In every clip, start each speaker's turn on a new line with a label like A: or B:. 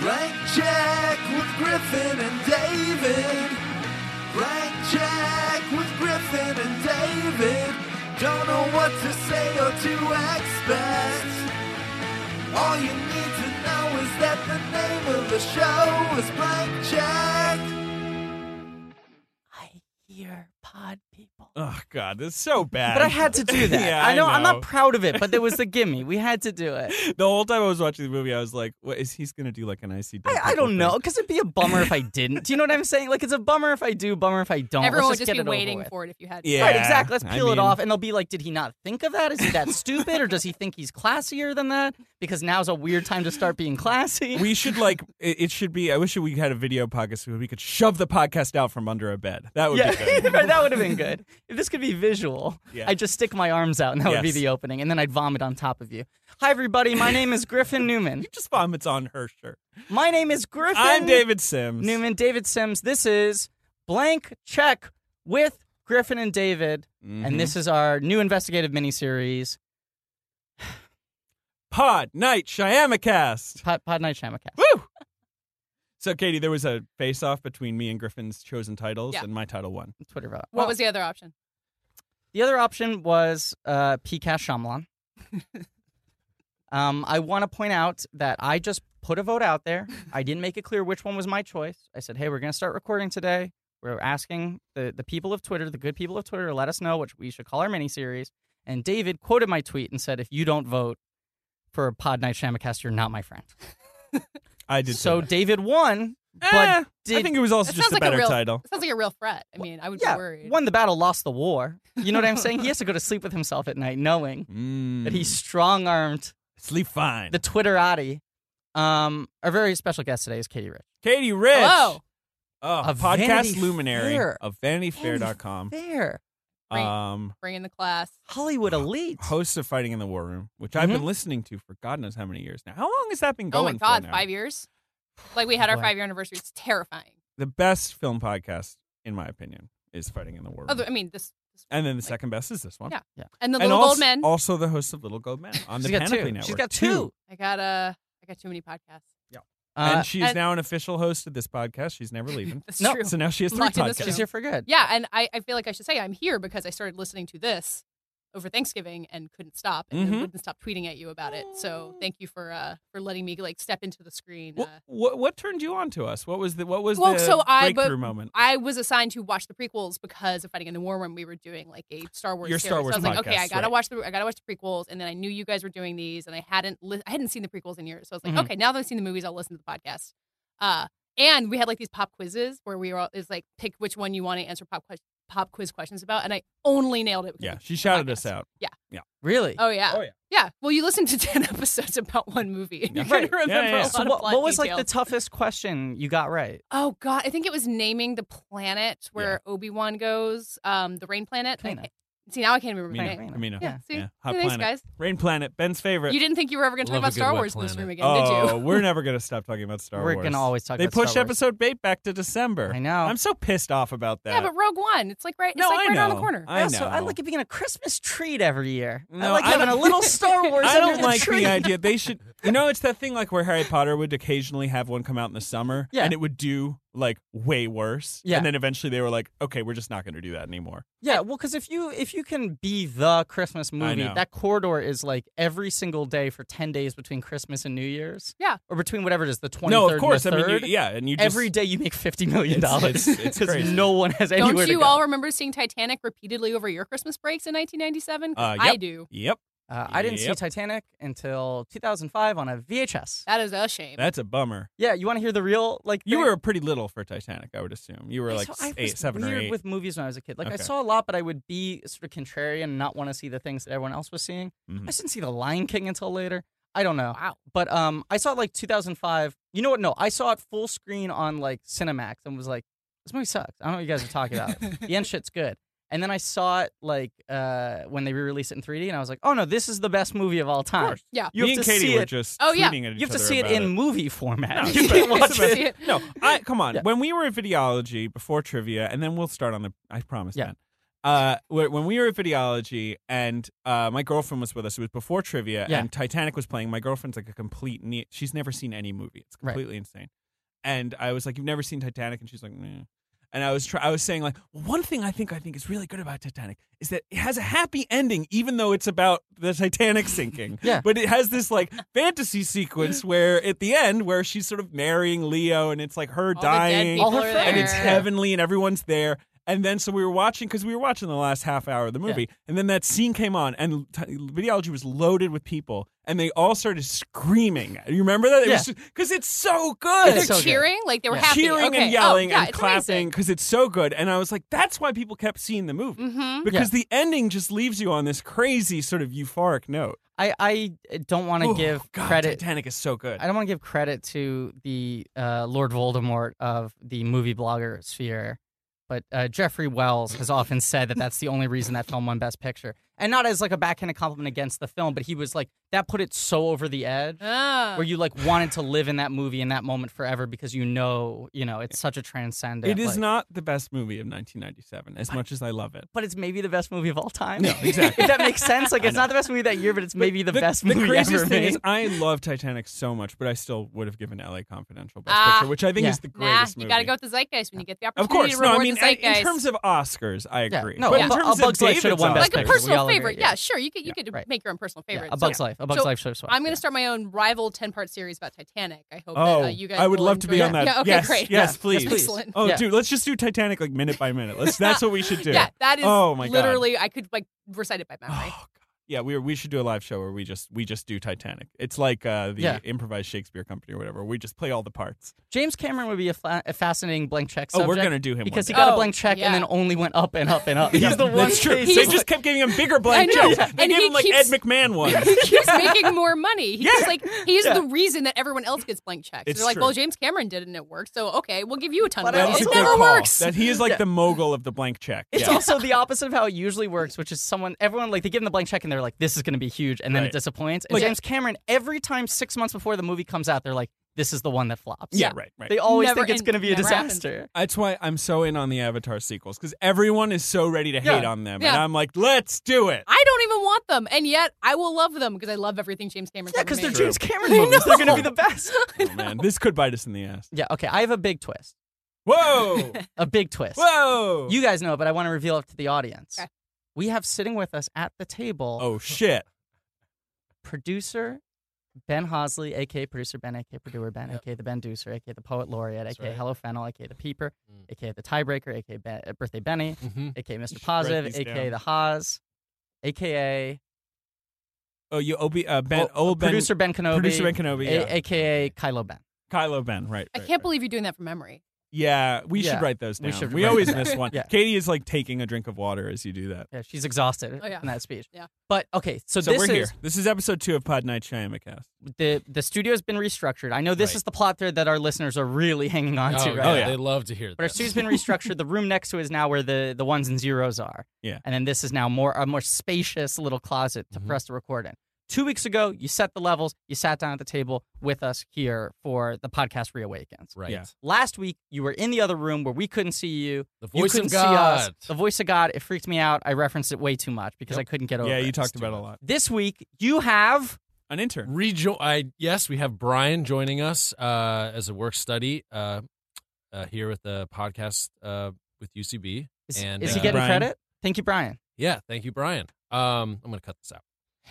A: Blank check with Griffin and David. Blank check with Griffin and David. Don't know what to say or to expect. All you need to know is that the name of the show is Blank Check.
B: I hear pod people.
C: Oh God, that's so bad.
B: But I had to do that.
C: Yeah,
B: I, know, I'm
C: know.
B: not proud of it, but there was the gimme. We had to do it.
C: The whole time I was watching the movie, I was like, "What is he's gonna do? Like an ICW?"
B: I, I don't know, because it'd be a bummer if I didn't. Do you know what I'm saying? Like, it's a bummer if I do, bummer if I don't.
D: Everyone would
B: Let's
D: just
B: get
D: be
B: it over
D: waiting
B: with.
D: for it if you had.
C: Yeah.
B: Right, exactly. Let's
C: I
B: peel
C: mean-
B: it off, and they'll be like, "Did he not think of that? Is he that stupid, or does he think he's classier than that? Because now's a weird time to start being classy."
C: We should like it, it should be. I wish we had a video podcast where we could shove the podcast out from under a bed. That would
B: yeah,
C: be good.
B: right, that would have been good. If this could be visual,
C: Yeah.
B: I'd just stick my arms out, and that would be
C: Yes.
B: the opening, and then I'd vomit on top of you. Hi, everybody. My name is Griffin Newman.
C: He just vomits on her shirt.
B: My name is Griffin.
C: I'm David Sims.
B: Newman. David Sims. This is blank check with Griffin and David,
C: Mhm.
B: and this is our new investigative miniseries,
C: Pod Night Shyamacast.
B: Pod, Pod Night Shamacast.
C: Woo! So, Katie, there was a face-off between me and Griffin's chosen titles,
D: Yeah.
C: and my title won.
B: Twitter vote.
D: What was the other option?
B: The other option was uh, P. Cash Shyamalan. um, I want to point out that I just put a vote out there. I didn't make it clear which one was my choice. I said, hey, we're going to start recording today. We're asking the, the people of Twitter, the good people of Twitter, to let us know what we should call our miniseries. And David quoted my tweet and said, if you don't vote for Pod Night Shamacast, you're not my friend.
C: I did.
B: So
C: say
B: David won, but
C: that. Eh,
B: did.
C: I think it was also
D: That
C: just
D: sounds
C: a
D: like a
C: better
D: real-
C: title.
D: It sounds like a real threat. I mean, I would
B: yeah,
D: be worried.
B: won the battle, lost the war. You know what I'm saying? He has to go to sleep with himself at night knowing
C: Mm.
B: that he strong armed
C: sleep fine.
B: the Twitterati. Um, our very special guest today is Katie Rich.
C: Katie Rich.
D: Hello.
C: Oh,
B: Of
C: podcast
B: Vanity
C: luminary
B: Fair.
C: of vanityfair.com.
B: Fair.
D: Right.
C: Um,
D: Bring in the class.
B: Hollywood elite.
C: host of Fighting in the War Room, which I've been listening to for God knows how many years now. How long has that been
D: Mm-hmm. Oh my
C: going?
D: god,
C: for now?
D: five years. Like we had our
C: Boy.
D: five year anniversary. It's terrifying.
C: The best film podcast, in my opinion, is Fighting in the War Room.
D: Other, I mean, this. this
C: and then the second best is this one.
D: Yeah. and the
C: and
D: little
C: also,
D: old men.
C: also the host of Little Gold Men on
B: She's
C: the
B: got
C: Panoply
B: two.
C: Network.
B: She's got two.
D: I got uh, I got too many podcasts.
B: Uh,
C: and she's
D: and-
C: now an official host of this podcast. She's never leaving.
D: That's
B: No.
D: true.
C: so now she has three
D: Locked in this
C: podcasts.
B: she's here for good.
D: Yeah, and I, I feel like I should say I'm here because I started listening to this over Thanksgiving and couldn't stop and
C: Mhm.
D: wouldn't stop tweeting at you about it. So thank you for uh for letting me like step into the screen.
C: What,
D: uh,
C: what, what turned you on to us? What was the what was
D: Well,
C: the
D: so I- but-
C: breakthrough moment?
D: I was assigned to watch the prequels because of Fighting in the War Room. We were doing like a Star Wars.
C: Your
D: series.
C: Star Wars
D: so I was like, okay, I
C: podcast,
D: gotta
C: right.
D: watch the I gotta watch the prequels, and then I knew you guys were doing these, and I hadn't li- I hadn't seen the prequels in years, so I was like,
C: Mm-hmm.
B: Mhm.
D: okay, now that I've seen the movies, I'll listen to the podcast. Uh, and we had like these pop quizzes where we were all is like pick which one you want to answer pop quiz pop quiz questions about, and I only nailed it. because
C: yeah,
D: of
C: she
D: the
C: shouted
D: podcast.
C: us out.
B: Really?
D: Oh yeah.
C: Oh, yeah.
D: Well, you listened to ten episodes about one movie, and
C: Yeah.
D: you're
C: Right. Yeah,
D: gonna remember
C: yeah, yeah.
D: a lot
B: so
D: of
B: what,
D: plot
B: what was
D: details.
B: like the toughest question you got right?
D: Oh God, I think it was naming the planet where Obi Wan goes, um, the rain planet. I
B: Planet.
D: can't- see now I can't remember the
C: Mina,
D: name.
B: Raina.
C: Amina.
D: Yeah, see,
C: Hot
D: Yeah, thanks,
C: planet.
D: guys.
C: Rain Planet, Ben's favorite.
D: You didn't think you were ever going to talk
A: Love a
D: about
A: good
D: Star
A: wet
D: Wars in this
A: planet.
D: room again,
C: oh,
D: did you?
C: we're never going to stop talking about Star
B: We're
C: Wars.
B: gonna always talk
C: They
B: about Star
C: pushed
B: Wars.
C: episode eight back to December.
B: I know.
C: I'm so pissed off about that.
D: Yeah, but Rogue One, it's like right, it's
C: no,
D: like
C: I
D: right
C: know.
D: around the corner.
C: I know.
B: also, I like it being a Christmas treat every year. I
C: No,
B: like
C: I
B: having a
C: don't-
B: little Star Wars
C: I don't
B: under the
C: like
B: tree.
C: the idea. They should, you know, it's that thing like where Harry Potter would occasionally have one come out in the summer,
B: Yeah.
C: and it would do like way worse.
B: Yeah.
C: and then eventually they were like, okay, we're just not going to do that anymore.
B: Yeah, well, because if you if you can be the Christmas movie,
C: know.
B: that corridor is like every single day for ten days between Christmas and New Year's.
D: Yeah.
B: or between whatever it is, the twenty
C: No,
B: third.
C: of course.
B: the
C: I
B: 3rd.
C: mean, you, yeah, and you just,
B: every day you make fifty million
C: It's-
B: dollars
C: it's- it's
B: because
C: crazy.
B: no one has anywhere
D: Don't
B: to
D: you
B: go.
D: all remember seeing Titanic repeatedly over your Christmas breaks in 1997? 'Cause
C: Uh,
D: I
C: yep.
D: do.
C: Yep,
B: uh, I didn't see
C: Yep.
B: Titanic until 2005 on a VHS.
D: That is a shame.
C: that's a bummer.
B: Yeah, you want to hear the real like?
C: You
B: thing?
C: were pretty little for Titanic, I would assume. You were
B: I
C: like
B: saw- I
C: eight,
B: was
C: seven,
B: weird
C: or eight.
B: with movies when I was a kid. Like I
C: Okay.
B: saw a lot, but I would be sort of contrarian and not want to see the things that everyone else was seeing.
C: Mhm.
B: I just didn't see The Lion King until later. I don't know.
D: wow.
B: But um, I saw it like 2005. You know what? No, I saw it full screen on like Cinemax and was like, this movie sucks. I don't know what you guys are talking about. the end shit's good. And then I saw it like uh, when they re-released it in 3D, and I was like, oh no, this is the best movie of all time.
C: course.
D: Yeah.
B: You
C: Me
B: have
C: and
B: to
C: Katie
B: see
C: were
B: it.
C: just
D: Oh, yeah.
C: tweeting at each
B: You have to
C: other
B: see it
C: about
B: in movie format.
C: No,
B: you
C: it's
B: can't
C: the
B: watch
C: best.
B: it.
C: No, I come on.
B: Yeah.
C: When we were at videology before trivia, and then we'll start on the. I promise,
B: Yeah.
C: man. uh, wh- when we were at Videology and uh, my girlfriend was with us, it was before trivia,
B: Yeah.
C: and Titanic was playing. My girlfriend's like a complete, ne- she's never seen any movie. It's
B: Right.
C: completely insane. And I was like, "You've never seen Titanic?" And she's like, "Nah." And I was try- I was saying like, one thing I think I think is really good about Titanic is that it has a happy ending, even though it's about the Titanic sinking.
B: Yeah.
C: But it has this like fantasy sequence where at the end, where she's sort of marrying Leo, and it's like her
D: All the dead
C: dying,
D: people
B: All her
D: are
B: friends.
C: and it's
D: there.
C: heavenly and everyone's there. And then so we were watching because we were watching the last half hour of the movie, and then that scene came on, and t- videology was loaded with people, and they all started screaming. You remember that?
B: Yeah.
C: Because it's so
D: But
C: good.
D: they're
B: so good.
D: cheering, like they were
B: Yeah.
D: happy,
C: Cheering
D: okay.
C: and yelling
D: oh, yeah,
C: and clapping because it's so good. And I was like, that's why people kept seeing the movie.
D: Mm-hmm.
C: Because the ending just leaves you on this crazy sort of euphoric note.
B: I, I don't want to
C: Oh,
B: give
C: God,
B: credit.
C: Titanic is so good.
B: I don't want to give credit to the uh, Lord Voldemort of the movie blogger sphere, but uh, Jeffrey Wells has often said that that's the only reason that film won Best Picture, and not as like a backhanded compliment against the film, but he was like that put it so over the edge
D: Ah.
B: where you like wanted to live in that movie in that moment forever because you know you know it's such a transcendent.
C: It is
B: like-
C: not the best movie of 1997, as much as I love it.
B: but it's maybe the best movie of all time.
C: No, exactly.
B: if that makes sense, like
C: I
B: it's not the best movie that year, but it's maybe the, best movie
C: craziest
B: ever
C: thing
B: made.
C: is I love Titanic so much, but I still would have given LA Confidential Best
D: Ah,
C: Picture, which I think
B: yeah.
C: is the
D: Nah,
C: greatest
D: you
C: movie.
D: got to go with the zeitgeist when you get the
C: Of
D: opportunity
C: course,
D: to
C: no.
D: reward
C: I mean,
D: the
C: I-
D: zeitgeist.
C: in terms of Oscars, I
B: Yeah,
C: agree.
B: no,
C: but
B: a
C: in
B: bu-
C: terms
B: a Bug's
C: of
B: Life should have
C: David's
B: won Best
C: Oscars-
D: like a
B: Picture.
D: personal
B: We all
D: favorite.
B: agree,
D: Yeah,
B: yeah.
D: sure. You could you
B: Yeah,
D: could
B: right.
D: make your own personal
B: Yeah,
D: favorites.
B: a Bug's
D: So
B: Life, a Bug's
D: So,
B: Life shows.
D: I'm going to start my own rival ten part series about Titanic. I hope
C: Oh,
D: that uh, you guys.
C: I would
D: will
C: love to
D: enjoy
C: be on
D: that.
C: that.
D: Yeah, okay,
C: yes, yes,
D: great.
B: Yeah.
C: please.
B: Yes,
D: Excellent.
C: Oh,
B: Yeah.
C: dude, let's just do Titanic like minute by minute. Let's. That's what we should do.
D: Yeah, that is.
C: Oh, my God.
D: literally, I could like recite it by
C: Oh,
D: memory.
C: God. Yeah, we we should do a live show where we just we just do Titanic. It's like uh, the
B: Yeah.
C: improvised Shakespeare company or whatever. We just play all the parts.
B: James Cameron would be a, fa- a fascinating blank check
C: Oh,
B: subject.
C: we're gonna do him
B: because he
C: one
D: day.
B: got a
D: Oh,
B: blank check
D: yeah.
B: and then only went up and up and up.
C: Yeah,
B: He's the one.
C: That's true.
B: case-
C: they
D: he's
C: just kept giving him bigger blank
D: I know.
C: checks. They
D: And
C: gave
D: he
C: him like
D: keeps-
C: Ed McMahon ones.
D: he keeps making more money. He's
C: Yeah.
D: like he's
B: Yeah.
D: the reason that everyone else gets blank checks.
C: It's
D: They're like,
C: true.
D: well, James Cameron did it and it worked, so okay, we'll give you a ton
B: But
D: of
B: I
D: money.
B: also
D: It
B: think
D: never
B: Paul-
D: works.
C: That he is like the mogul of the blank check.
B: It's
C: Yeah.
B: also the opposite of how it usually works, which is someone, everyone, like they give him the blank check and they're like, "This is going to be huge," and then
C: Right.
B: it disappoints. And
C: Like-
B: James Cameron, every time six months before the movie comes out, they're like, "This is the one that flops."
C: yeah, right, right.
B: They always
D: Never
B: think it's
D: end-
B: going to be a
D: never happens.
B: disaster.
C: That's why I'm so in on the Avatar sequels because everyone is so ready to
B: Yeah.
C: hate on them, and
D: Yeah.
C: I'm like, let's do it.
D: I don't even want them, and yet I will love them because I love everything James Cameron.
B: Yeah, because they're
C: True.
B: James Cameron movies. They're going to be the best.
C: Oh, man, this could bite us in the ass.
B: yeah. Okay. I have a big twist.
C: Whoa,
B: A big twist.
C: whoa.
B: You guys know, it, but I want to reveal it to the audience.
D: Okay.
B: We have sitting with us at the table
C: oh shit.
B: producer Ben Hosley, aka producer Ben, aka producer Ben,
E: Yep.
B: aka the Ben Deucer, aka the poet laureate,
E: That's
B: aka
E: right.
B: Hello Fennel, aka the Peeper,
E: Mm.
B: aka the Tiebreaker, aka ben, uh, Birthday Benny,
E: Mm-hmm.
B: aka Mr.
C: should write
B: Positive,
C: these
B: aka
C: down.
B: the Haas, aka
C: Oh, you Obi uh, Ben,
B: oh,
C: old Ben,
B: producer Ben Kenobi,
C: producer Ben Kenobi,
B: a-
C: yeah.
B: aka Kylo Ben.
C: Kylo Ben, right?
D: I
C: right,
D: can't
C: right.
D: believe you're doing that from memory.
C: Yeah, we
B: Yeah.
C: should write those down.
B: We
C: We,
B: should write
C: always
B: them.
C: miss one.
B: Yeah.
C: Katie is like taking a drink of water as you do that.
B: Yeah, she's exhausted
D: Oh, yeah.
B: in that speech.
D: Yeah.
B: But okay, so,
C: So
B: this
C: we're
B: is
C: here. This is episode two of Pod Night Shyamacast.
B: the the studio's been restructured. I know this
C: Right.
B: is the plot thread that our listeners are really hanging on to
E: Oh,
B: right
E: yeah,
C: Oh,
B: now.
C: yeah.
E: they love to hear that.
B: But our studio's been restructured. The room next to it is now where the, the ones and zeros are.
C: Yeah.
B: And then this is now more a more spacious little closet to, for
E: Mhm.
B: us to record in. Two weeks ago, you set the levels. You sat down at the table with us here for the podcast Reawakens.
E: right.
C: Yeah.
B: Last week, you were in the other room where we couldn't see you.
E: The
B: you
E: voice
B: couldn't
E: of God.
B: see us. The voice of God. It freaked me out. I referenced it way too much because I couldn't get over.
C: Yeah, you
B: it.
C: talked
E: too
C: about it a
E: much.
C: lot.
B: This week, you have
C: An intern.
E: Rejo- I yes, we have Brian joining us uh, as a work study uh, uh, here with the podcast uh, with UCB.
B: is,
E: And,
B: is
E: uh,
B: he getting
C: Brian.
B: credit? Thank you, Brian.
E: Yeah, thank you, Brian. Um, I'm gonna cut this out.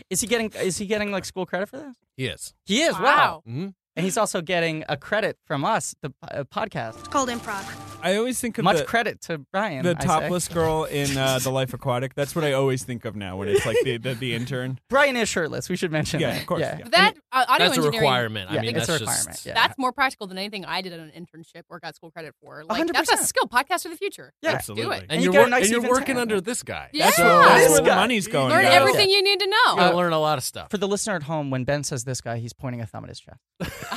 B: Is he getting is he getting like school credit for this?
E: He is.
B: He is.
D: Wow.
E: hmm
B: And he's also getting a credit from us, the uh, podcast.
F: It's called improv.
C: I always think of
B: Much
C: the,
B: credit to Brian.
C: the
B: I say.
C: topless girl in uh, The Life Aquatic. That's what I always think of now when it's like the, the, the intern.
B: Brian is shirtless. We should mention
C: Yeah,
B: that.
C: of course.
B: Yeah.
C: yeah.
D: That uh, audio
E: That's a
D: engineering.
E: requirement.
B: Yeah,
E: I mean,
B: it's a
E: that's
B: requirement,
E: just
B: yeah.
D: That's more practical than anything I did at an internship or got school credit for. Like that's a
B: 100%.
D: skill. Podcast of the future.
B: Yeah.
C: Absolutely.
D: Do it.
E: And,
B: you
E: you're,
B: got a
E: wor-
B: nice
E: and you're
B: even
E: working
B: time.
E: under this guy.
D: Yeah.
C: So that's
B: This
C: where the
B: guy.
C: money's going.
D: Learn
C: guys.
D: everything you need to know.
E: You're gonna learn a lot of stuff.
B: For the listener at home, when Ben says this guy, he's pointing a thumb at his chest.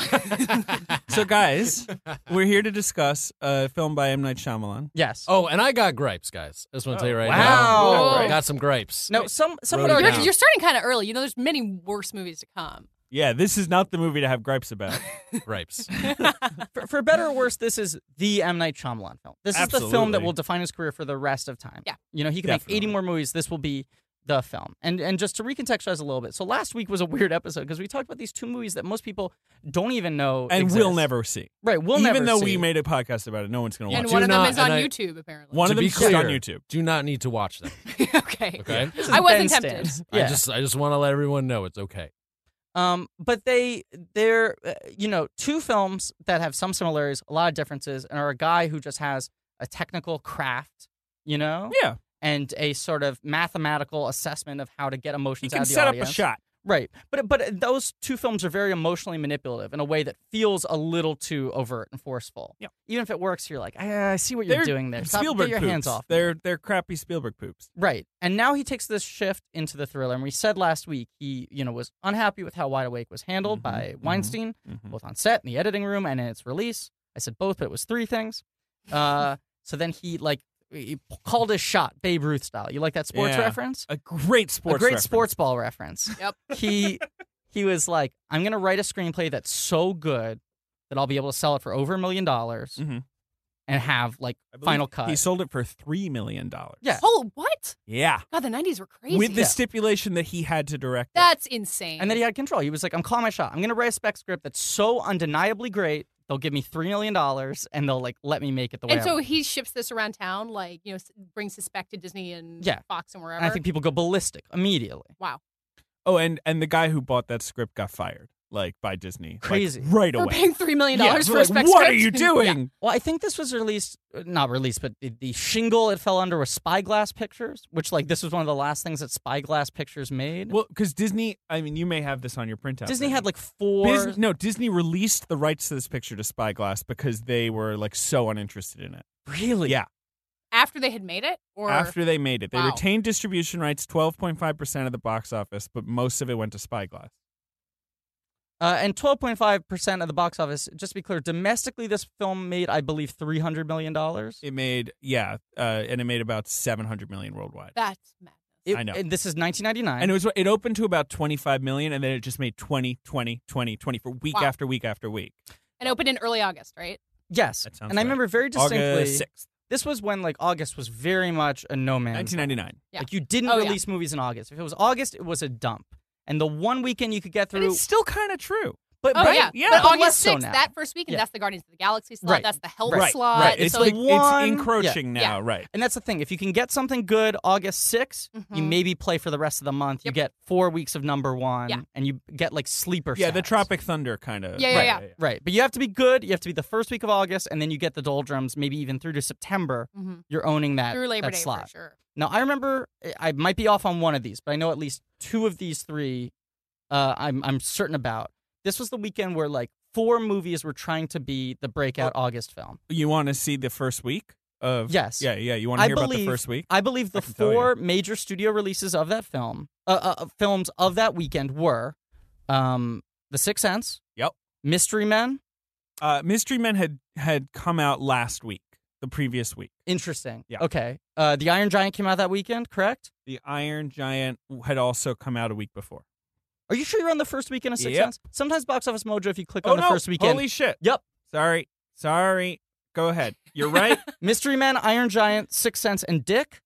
C: So, guys, we're here to discuss a film by M. Night Shyamalan.
B: Yes.
E: oh, and I got gripes, guys. I just want to tell you right
B: Oh, wow.
E: now.
D: Whoa.
E: I got some gripes.
B: no. Some. Someone
E: Wrote it
D: You're,
B: already.
E: down.
D: you're starting kind of early. You know, there's many worse movies to come.
C: Yeah, this is not the movie to have gripes about.
E: Gripes.
B: For, for better or worse, this is the M Night Shyamalan film. This is the film that
C: Absolutely.
B: will define his career for the rest of time.
D: Yeah.
B: you know he can make eighty
C: Definitely.
B: more movies. This will be the film. And and just to recontextualize a little bit, so last week was a weird episode because we talked about these two movies that most people don't even know
C: And
B: exist.
C: we'll never see.
B: right. We'll
C: Even
B: never
C: though
B: see.
C: we made a podcast about it, no one's going to
D: and
C: watch
E: do
D: one
C: it.
D: of them
E: not-
D: is on
E: and I-
D: YouTube apparently.
C: One
E: to
C: of them
E: be
C: is on
E: clear,
C: YouTube.
E: do not need to watch them.
D: okay.
E: Okay.
B: This is
D: I wasn't
B: Ben
D: tempted.
B: Stans.
E: I just I just want to let everyone know it's okay.
B: Um, but they they're uh, you know two films that have some similarities, a lot of differences, and are a guy who just has a technical craft, you know,
C: Yeah,
B: and a sort of mathematical assessment of how to get
C: he
B: emotions out
C: can
B: of the
C: set up
B: audience.
C: a shot.
B: right? But but those two films are very emotionally manipulative in a way that feels a little too overt and forceful.
C: Yeah.
B: Even if it works, you're like, I, I see what you're
C: They're
B: doing there. Stop,
C: Spielberg
B: get your
C: poops.
B: hands off. me."
C: They're they're crappy Spielberg poops.
B: Right. And now he takes this shift into the thriller. And we said last week he, you know, was unhappy with how Wide Awake was handled
C: Mhm,
B: by
C: mhm.
B: Weinstein, both on set, in the editing room, and in its release. I said both, but it was three things. Uh, so then he like he called his shot, Babe Ruth style. You like that sports
C: Yeah.
B: reference?
C: A great sports.
B: a great
C: reference.
B: sports ball reference.
D: Yep.
B: He he was like, I'm gonna write a screenplay that's so good that I'll be able to sell it for over a million dollars
C: Mhm.
B: and have like
C: I believe
B: final cut.
C: He sold it for three million dollars.
B: Yeah.
D: Oh, what?
C: yeah.
D: God, the 90s were crazy.
C: With the
B: Yeah.
C: stipulation that he had to direct. it.
D: That's insane.
B: And then he had control. He was like, I'm calling my shot. I'm going to write a spec script that's so undeniably great. They'll give me $3 million and they'll like let me make it the way
D: and
B: I
D: so
B: want.
D: he ships this around town, like, you know, s- brings this back to Disney and
B: Yeah.
D: Fox and wherever.
B: And I think people go ballistic immediately.
C: Oh, and and the guy who bought that script got fired, like by Disney, like,
B: Crazy.
C: right
D: for
C: away.
D: paying $3 million
C: Yeah,
D: for
C: we're
D: a
C: like,
D: spec
C: What are
D: script."
C: you
D: Yeah.
C: doing?
B: Well, I think this was released, uh, not released, but the, the shingle it fell under was Spyglass Pictures, which like this was one of the last things that Spyglass Pictures made.
C: Well, because Disney, I mean, you may have this on your printout.
B: Disney
C: right?
B: had like four.
C: Dis- no, Disney released the rights to this picture to Spyglass because they were like so uninterested in it.
B: Really?
C: Yeah.
D: After they had made it? Or
C: After they made it, they
D: Wow.
C: retained distribution rights, twelve point five percent of the box office, but most of it went to Spyglass.
B: Uh, and 12.5% of the box office, just to be clear, domestically, this film made, I believe, $300 million.
C: It made yeah, uh, and it made about seven hundred million worldwide.
D: That's mad.
B: It-
C: I know.
B: and this is 1999.
C: and it was it opened to about 25 million and then it just made 20 20 20 20 for week
D: Wow.
C: after week after week
D: And opened in early August, right?
B: yes.
C: That sounds
B: And I
C: right.
B: remember very distinctly.
C: august 6th
B: this was when like August was very much a no man's. land.
C: 1999
D: Yeah.
B: Like you didn't
D: Oh, yeah.
B: release movies in August. If it was August, it was a dump. And the one weekend you could get
C: and
B: through,
C: it's still kind of true
B: but
D: Oh,
B: right,
D: yeah.
C: Uh, yeah.
B: But
D: But
B: less
D: August
B: so
D: 6th,
B: now.
D: that first weekend,
B: Yeah.
D: that's the Guardians of the Galaxy slot.
B: Right.
D: That's the Help
B: Right.
D: slot.
C: right
D: and
C: it's
D: so,
C: like
D: like,
B: one-
C: it's encroaching
D: Yeah.
C: now right
B: and that's the thing. If you can get something good August 6th, you
D: Mhm.
B: maybe play for the rest of the month. You
D: Yep.
B: get four weeks of number one,
D: Yeah.
B: and you get like sleeper.
C: yeah the
B: sets.
C: tropic thunder kind of
D: Yeah, yeah,
C: right,
D: yeah.
B: Right, but you have to be good. You have to be the first week of August, and then you get the doldrums. Maybe even through to September,
D: Mhm.
B: you're owning that
D: through Labor
B: that
D: Day
B: slot.
D: for sure.
B: Now I remember eh, I might be off on one of these, but I know at least two of these three uh, I'm I'm certain about. This was the weekend where like four movies were trying to be the breakout August film.
C: you want to see the first week of
B: Yes.
C: yeah yeah you want
B: I
C: to hear about the
B: believe-
C: first week
B: I believe the
C: I can tell
B: four major studio releases of that film, uh, uh, uh, films of that weekend were, um, The Sixth Sense,
C: Yep.
B: Mystery Men,
C: uh mystery men had had come out last week the previous week
B: interesting,
C: Yeah.
B: okay, uh, The Iron Giant came out that weekend, correct?
C: the iron giant had also come out a week before
B: Are you sure you're on the first weekend of Sixth
C: Yep.
B: Sense? Sometimes Box Office Mojo, if you click
C: oh
B: on the
C: no
B: first weekend,
C: holy shit
B: Yep.
C: sorry sorry go ahead you're right
B: Mystery Men, Iron Giant, Sixth Sense, and Dick.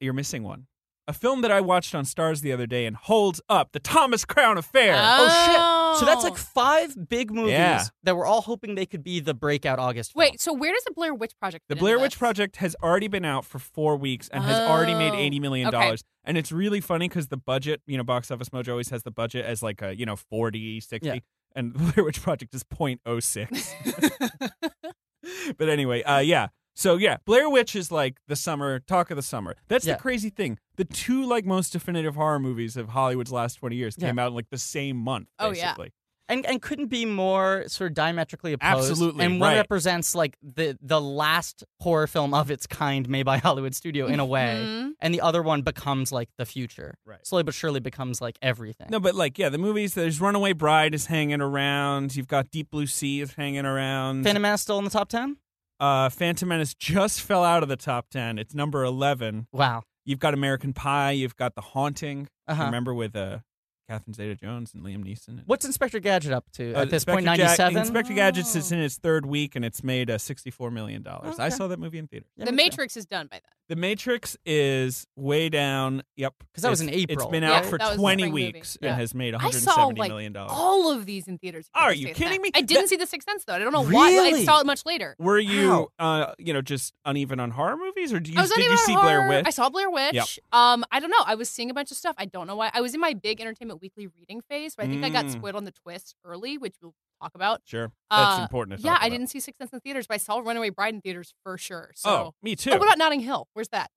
C: You're missing one. A film that I watched on Stars the other day and holds up the Thomas Crown Affair.
B: Oh, shit! So that's like
D: Oh.
B: five big movies
C: Yeah.
B: that we're all hoping they could be the breakout August. film.
D: Wait, so where does the Blair Witch Project
C: the
D: fit into
C: Blair Witch
D: this?
C: Project has already been out for four weeks and has already made
D: Oh.
C: eighty million
D: Okay.
C: dollars. And it's really funny because the budget, you know, Box Office Mojo always has the budget as like a you know 40, 60.
B: Yeah.
C: and Blair Witch Project is 0.06. but anyway, uh, yeah. So yeah, Blair Witch is like the summer talk of the summer. That's
B: Yeah.
C: the crazy thing. The two like most definitive horror movies of Hollywood's last twenty years
B: Yeah.
C: came out in like the same month.
D: Oh, yeah.
C: Basically.
B: and and couldn't be more sort of diametrically opposed.
C: Absolutely,
B: and one
C: right.
B: represents like the the last horror film of its kind made by Hollywood studio in a way,
D: Mhm.
B: and the other one becomes like the future.
C: Right.
B: Slowly but surely becomes like everything.
C: No, but like, yeah, the movies. There's Runaway Bride is hanging around. You've got Deep Blue Sea is hanging around.
B: Phantom Menace still in the top ten.
C: uh, Phantom Menace just fell out of the top ten. It's number eleven.
B: Wow.
C: You've got American Pie. You've got The Haunting.
D: Uh-huh.
B: Uh huh.
C: Remember with uh, Catherine Zeta-Jones and Liam Neeson. and-
B: What's Inspector Gadget up to
C: Uh,
B: at this point?
C: Inspector Ja-
B: 97?
C: Inspector Gadget is
D: Oh.
C: in its third week and it's made uh, $64 million. I
B: Okay.
C: saw that movie in theater.
B: Yeah,
D: the
B: me too.
D: Matrix is done by then.
C: The Matrix is way down. Yep.
B: 'Cause that was
C: It's-
B: in April,
C: It's been
D: Yeah,
C: out for
D: that was the
C: 20
D: spring movie.
C: weeks
B: Yeah.
C: and has made
D: I
C: $170
D: saw, like,
C: million dollars.
D: All of these in theaters.
C: Oh. Are
D: except
C: you
D: Sixth
C: kidding
D: Sense.
C: me?
D: I didn't
C: That-
D: see The Sixth Sense though. I don't know why. I
C: Really?
D: saw it much later.
C: Were you, uh, you know, just uneven on horror movies, or do you
D: I was
C: did
D: not
C: you
D: even
C: see
D: on
C: Blair
D: horror.
C: Witch?
D: I saw Blair Witch.
C: Yep.
D: Um, I don't know. I was seeing a bunch of stuff. I don't know why. I was in my big Entertainment Weekly reading phase, but I think I got
C: Mm.
D: spoiled on the twist early, which we'll talk about.
C: Sure, that's
D: Uh,
C: important. To
D: yeah,
C: talk
D: I
C: about.
D: didn't see Sixth Sense in theaters, but I saw Runaway Bride in theaters for sure. So.
C: Oh, me too.
D: Oh, what about Notting Hill? Where's that?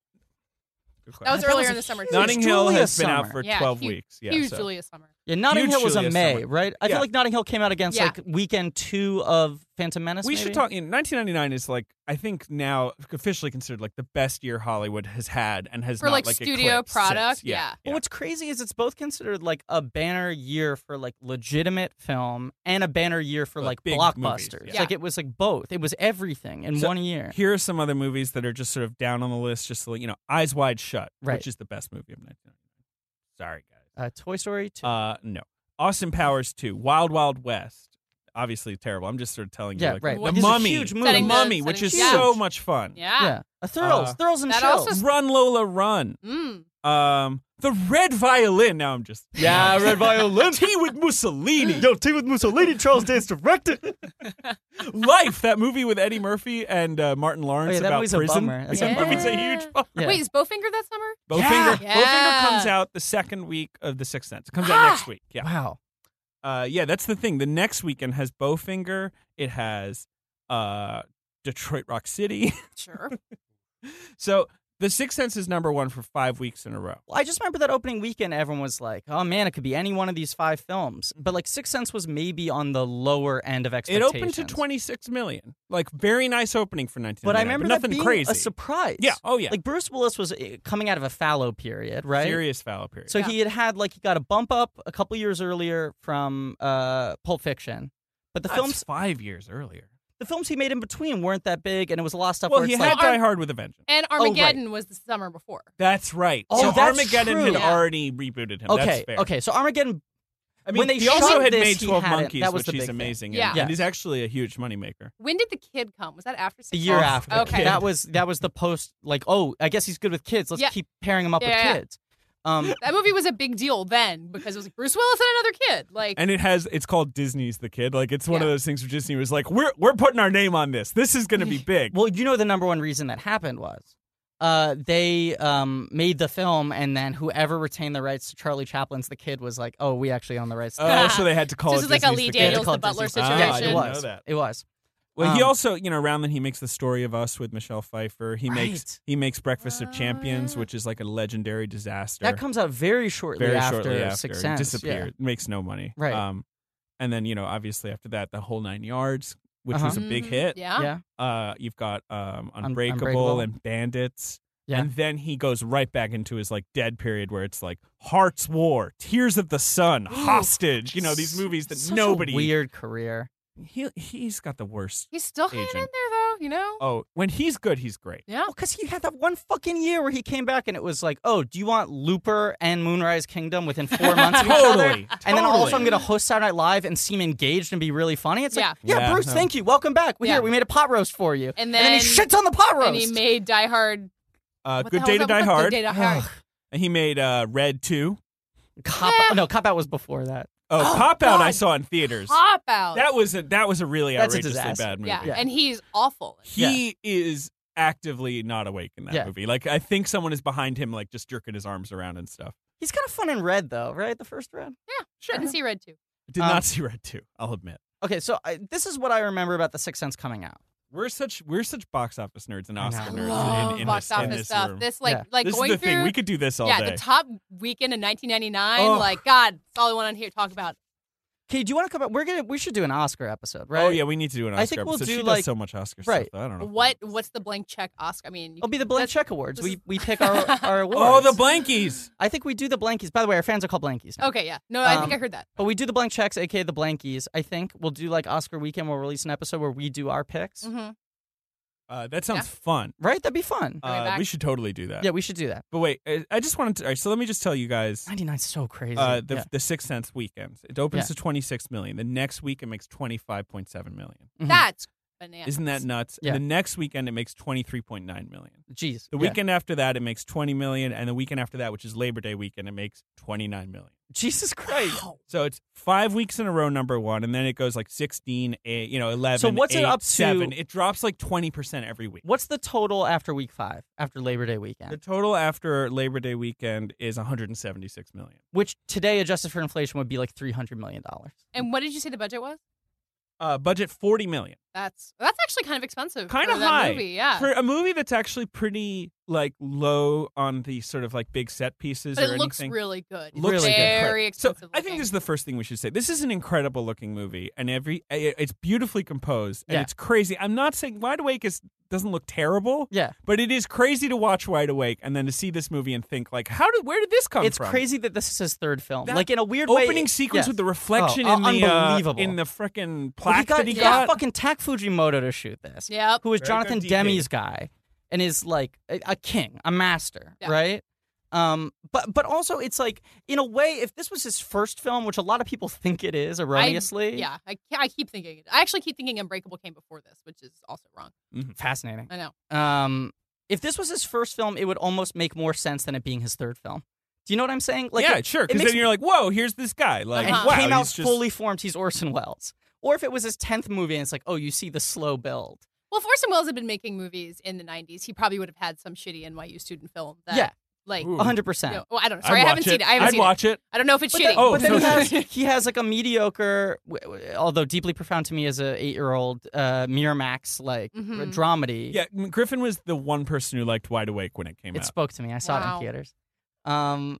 C: Good
D: That was
C: question.
B: that
D: earlier
B: was
D: in
B: a
D: the summer.
B: huge-
D: too.
C: Notting Hill
B: Julia
C: has been out
B: Summer.
C: for
D: Yeah,
C: 12
D: huge-
C: weeks. Yeah,
D: Huge
C: so-
D: Julia Summer.
B: Yeah, Notting
C: Huge
B: Hill was a
C: Julia
B: May,
C: Summer.
B: right? I
C: Yeah.
B: feel like Notting Hill came out against
D: Yeah.
B: like weekend two of Phantom Menace.
C: We should
B: maybe?
C: talk. In 1999 is like I think now officially considered like the best year Hollywood has had and has
D: For,
C: not,
D: like, studio
C: eclipsed
D: product,
C: since. Yeah,
D: yeah.
B: Well, what's crazy is it's both considered like a banner year for like legitimate film and a banner year for
C: Uh,
B: like
C: big movies,
B: blockbusters.
C: yeah.
B: Like it was like both. It was everything in
C: So-
B: one year.
C: Here are some other movies that are just sort of down on the list. Just so you know, Eyes Wide Shut,
B: Right.
C: which is the best movie of 1999. Sorry, guys.
B: Uh, Toy Story two.
C: Uh, no. Austin Powers 2, Wild Wild West. Obviously terrible. I'm just sort of telling
B: Yeah,
C: you. Like,
B: right.
C: The
B: These are
C: Mummy.
B: huge
C: the
B: movies.
D: Setting the-
C: Mummy, which
D: setting
C: is
D: the-
C: so
B: Huge.
C: much fun.
D: Yeah.
B: yeah, a Thrills,
C: Uh,
B: Thrills and
D: Ah. that
B: Chills.
D: also-
C: Run Lola Run.
D: Mm.
C: Um, The Red Violin. Now I'm just
B: yeah, Red Violin.
C: Tea with Mussolini.
A: Yo, Tea with Mussolini, Charles Dance directed.
C: Life, that movie with Eddie Murphy and uh, Martin Lawrence
B: Oh, yeah, that
C: about
B: movie's a
C: prison.
B: bummer. That's
D: a
C: That
D: bummer.
C: movie's a huge bummer.
B: Yeah.
D: Wait, is Bowfinger that summer?
C: Bowfinger,
D: Yeah.
C: Bowfinger comes
D: Yeah.
C: out the second week of The Sixth Sense. It comes out next week. Yeah.
B: Wow.
C: Uh, yeah, that's the thing. The next weekend has Bowfinger. It has uh, Detroit Rock City.
D: Sure.
C: so The Sixth Sense is number one for five weeks in a row.
B: Well, I just remember that opening weekend. Everyone was like, "Oh man, it could be any one of these five films." But like Sixth Sense was maybe on the lower end of
C: It
B: expectations.
C: opened to twenty six million. Like very nice opening for nineteen.
B: But I remember that
C: nothing
B: being
C: crazy.
B: a surprise.
C: yeah. Oh yeah.
B: Like Bruce Willis was uh, coming out of a fallow period, right?
C: serious foul period.
B: So
D: Yeah.
B: he had had like he got a bump up a couple years earlier from uh, Pulp Fiction, but the
C: That's
B: films
C: five years earlier.
B: the films he made in between weren't that big, and it was a lot of stuff.
C: Well,
B: where
C: he
B: it's
C: had
B: like,
C: Die Hard with a Vengeance.
D: And
B: right.
D: Armageddon was the summer before.
C: That's right.
B: Oh,
C: so
B: that's
C: Armageddon
B: true.
C: had
D: Yeah.
C: already rebooted him.
B: okay,
C: That's fair.
B: okay. So Armageddon,
C: I mean,
B: When they
C: he also
B: shot
C: had
B: this,
C: made
B: he
C: Twelve
B: hadn't.
C: Monkeys,
B: That was the
C: which he's
B: big thing.
C: amazing.
D: Yeah.
C: in.
B: Yeah.
C: and he's actually a huge moneymaker.
D: When did the kid come? Was that after six?
B: the year
C: Oh,
D: Sense?
B: after,
D: Okay.
B: that was that was the post. Like, oh, I guess he's good with kids. Let's
D: Yeah.
B: keep pairing him up
D: Yeah, yeah, yeah.
B: with kids. Um,
D: that movie was a big deal then because it was like Bruce Willis and another kid. Like
C: and it has it's called Disney's the Kid. Like it's one of
D: Yeah.
C: those things where Disney was like, "We're we're putting our name on this. This is going to be big."
B: well, you know the number one reason that happened was. Uh, they um, made the film, and then whoever retained the rights to Charlie Chaplin's The Kid was like, "Oh, we actually own the rights." To that.
C: Oh, so they had to call
D: So this
C: it
D: is like a
C: Disney's
D: Lee
C: the
B: They had to
D: Daniels
B: call
D: the
B: it
D: butler
B: Disney's The
C: Kid.
B: Kid.
D: situation.
B: Yes,
C: Ah, I
B: it
C: didn't know
B: was.
C: that.
B: It was.
C: Well, he
B: Um,
C: also, you know, around then he makes the story of us with Michelle Pfeiffer. He makes
B: Right.
C: he makes Breakfast of
D: Oh,
C: Champions,
D: yeah.
C: which is like a legendary disaster.
B: That comes out very shortly
C: very
B: after
C: shortly after
B: Sixth
C: He
B: Sense.
C: disappeared, makes no money.
B: Right.
C: Um, and then you know, obviously after that, the whole nine yards, which
B: Uh-huh.
C: was a big
D: Mhm.
C: hit.
B: Yeah.
D: Yeah.
B: yeah.
C: Uh, you've got um, Unbreakable,
B: Unbreakable.
C: and Bandits.
B: Yeah.
C: And then he goes right back into his like dead period where it's like Hearts War, Tears of the Sun, Hostage. You know these movies that
B: Such a
C: nobody.
B: weird career.
C: He he's got the worst.
D: He's still hanging in
C: Agent.
D: there though, you know?
C: Oh, when he's good, he's great.
D: Yeah.
B: Well, because he had that one fucking year where he came back and it was like, oh, do you want Looper and Moonrise Kingdom within four months? of each other?
C: Totally.
B: And then all of a
C: totally.
B: sudden, I'm going to host Saturday Night Live and seem engaged and be really funny. It's like, yeah,
C: Yeah.
B: Bruce,
C: Yeah.
B: thank you. Welcome back. We're
D: Yeah.
B: here. We made a pot roast for you.
D: And
B: he
D: then-
B: shits on the pot roast.
D: And he made Die Hard.
C: Uh,
D: what the
C: good
D: hell
C: Day
D: was
C: to
D: that
C: Die
D: one?
C: Hard.
D: Good Day to Hard.
C: And he made uh, Red 2.
B: Cop
D: Yeah.
B: Out. No, Cop Out was before that.
C: Oh,
D: Oh,
C: Pop Out I
D: God.
C: saw in theaters.
D: Pop out.
C: That was a that was a really
B: That's a
C: outrageously
B: disaster.
C: bad movie.
D: yeah.
B: Yeah.
D: And he's awful.
C: He is actively not awake in that
B: Yeah.
C: movie. Like I think someone is behind him like just jerking his arms around and stuff.
B: He's kind of fun in red, though, right? The first red.
D: I didn't see Red 2.
C: Did
B: Um,
C: not see Red 2, I'll admit.
B: Okay, so I, this is what I remember about The Sixth Sense coming out.
C: We're such we're such box office nerds and
B: I know.
C: Oscar
D: I
B: Love
C: nerds in, in
D: box
C: this, in
D: office
C: this
D: stuff.
C: room.
D: This like
B: Yeah.
D: like
C: This is
D: going
C: the
D: through
C: thing. We could do this all
D: yeah,
C: day.
D: the top weekend in 1999.
C: Oh.
D: Like God, it's all I want to hear talk about.
B: Okay, do you want to come up? We're gonna we should do an Oscar episode, right?
C: Oh yeah, we need to do an Oscar
B: I think we'll
C: episode.
B: do,
C: she does
B: like-
C: so much Oscar stuff.
B: Right.
C: Though. I don't know.
D: What what's the blank check Oscar? I mean, you
B: It'll be the blank check awards.
D: this
B: We
D: is-
B: we pick our our awards.
C: Oh, the blankies.
B: I think we do the blankies. By the way, our fans are called blankies.
D: can-
C: Oh.
D: okay, yeah. No, I think
B: Um,
D: I heard that.
B: But we do the blank checks, aka
D: Mm-hmm.
B: the blankies. I think we'll do like Oscar weekend. We'll release an episode where we do our picks.
D: hmm
C: Uh, that sounds
D: Yeah.
C: fun.
B: Right? That'd be fun.
D: Bring it
C: Uh,
D: back.
C: we should totally do that.
B: yeah, we should do that.
C: But wait, I, I just wanted to. All right, so let me just tell you guys.
B: 99's so crazy.
C: Uh, the
B: Yeah.
C: the Sixth Sense weekend. It opens
B: Yeah.
C: to twenty six million. The next week it makes twenty five point seven million.
B: Mhm.
D: That's bananas.
C: Isn't that nuts?
B: Yeah.
C: And the next weekend it makes twenty three point nine million.
B: Jeez.
C: The
B: Yeah.
C: weekend after that it makes twenty million, and the weekend after that, which is Labor Day weekend, it makes twenty nine million.
B: Jesus Christ.
C: So it's five weeks in a row, number one, and then it goes like 16, eight, you know, 11.
B: So what's it
C: eight,
B: up to-
C: Seven. It drops like 20% every week.
B: What's the total after week five, after Labor Day
C: The
B: weekend?
C: total after Labor Day weekend is 176 million.
B: Which today, adjusted for inflation, would be like $300 million.
D: And what did you say the budget was?
C: Uh, budget 40 million.
D: That's that's actually kind of expensive.
C: Kind
D: for
C: of
D: that
C: high.
D: Movie. Yeah.
C: For a movie that's actually pretty like low on the sort of like big set pieces
D: but
C: or
D: it looks
C: anything.
D: really good. It's
C: Looks
B: really good.
D: very
C: So
D: expensive.
C: I think
D: looking.
C: this is the first thing we should say. This is an incredible looking movie, and every it- it's beautifully composed and
B: Yeah.
C: it's crazy. I'm not saying Wide Awake is doesn't look terrible.
B: Yeah.
C: But it is crazy to watch Wide Awake and then to see this movie and think like, how did where did this come
B: It's
C: from?
B: crazy that this is his third film.
C: That
B: like, in a weird way.
C: Opening sequence
B: yes.
C: with the reflection
B: Oh,
C: in
B: uh,
C: the uh,
B: unbelievable.
C: in the frickin'
B: Well,
C: plaque that he
B: he
C: got.
B: fucking Tak Fujimoto to shoot this.
D: Yep.
B: who is
C: Very
B: Jonathan
C: good DP.
B: Demi's guy and is like a, a king, a master,
D: Yeah.
B: right? Um, but but also it's like in a way, if this was his first film, which a lot of people think it is erroneously,
D: Yeah. I, ca- I keep thinking. I actually keep thinking Unbreakable came before this, which is also wrong.
B: fascinating.
D: I know.
B: Um, if this was his first film, it would almost make more sense than it being his third film. Do you know what I'm saying? Like,
C: yeah,
B: it,
C: sure. Because
B: makes
C: then you're like, whoa, here's this guy. Like,
B: and
D: Uh-huh.
B: he
C: wow,
B: came out
C: he's just-
B: fully formed. He's Orson Welles. Or if it was his tenth movie, and it's like, oh, you see the slow build.
D: Well, if Orson Welles had been making movies in the '90s, he probably would have had some shitty NYU student film. That,
B: Yeah.
D: Like.
C: Ooh.
B: A hundred
D: you
B: percent.
D: know- well, I don't know.
C: I'd
D: Sorry, I
C: watch
D: haven't
C: it.
D: seen it. I haven't
C: I'd
D: seen
C: watch it.
D: it. I don't know if it's
B: But
D: shitty.
B: then,
C: Oh,
B: but then
C: no.
B: he, has, he has like a mediocre, w- w- although deeply profound to me as a eight-year-old uh, Miramax like
D: Mhm.
B: dramedy.
C: Yeah, M- Griffin was the one person who liked Wide Awake when it came
B: it
C: out.
B: spoke to me. I saw it
D: Wow.
B: in theaters. Um,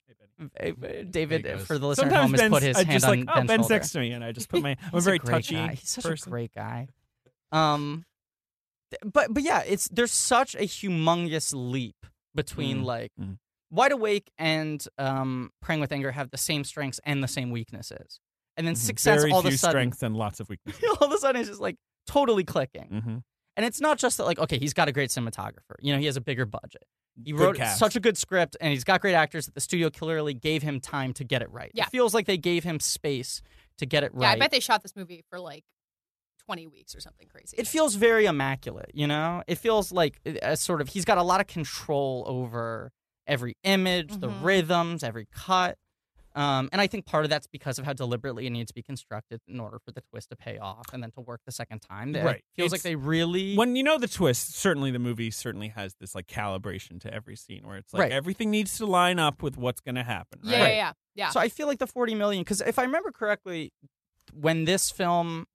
E: There he
B: David,
E: goes.
B: for the listener at home,
C: Sometimes
B: has
C: Ben's,
B: put his
C: I
B: hand
C: just
B: on
C: like, oh, Ben's
B: shoulder.
C: next to me, and I just put my. I'm a
B: He's
C: very
B: great
C: touchy.
B: Guy. He's such a
C: person.
B: great guy. Um, th- but but yeah, it's there's such a humongous leap between
C: Mm,
B: like
C: mm.
B: Wide Awake and um, Praying with Anger have the same strengths and the same weaknesses, and then
C: Mhm.
B: Six Sense
C: Very
B: all of
C: few
B: a sudden
C: strengths and lots of weaknesses.
B: all of a sudden it's just like totally clicking.
C: mm-hmm.
B: And it's not just that like okay, he's got a great cinematographer. You know, he has a bigger budget. He
C: Good
B: wrote
C: cast.
B: such a good script and he's got great actors that the studio clearly gave him time to get it right.
D: Yeah.
B: It feels like they gave him space to get it
D: Yeah,
B: right.
D: I bet they shot this movie for like 20 weeks or something crazy.
B: it feels very immaculate, you know? It feels like a sort of he's got a lot of control over every image, the
C: Mm-hmm.
D: Mhm.
B: rhythms, every cut. Um, and I think part of that's because of how deliberately it needs to be constructed in order for the twist to pay off and then to work the second time. It
C: Right.
B: feels like
C: It's-
B: they really
C: when you know the twist, certainly the movie certainly has this like calibration to every scene where it's like
B: Right.
C: everything needs to line up with what's going to happen. Right?
D: yeah, yeah, yeah, yeah.
B: So I feel like the 40 million, because if I remember correctly, when this film,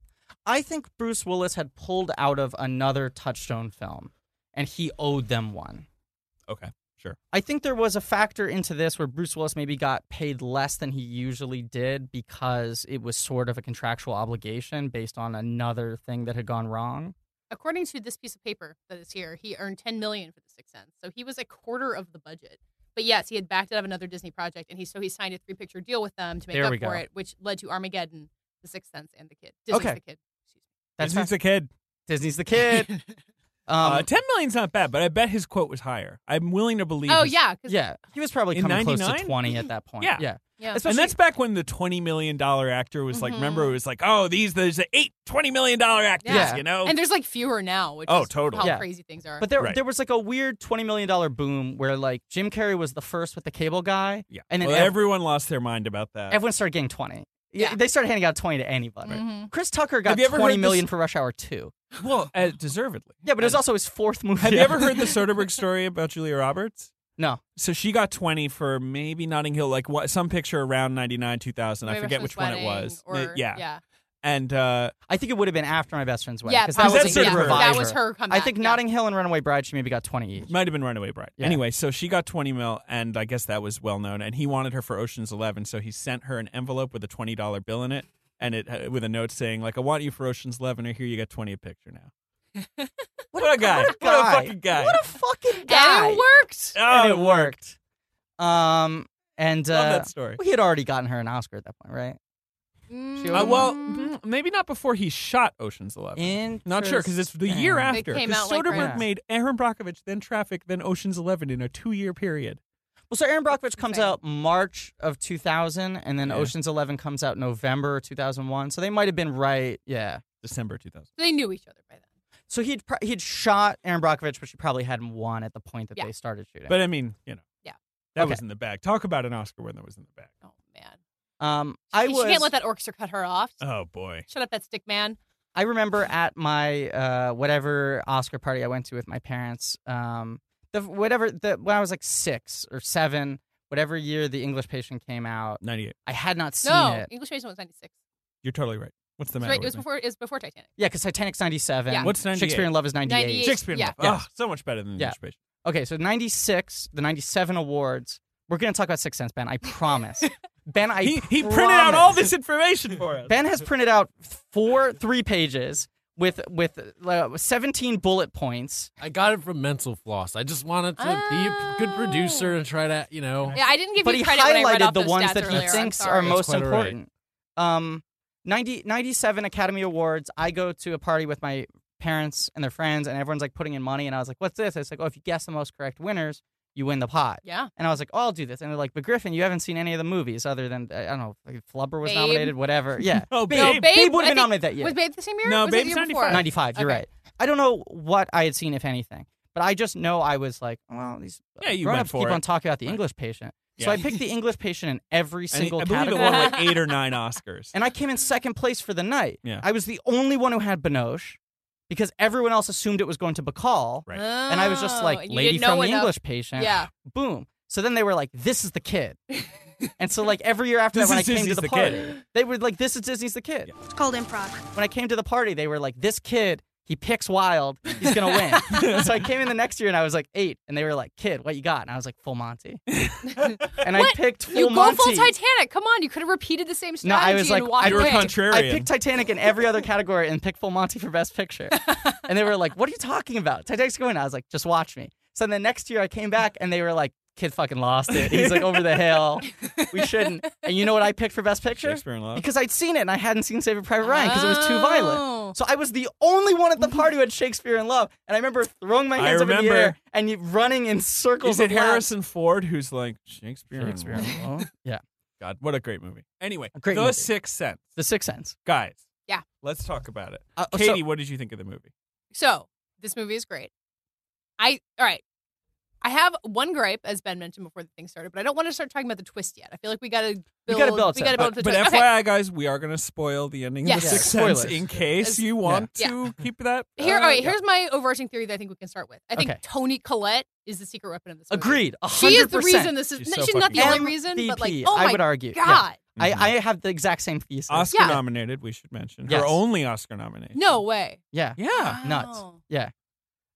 B: I think Bruce Willis had pulled out of another Touchstone film and he owed them one.
C: Okay. Sure.
B: I think there was a factor into this where Bruce Willis maybe got paid less than he usually did because it was sort of a contractual obligation based on another thing that had gone wrong.
D: According to this piece of paper that is here, he earned 10 million for The Sixth Sense. So he was a quarter of the budget. But yes, he had backed out of another Disney project, and he so he signed a three picture deal with them to make
B: There
D: up
B: we
D: for
B: go.
D: it, which led to Armageddon, The Sixth Sense, and The Kid. Disney's
B: Okay.
D: The Kid.
B: That's
C: Disney's a kid.
B: how- Disney's the kid. um,
C: uh, Ten million's not bad, but I bet his quote was higher. I'm willing to believe.
D: Oh
C: his-
D: yeah, 'cause-
B: yeah, he was probably
C: In
B: coming close
C: 99?
B: to 20 at that point.
C: Yeah.
B: yeah.
D: yeah.
B: It's-
C: And
B: especially-
C: that's back when the twenty million dollar actor was like,
D: Mhm.
C: remember, it was like, oh, these there's the eight twenty million dollar actors,
D: Yeah.
C: you know.
D: And there's like fewer now, which
C: Oh,
D: is
C: totally.
D: how
B: Yeah.
D: crazy things are.
B: But there,
C: Right.
B: there was like a weird twenty million dollar boom where like Jim Carrey was the first with the cable guy,
C: yeah.
B: and then
C: well,
B: ev-
C: everyone lost their mind about that.
B: everyone started getting twenty. Yeah,
D: Yeah.
B: they started handing out twenty to anybody.
D: Mhm.
B: Chris Tucker got
C: Have you ever
B: twenty
C: heard
B: million
C: this-
B: for Rush Hour Two.
C: well, uh, deservedly.
B: Yeah, but it was also his fourth movie.
C: Have you ever heard the Soderbergh story about Julia Roberts?
B: No.
C: So she got 20 for maybe Notting Hill, like what, some picture around 99, 2000. I
D: Maybe
C: forget
D: Russia's
C: which one it
D: Wedding
C: was.
D: Or,
C: Uh, yeah.
D: yeah,
C: And uh,
B: I think it would have been after my best friend's wedding.
D: yeah,
B: 'cause
D: probably.
B: that was a big
D: yeah,
C: Soderbergh.
D: that
B: reviver.
D: was her comeback.
B: I think
D: yeah.
B: Notting Hill and Runaway Bride, she maybe got twenty each.
C: might have been Runaway Bride.
B: Yeah.
C: Anyway, so she got 20 mil, and I guess that was well known. And he wanted her for Ocean's 11, so he sent her an envelope with a $20 bill in it. And it uh, with a note saying like I want you for Ocean's Eleven, or here you got twenty a picture now. What, a guy!
B: What a
C: What
B: guy.
C: a fucking guy!
B: What a fucking guy!
D: And it worked.
C: oh,
B: And it worked. uh, Um, and
C: Love
B: uh,
C: that story.
B: he had already gotten her an Oscar at that point, right?
D: Mm.
B: She Mm-hmm.
C: Uh,
B: was-
C: well,
D: Mm.
C: mm, maybe not before he shot Ocean's Eleven. Not sure because it's the year
B: Interesting.
C: after.
D: They came
C: 'Cause
D: out like
C: Soderbergh
B: right-
C: made Aaron Brockovich, then Traffic, then Ocean's Eleven in a two-year period.
B: Well, so Aaron Brockovich comes
D: Insane.
B: out March of 2000, and then
C: Yeah.
B: Ocean's Eleven comes out November 2001. So they might have been right. Yeah.
C: December 2000.
D: they knew each other by then.
B: So he'd pr- he'd shot Aaron Brockovich, but she probably hadn't won at the point that
D: Yeah.
B: they started shooting.
C: But I mean, you know,
D: Yeah.
C: that
B: Okay.
C: was in the bag. Talk about an Oscar win that was in the bag.
D: Oh man,
B: um, I
D: she
B: was
D: can't let that orchestra cut her off.
C: Oh boy.
D: Shut up, that stick man.
B: I remember at my uh, whatever Oscar party I went to with my parents, um, the whatever the when I was like six or seven, whatever year the English Patient came out,
C: 98.
B: I had not seen
D: No,
B: it.
D: English Patient was ninety six.
C: You're totally right. What's the
D: That's
C: matter?
D: right. It
C: with
D: was
C: me?
D: before. It was before Titanic.
B: Yeah, because Titanic's ninety seven.
D: Yeah.
C: What's 98?
B: Shakespeare in Love is ninety
D: 98.
B: eight.
C: Shakespeare. in
D: Yeah.
C: Love.
B: Yeah.
C: Ugh, so much better than
B: Yeah.
C: the English Patient.
B: Okay, so ninety six, the ninety seven awards. We're gonna talk about Six Sense, Ben. I promise. ben, I
C: He, he printed out all
B: promise.
C: this information for us.
B: Ben has printed out four three pages with with uh, seventeen bullet points.
E: I got it from Mental Floss. I just wanted to be a p- good producer and try to, you
C: Oh,
E: know.
D: Yeah, I didn't give
B: but
D: you
B: he
D: credit when I read
B: highlighted
D: off
B: the
D: those
B: ones
D: stats
B: that he
D: earlier. I'm
B: thinks
D: sorry.
B: are
E: That's
B: most
E: quite all right.
B: important. Um, 90, 97 Academy Awards. I go to a party with my parents and their friends, and everyone's like putting in money. And I was like, "What's this?" I was like, "Oh, if you guess the most correct winners, you win the pot."
D: Yeah,
B: And I was like, "Oh, I'll do this." And they're like, "But Griffin, you haven't seen any of the movies other than uh, I don't know, like Flubber was
D: Babe.
B: nominated, whatever." Yeah,
C: Oh,
D: No,
C: Babe.
D: Babe,
B: would
D: I
B: have been
D: think-
B: nominated that year.
D: was Babe the same year?
C: No,
D: Was it the
C: Babe's
D: year before?
C: 95.
B: 95 you're
D: Okay.
B: right i don't know what i had seen if anything but i just know i was like well these
C: Yeah, you went
B: grown-ups
C: for
B: keep
C: it.
B: on talking about the
C: Right.
B: english patient so
C: Yeah.
B: i picked the english patient in every
C: And he-
B: single
C: I believe
B: category
C: it won like eight or nine Oscars.
B: and i came in second place for the night
C: Yeah.
B: i was the only one who had binoche because everyone else assumed it was going to bacall
C: Right.
B: and i was just
D: Oh,
B: like
D: and you
B: lady
D: didn't know
B: from the
D: enough.
B: english patient
D: Yeah,
B: boom so then they were like this is the kid and so like every year after
C: This
B: that when i
C: is
B: came
C: Disney's
B: to the,
C: the
B: party
C: kid.
B: they were like this is disney's the kid
F: It's called improv.
B: when I came to the party, they were like, "This kid, he picks wild, he's gonna win." so I came in the next year and I was like eight, and they were like, "Kid, what you got?" And I was like, "Full Monty," and I
D: What?
B: picked Full
D: you go
B: Monty.
D: full Titanic. Come on, you could have repeated the same
B: no,
D: strategy.
B: I was like,
D: and
B: I
D: walked
C: You were
D: away.
B: picked,
C: contrarian.
B: I picked Titanic in every other category and picked Full Monty for Best Picture, and they were like, "What are you talking about? Titanic's going." I was like, "Just watch me." So then the next year I came back and they were like. Kid fucking lost it. He's like over the hill. We shouldn't. And you know what I picked for best picture?
C: Shakespeare in Love.
B: Because I'd seen it and I hadn't seen Saving Private Ryan because it was too violent.
D: Oh.
B: So I was the only one at the party who had Shakespeare in Love, and I remember throwing my
C: I
B: hands up in the
C: remember.
B: air and you running in circles.
C: Is it
B: of laughs.
C: Harrison Ford who's like Shakespeare? in
B: Shakespeare
C: Love?
B: in Love. yeah,
C: God, what a great movie. Anyway,
B: A great
C: The
B: movie.
C: Sixth Sense.
B: The Sixth Sense.
C: Guys.
D: Yeah.
C: Let's talk about it.
B: Uh, so-
C: Katie, what did you think of the movie?
D: So this movie is great. I all right. I have one gripe, as Ben mentioned before the thing started, but I don't want to start talking about the twist yet. I feel like we gotta build.
B: gotta build
D: We
B: to it,
D: gotta build
C: But,
D: to the
C: but
D: twist. Okay,
C: FYI, guys, we are going to spoil the ending
D: Yes.
C: of The
D: Yeah.
C: Sixth
B: Spoilers.
C: Sense in case
B: It's-
C: you want
D: yeah.
C: to keep that.
D: here, oh,
C: uh,
D: all right.
C: yeah.
D: Here's my overarching theory that I think we can start with. I think
B: Okay.
D: Tony Collette is the secret weapon of this. movie.
B: Agreed. A
D: She is
B: hundred
D: the
B: percent.
D: reason this is.
C: She's
D: She's,
C: so
D: not the
C: fucking
D: only
B: MVP,
D: reason, but like, oh
B: I
D: my
B: would argue. yeah.
D: god,
C: Mhm.
B: I, I have the exact same thesis.
C: Mm-hmm. Oscar
D: Yeah.
C: nominated, we should mention.
B: Yes.
C: Her only Oscar nomination.
D: no Uh, way.
B: yeah.
C: Yeah.
B: Nuts.
C: Oh.
D: Wow.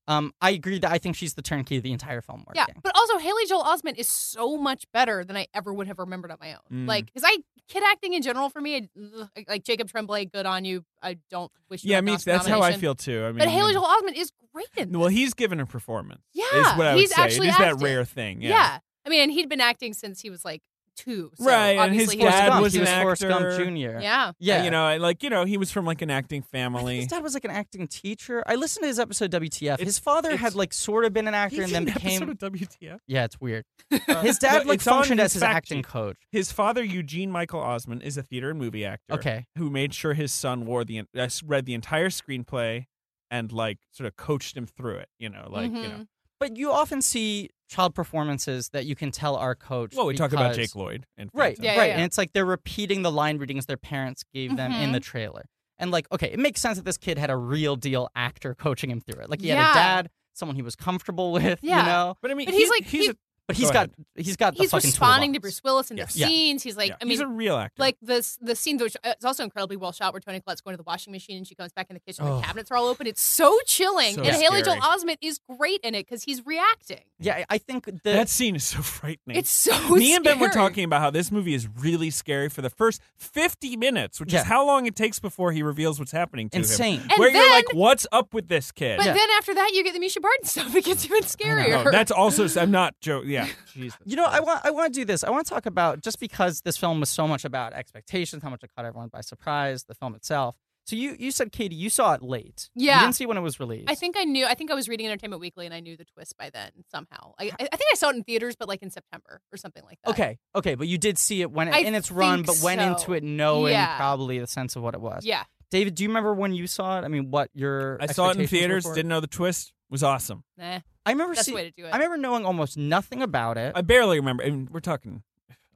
B: Um, I agree that I think she's the turnkey of the entire film working.
D: Yeah, but also Haley Joel Osment is so much better than I ever would have remembered on my own.
C: Mm.
D: Like, because I kid acting in general for me, I, ugh, like Jacob Tremblay, good on you. I don't wish. You
C: Yeah,
D: had an
C: me.
D: Oscar
C: That's how I
D: nomination.
C: feel too. I mean,
D: But Haley
C: you know.
D: Joel Osment is great in this.
C: Well, he's given a performance. is
D: Yeah,
C: what I
D: he's
C: would say.
D: actually
C: it is that
D: acted.
C: rare thing. Uh,
D: yeah. I mean, and he'd been acting since he was like two. So
C: Right, and his
D: obviously he
B: Forrest
C: dad
B: Gump.
C: was
B: he
C: an
B: was Forrest Gump
C: actor.
B: Jr.
D: Yeah,
B: Yeah.
C: you know, I- like you know, he was from like an
B: I
C: acting
B: think
C: family.
B: his dad was like an acting teacher. I listened to his episode WTF.
C: It's-
B: his father
C: it's-
B: had like sort of been an actor
C: He's
B: and then
C: in an
B: became.
C: episode of WTF.
B: Yeah, it's weird.
C: Uh,
B: His dad
C: no,
B: like
C: it's on
B: functioned as his
C: fact
B: acting
C: sheet.
B: coach.
C: His father, Eugene Michael Osmond, is a theater and movie actor.
B: Okay.
C: who made sure his son wore the uh, s- read the entire screenplay and like sort of coached him through it. You know, like you know.
D: Mhm.
B: But you often see child performances that you can tell are coached.
C: Well, we talk about
B: because-
C: Jake Lloyd and
B: Right,
D: Mm-hmm. Yeah,
B: right.
D: yeah, yeah.
B: And it's like they're repeating the line readings their parents gave them in
D: Mhm.
B: the trailer. And like, okay, it makes sense that this kid had a real deal actor coaching him through it. Like he had
D: Yeah.
B: a dad, someone he was comfortable with,
D: Yeah.
B: you know.
C: But I mean,
D: But he's
C: he-
D: like-
C: he's
D: he-
C: a,
B: But he's
C: Go
B: got he's got the
D: he's
B: fucking
D: responding to
B: toolbox.
D: Bruce Willis in the
C: Yes.
B: Yeah.
D: scenes. He's like,
C: yeah,
D: I mean,
C: he's a real actor.
D: like this the scene which uh, it's also incredibly well shot where Tony Collette's going to the washing machine and she comes back in the kitchen
B: Oh.
D: the cabinets are all open it's so chilling
C: So
D: and Haley Joel
C: scary.
D: Osment is great in it because he's reacting
B: Yeah, I- I think the
C: that scene is so frightening.
D: it's so
C: Me and Ben were
D: scary.
C: talking about how this movie is really scary for the first 50 minutes, which
B: Yeah.
C: is how long it takes before he reveals what's happening to him.
B: insane.
D: And
C: Where you're
D: then-
C: like, what's up with this kid?
D: but
B: Yeah.
D: then after that you get the Misha Barton stuff it gets even
B: know.
D: scarier
C: No, that's also, I'm not joking. Yeah. Jesus.
B: You know, I want I want to do this. I want to talk about just because this film was so much about expectations, how much it caught everyone by surprise, the film itself. So you you said Katie, you saw it late.
D: Yeah.
B: you didn't see when it was released.
D: I think I knew. I think I was reading Entertainment Weekly, and I knew the twist by then somehow. I, I I think I saw it in theaters, but like in September or something like that.
B: Okay, okay, but you did see it when it,
D: I
B: in its run,
D: think
B: but went
D: so.
B: into it knowing
D: Yeah.
B: probably the sense of what it was.
D: Yeah.
B: David, do you remember when you saw it? I mean, what your
C: I saw it
B: expectations
C: in
B: were
C: theaters.
B: for it?
C: Didn't know the twist was awesome.
D: Nah.
B: I remember
D: That's the
B: see-
D: way to do it.
B: I remember knowing almost nothing about it.
C: I barely remember. I mean, we're talking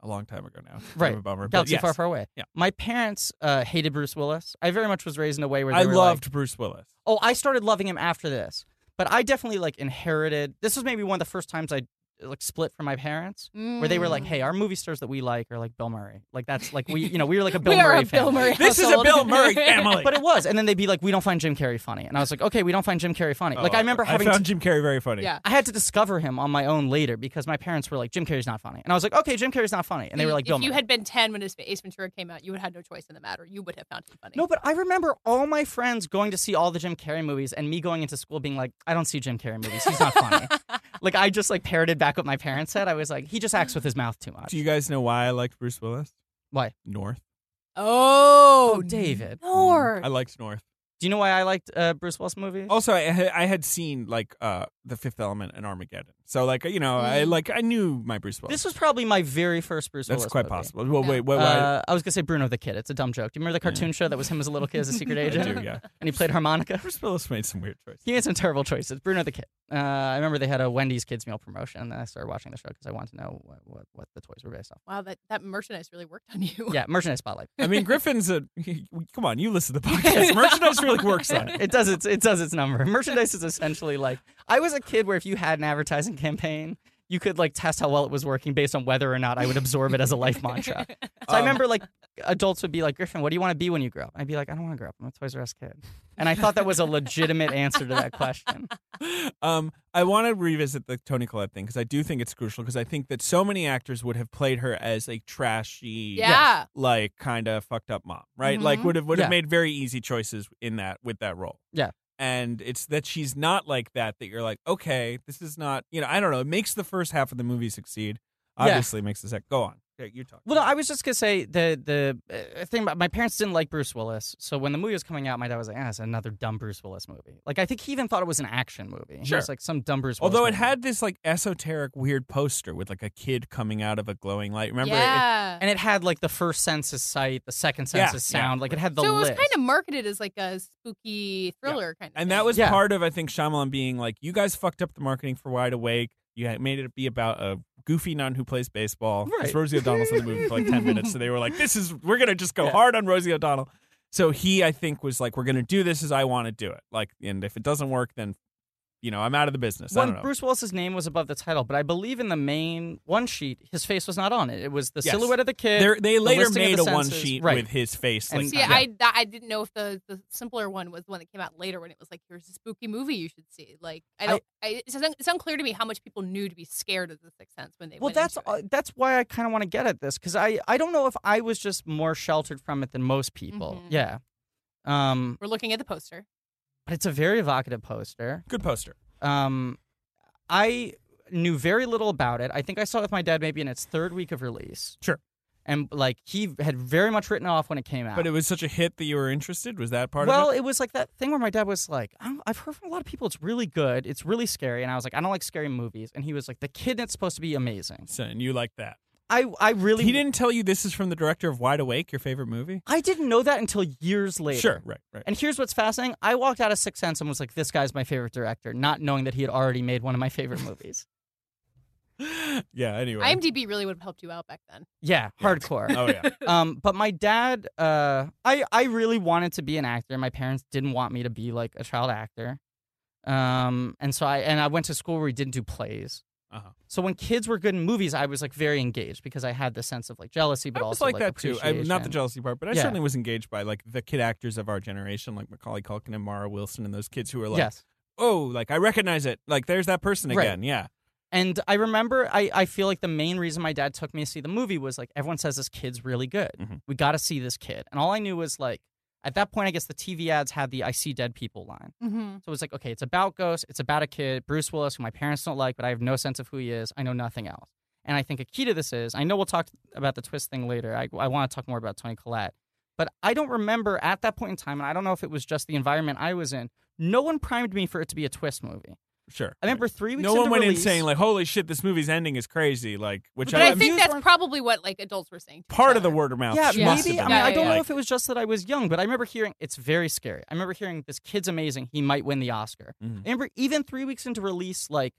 C: a long time ago now. It's kind
B: Right.
C: of a bummer. but
B: Galaxy
C: yes.
B: Far Far Away.
C: Yeah.
B: My parents uh, hated Bruce Willis. I very much was raised in a way where they
C: I
B: were
C: loved Bruce Willis.
B: Like, oh, I started loving him after this, but I definitely like inherited. This was maybe one of the first times I like split from my parents, where they were like,
D: Mm.
B: "Hey, our movie stars that we like are like Bill Murray. Like that's like we, you know, we were like a Bill
D: we
B: Murray
D: are a
B: family.
D: Bill Murray.
C: This is a
D: household.
C: Bill Murray family.
B: But it was, and then they'd be like, "We don't find Jim Carrey funny," and I was like, "Okay, we don't find Jim Carrey funny." like Oh, I remember having
C: Oh, I
B: to-
C: found Jim Carrey very funny.
D: yeah.
B: I had to discover him on my own later because my parents were like, Jim Carrey's not funny. And I was like, okay, Jim Carrey's not funny. And they were like,
D: if
B: Bill
D: you
B: Murray.
D: had been ten when his Ace Ventura came out, you would have had no choice in the matter. You would have found him funny.
B: no, but I remember all my friends going to see all the Jim Carrey movies and me going into school being like, I don't see Jim Carrey movies. He's not funny. like, I just like parroted back what my parents said. I was like, he just acts with his mouth too much.
C: Do you guys know why I liked Bruce Willis?
B: Why?
C: North.
D: Oh,
B: Oh, David.
D: Nor.
C: I liked North.
B: Do you know why I liked uh, Bruce Willis movies?
C: Also, I, ha- I had seen like uh, The Fifth Element and Armageddon, so like you know, I
D: Mm.
C: like I knew my Bruce Willis.
B: this was probably my very first Bruce
C: That's
B: Willis
C: quite
B: movie.
C: possible. Well,
D: Yeah.
C: wait, wait, wait.
B: Uh, I was gonna say Bruno the Kid. It's a dumb joke. Do you remember the cartoon show that was him as a little kid as a secret
C: I
B: agent,
C: do, yeah.
B: and he played harmonica?
C: Bruce Willis made some weird choices.
B: He made some terrible choices. Bruno the Kid. Uh, I remember they had a Wendy's kids meal promotion, and then I started watching the show because I wanted to know what, what, what the toys were based off.
D: Wow, that, that merchandise really worked on you.
B: Yeah, merchandise spotlight.
C: I mean, Griffin's a. Come on, you listen to the podcast. Merchandise really works on it.
B: It does its it does its number. Merchandise is essentially like I was a kid where if you had an advertising campaign, you could like test how well it was working based on whether or not I would absorb it as a life mantra. So I
C: Um,
B: remember like adults would be like, Griffin, what do you want to be when you grow up? I'd be like, I don't want to grow up. I'm a Toys R Us kid. And I thought that was a legitimate answer to that question.
C: Um, I want to revisit the Tony Collette thing because I do think it's crucial because I think that so many actors would have played her as a trashy,
D: Yeah.
C: like kind of fucked up mom, right? Like
D: Mhm.
C: would have would have
B: Mm-hmm. Yeah.
C: made very easy choices in that with that role.
B: Yeah.
C: And it's that she's not like that that you're like, okay, this is not, you know, I don't know. It makes the first half of the movie succeed.
B: Yeah.
C: Obviously, it makes the second. Go on. Okay, you're talking.
B: Well, no, I was just gonna say the the uh, thing about my parents didn't like Bruce Willis, so when the movie was coming out, my dad was like, "Ah, it's another dumb Bruce Willis movie." Like, I think he even thought it was an action movie. He
C: Sure.
B: was like some dumb Bruce. Willis
C: Although it
B: movie.
C: had this like esoteric weird poster with like a kid coming out of a glowing light. Remember? It,
D: Yeah.
B: and it had like the first sense is sight, the second
C: Yeah,
B: sense is
C: yeah.
B: sound. Like it had the
D: so it was
B: list.
D: kind of marketed as like a spooky thriller kind of
C: And
D: thing.
C: that was
B: Yeah.
C: part of, I think, Shyamalan being like, you guys fucked up the marketing for Wide Awake. You had- made it be about a goofy nun who plays baseball. 'Cause
B: Right.
C: Rosie O'Donnell's in the movie for like 10 minutes. So they were like, this is, we're going to just go
B: Yeah.
C: hard on Rosie O'Donnell. So he, I think, was like, we're going to do this as I want to do it. Like, and if it doesn't work, then, you know, I'm out of the business. I don't
B: one
C: know.
B: Bruce Willis's name was above the title, but I believe in the main one sheet, his face was not on it. It was the
C: Yes.
B: silhouette of the kid.
C: They're- they
B: the
C: later
B: listing of
C: made
B: the
C: a one
B: senses.
C: sheet
B: right.
C: with his face.
B: And-
C: like,
D: See,
B: Yeah.
D: I that, I didn't know if the, the simpler one was the one that came out later when it was like, here's a spooky movie you should see. Like, I don't, I, it's, un, it's unclear to me how much people knew to be scared of the Sixth Sense when they
B: Well,
D: went
B: that's
D: into it.
B: uh, that's why I kind of want to get at this because I I don't know if I was just more sheltered from it than most people.
D: Mhm.
B: Yeah. Um,
D: We're looking at the poster.
B: but it's a very evocative poster.
C: Good poster.
B: Um, I knew very little about it. I think I saw it with my dad maybe in its third week of release.
C: Sure.
B: And like he had very much written off when it came out.
C: But it was such a hit that you were interested. Was that part
B: well,
C: of it?
B: was like that thing where my dad was like, I don't- "I've heard from a lot of people, it's really good, it's really scary," and I was like, "I don't like scary movies," and he was like, "The kid in it's supposed to be amazing."
C: So, and you like that.
B: I I really
C: He didn't tell you this is from the director of Wide Awake, your favorite movie?
B: I didn't know that until years later.
C: Sure. Right, right.
B: And here's what's fascinating: I walked out of Sixth Sense and was like, "This guy's my favorite director," not knowing that he had already made one of my favorite movies.
C: yeah, anyway.
D: IMDb really would have helped you out back then.
B: Yeah, hardcore.
C: oh, yeah.
B: um, but my dad, uh, I I really wanted to be an actor. My parents didn't want me to be like a child actor, um, and so I and I went to school where we didn't do plays.
C: Uh-huh.
B: So when kids were good in movies, I was like very engaged because I had the sense of like jealousy, but
C: I was
B: also
C: like, that too. I, not the
B: appreciation.
C: jealousy part, but I
B: Yeah.
C: certainly was engaged by like the kid actors of our generation, like Macaulay Culkin and Mara Wilson, and those kids who were like,
B: yes,
C: "Oh, like I recognize it. Like there's that person
B: Right.
C: again." Yeah,
B: and I remember I I feel like the main reason my dad took me to see the movie was like everyone says this kid's really good.
C: Mhm.
B: We got to see this kid, and all I knew was like At that point, I guess the TV ads had the I see dead people line.
D: Mm-hmm.
B: So it's like, okay, it's about ghosts. It's about a kid, Bruce Willis, who my parents don't like, but I have no sense of who he is. I know nothing else. And I think a key to this is I know we'll talk about the twist thing later. I, I want to talk more about Tony Collette. But I don't remember at that point in time, and I don't know if it was just the environment I was in, no one primed me for it to be a twist movie.
C: Sure.
B: I remember three weeks
C: no one
B: into
C: went
B: release-
C: in saying like, "Holy shit, this movie's ending is crazy." Like, which
D: But
C: I,
D: I
C: I'm
D: think
C: used-
D: that's probably what like adults were saying. to each
C: part of
D: other.
C: the word of mouth.
B: Yeah,
C: must have
B: maybe. I
C: been
B: mean, I
C: that,
B: don't
D: Yeah,
B: know
C: like,
B: if it was just that I was young, but I remember hearing it's very scary. I remember hearing this kid's amazing. He might win the Oscar.
C: Mhm.
B: I remember even three weeks into release, like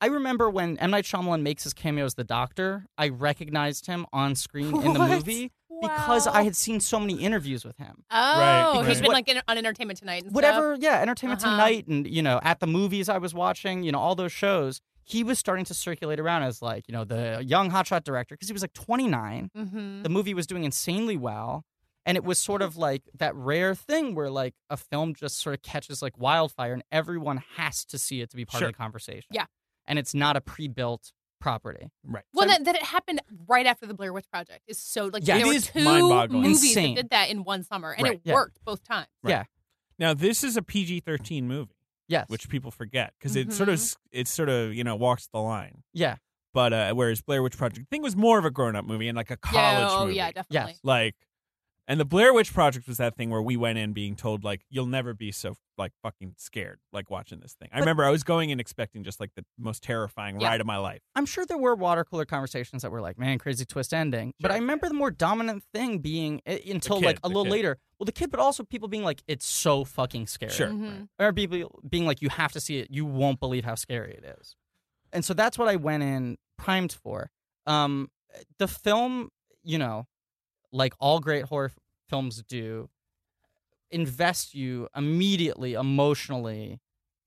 B: I remember when M Night Shyamalan makes his cameo as the Doctor. I recognized him on screen in the
D: What?
B: movie because I
D: Wow.
B: had seen so many interviews with him.
D: Oh,
C: Right,
D: he's
B: right.
D: been
B: What-
D: like in, on Entertainment Tonight and stuff.
B: Whatever, yeah, Entertainment
D: Uh-huh.
B: Tonight, and you know, at the movies I was watching, you know, all those shows. He was starting to circulate around as like you know the young hotshot director because he was like 29.
D: Mm-hmm.
B: the movie was doing insanely well and it was sort of like that rare thing where like a film just sort of catches like wildfire and everyone has to see it to be part
C: Sure.
B: of the conversation
D: Yeah.
B: and it's not a pre-built property
C: right.
D: Well,
B: So-
D: that, that it happened right after the Blair Witch Project is so like
B: Yeah.
D: there
B: It
D: were
C: is
D: two
C: mind-boggling.
D: movies
B: Insane.
D: that did that in one summer, and
C: Right.
D: it
B: Yeah.
D: worked both times.
C: Right.
B: yeah
C: Now this is a PG-13 movie,
B: yes Mm-hmm.
C: which people forget because it sort of
D: Mhm.
C: s- it sort of you know walks the line.
B: yeah
C: But uh, whereas Blair Witch Project, I think was more of a grown-up movie and like a college
D: yeah, oh
C: movie.
D: yeah, definitely.
B: Yes.
C: Like, and the Blair Witch Project was that thing where we went in being told like you'll never be so like fucking scared like watching this thing. I remember I was going in expecting just like the most terrifying
D: Yeah.
C: ride of my life.
B: i'm sure there were water cooler conversations that were like man crazy twist ending but i
C: Sure.
B: remember the more dominant thing being i- until
C: kid,
B: like a
C: the
B: little
C: kid.
B: later well the kid but also people being like it's so fucking scary
C: Sure.
D: Mhm.
B: or people being like, you have to see it. You won't believe how scary it is. And so that's what I went in primed for. Um, the film, you know, like all great horror f- films do, invest you immediately emotionally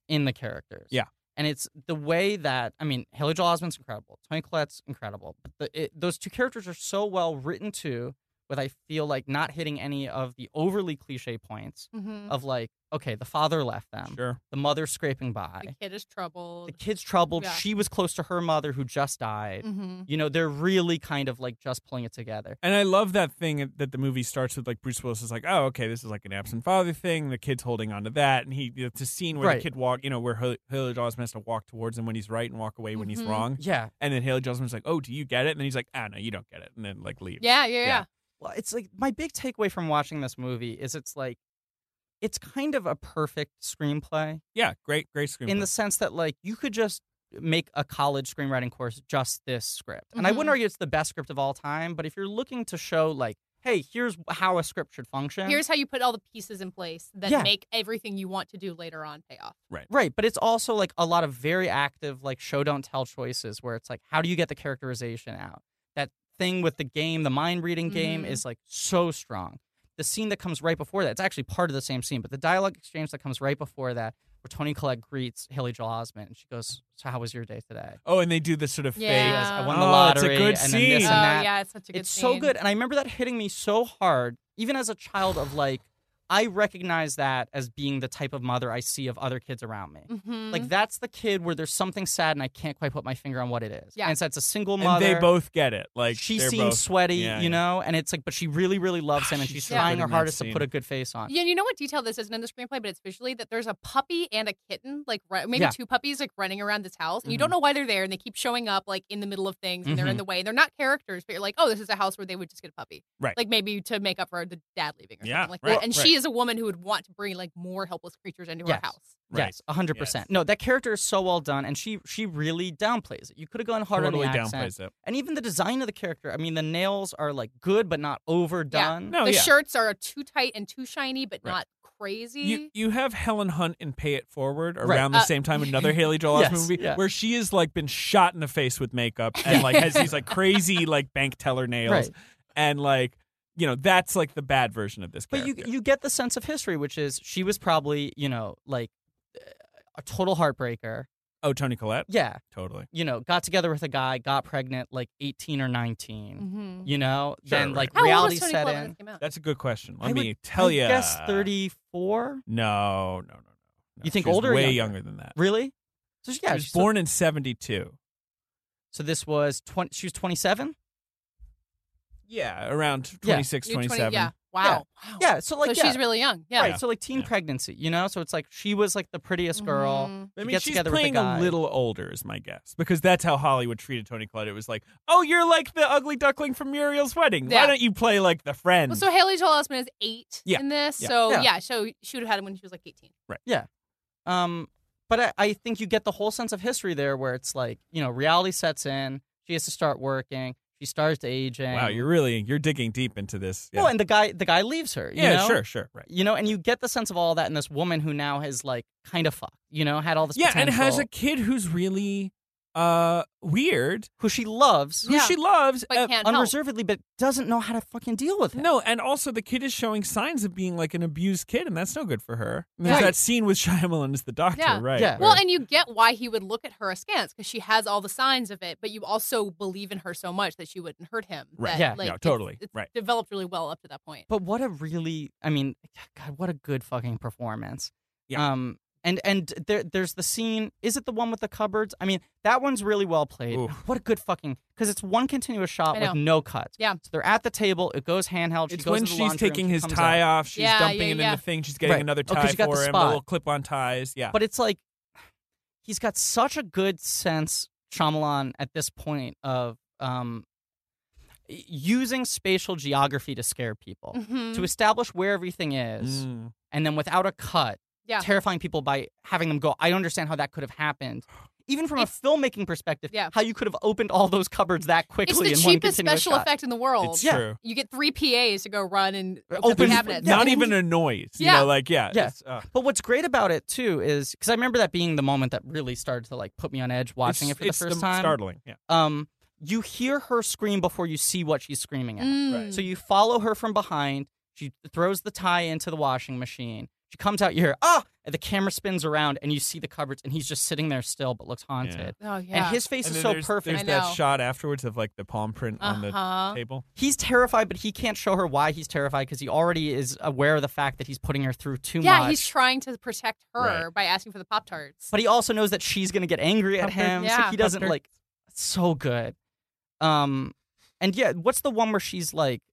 B: in the characters.
C: Yeah.
B: And it's the way that I mean, Haley Joel Osment's incredible, Tony Collette's incredible, but the, it, those two characters are so well written too, with I feel like not hitting any of the overly cliche points
D: Mhm.
B: of like, okay, the father left
D: Um.
B: them,
C: Sure.
B: the mother's scraping
D: The
B: by,
D: kid is
B: the
D: troubled.
B: kid's troubled.
D: Yeah.
B: She was close to her mother who just died.
D: hmm
B: You know, they're really kind of like just pulling it together.
C: And I love that thing that the movie starts with like Bruce Willis is like, oh, okay, this is like an absent father thing. The kid's holding on to that, and he it's a scene where
B: Right.
C: the kid walk, you know, where Hal- Haley Joel Osment has to walk towards him when he's right and walk away when he's
D: Mhm.
C: wrong.
B: Yeah,
C: And then Haley Joel Osment's like, oh, do you get it? And then he's like, ah, no, you don't get it, and then like leave.
D: Yeah, yeah, yeah.
C: Yeah.
B: well, it's like my big takeaway from watching this movie is it's like, it's kind of a perfect screenplay
C: Yeah, great, great screenplay.
B: in the sense that like you could just make a college screenwriting course just this script. And I
D: Mhm.
B: wouldn't argue it's the best script of all time, but if you're looking to show like, hey, here's how a script should function.
D: Here's how you put all the pieces in place that
B: Yeah.
D: make everything you want to do later on pay off.
B: Right, but it's also like a lot of very active like show don't tell choices where it's like how do you get the characterization out? That thing with the game, the mind reading game
D: Mhm.
B: is like so strong. The scene that comes right before that, it's actually part of the same scene, but the dialogue exchange that comes right before that where Tony Collette greets Haley Joel Osment and she goes, "So how was your day today?"
C: oh, and they do this sort of
B: She
D: Yeah.
C: fake.
B: goes, I won the
C: Oh, it's a
B: lottery
C: good
B: and then this
C: scene.
B: and
D: Oh
B: that
D: yeah, it's such a good.
B: it's so
D: scene.
B: good and i remember that hitting me so hard even as a child of like i recognize that as being the type of mother i see of other kids around me
D: Mhm.
B: like that's the kid where there's something sad and i can't quite put my finger on what it is
D: Yeah.
B: and so it's a single
C: And
B: mother
C: they both get it. Like
B: she
C: they're
B: seems
C: both,
B: sweaty
C: yeah,
B: you
C: yeah.
B: know and it's like but she really really loves him and
C: She's
B: she's
D: so
B: trying
C: good
B: her
C: in that
B: hardest to
C: scene.
B: put a good face on
D: Yeah, you know what detail this isn't in the screenplay, but it's visually that there's a puppy and a kitten, like ru- maybe
B: Yeah.
D: two puppies, like running around this house, and you don't know why they're there, and they keep showing up like in the middle of things, and they're in
B: Mhm.
D: the way. They're not characters, but you're like, oh, this is a house where they would just get a puppy,
C: Right.
D: Like maybe to make up for the dad leaving, or
C: Yeah,
D: something like
C: right,
D: that. And she is a woman who would want to bring like more helpless creatures into
B: Yes.
D: her house.
C: Right.
B: Yes, hundred
C: Yes.
B: percent. No, that character is so well done, and she she really downplays it. You could have gone harder
C: totally
B: on the accent,
C: downplays it.
B: and even the design of the character. I mean, the nails are like good, but not overdone.
C: No,
D: the
C: yeah.
D: shirts are too tight and too shiny, but
C: Right.
D: not crazy.
C: You you have Helen Hunt in Pay It Forward around
B: Right.
C: the
D: Uh,
C: same time another Haley Joel Osment
B: Yes,
C: movie
B: yeah.
C: where she is like been shot in the face with makeup and like has these like crazy like bank teller nails
B: Right.
C: and like you know that's like the bad version of this
B: But
C: character.
B: you you get the sense of history, which is she was probably you know like uh, a total heartbreaker.
C: oh Tony Collette
B: Yeah,
C: totally
B: you know, got together with a guy, got pregnant like eighteen or 19
D: Mhm.
B: You know,
C: Sure,
B: then like
C: right.
D: How old
B: reality
D: was Tony
B: set
D: Collette
B: in.
D: when this came out?
C: that's a good question let
B: I
C: me
B: would-
C: tell you
B: I guess thirty four.
C: no no no no no.
B: You think
C: She was
B: older or
C: way
B: younger?
C: younger? than that
B: Really? So she- yeah,
C: she was
B: she's
C: born in seventy two
B: So this was twenty. She was twenty seven.
C: yeah around
B: Yeah.
C: 26
D: You're 20
C: 27
D: yeah. Wow. Wow.
B: Yeah, so like
D: so
B: yeah,
D: she's really young. Yeah.
B: right, so like teen
C: Oh. Yeah.
B: pregnancy, you know. So it's like she was like the prettiest girl.
D: Mhm.
C: I
B: to
C: mean,
B: get
C: she's
B: together with the
C: playing
B: guy.
C: a little older, is my guess, because that's how Hollywood treated Tony Collette. It was like, "Oh, you're like the ugly duckling from Muriel's Wedding. Why
D: Yeah.
C: don't you play like the friend?"
D: Well, so Haley Joel Osment is eight
C: Yeah.
D: in this.
C: Yeah.
D: So
B: Yeah.
D: yeah. so she would have had him when she was like eighteen. Mm-hmm.
B: Um, but I, I think you get the whole sense of history there, where it's like you know reality sets in. She has to start working. She starts aging.
C: wow, you're really you're digging deep into this. Yeah,
B: well, and the guy the guy leaves her. You
C: yeah,
B: know?
C: sure, sure, right.
B: You know, and you get the sense of all that in this woman who now has like kind of fucked. You know, had all this
C: Yeah, and has a
B: potential,
C: kid who's really uh weird,
B: who she loves
C: who
D: Yeah.
C: she loves,
D: But
C: uh,
D: can't help.
B: unreservedly, but doesn't know how to fucking deal with him.
C: No, and also the kid is showing signs of being like an abused kid, and that's no good for her. There's
B: Right.
C: that scene with Shyamalan as the doctor,
D: Yeah.
C: right?
B: Yeah.
D: Well, and you get why he would look at her askance because she has all the signs of it, but you also believe in her so much that she wouldn't hurt him.
C: Right.
D: That,
B: Yeah.
D: like,
C: No,
D: it's-
C: totally.
D: it's
C: Right.
D: Developed really well up to that point.
B: But what a really, I mean, God, what a good fucking performance.
C: Yeah.
B: Um, and and there, there's the scene. Is it the one with the cupboards? I mean, that one's really well played.
C: Oof.
B: What a good fucking because it's one continuous shot
D: I
B: with
D: know.
B: no cuts.
D: Yeah.
B: So they're at the table. It goes handheld. She
C: it's
B: goes
C: when
B: to the
C: she's
B: laundry room,
C: taking
B: she
C: his
B: comes
C: tie
B: out.
C: off. She's
D: Yeah,
C: dumping
D: yeah,
C: him
D: yeah.
C: in the thing. She's getting
B: Right.
C: another
B: Oh, 'cause
C: tie
B: you got the
C: for him. The
B: spot.
C: little clip-on ties. Yeah.
B: But it's like he's got such a good sense, Shyamalan, at this point of um, y- using spatial geography to scare people
D: Mhm.
B: to establish where everything is.
C: Mm.
B: and then without a cut,
D: Yeah.
B: terrifying people by having them go, I don't understand how that could have happened. Even from
D: It's-
B: a filmmaking perspective,
D: Yeah.
B: how you could have opened all those cupboards that
D: It's
B: quickly
D: the
B: in one
D: cheapest
B: continuous
D: special
B: shot.
D: effect in the world.
C: It's
B: Yeah.
C: true. Uh,
D: You get three PAs to go run and open,
B: Open-
D: the cabinets.
B: Yeah.
C: Not even a noise. You
D: Yeah.
C: know, like yeah.
B: Yeah.
C: it's, uh,
B: But what's great about it too is because I remember that being the moment that really started to like put me on edge watching it
C: it's,
B: for the
C: it's
B: first time.
C: Startling. Yeah.
B: Um, you hear her scream before you see what she's screaming at.
D: Mm.
C: Right.
B: So you follow her from behind. She throws the tie into the washing machine. She comes out. You hear ah, and the camera spins around, and you see the cupboards, and he's just sitting there still, but looks haunted.
D: Oh yeah.
B: And his face
C: And
B: is
C: then
B: so
C: there's,
B: perfect.
C: There's
D: I
C: that
D: know.
C: shot afterwards of like the palm print on the
D: Uh-huh.
C: table.
B: he's terrified, but he can't show her why he's terrified because he already is aware of the fact that he's putting her through too
D: yeah,
B: much.
D: he's trying to protect her
C: Right.
D: by asking for the Pop Tarts.
B: but he also knows that she's gonna get angry at him, so
D: Yeah.
B: he doesn't
C: Comfort.
B: like. So good. Um, and yeah, what's the one where she's like?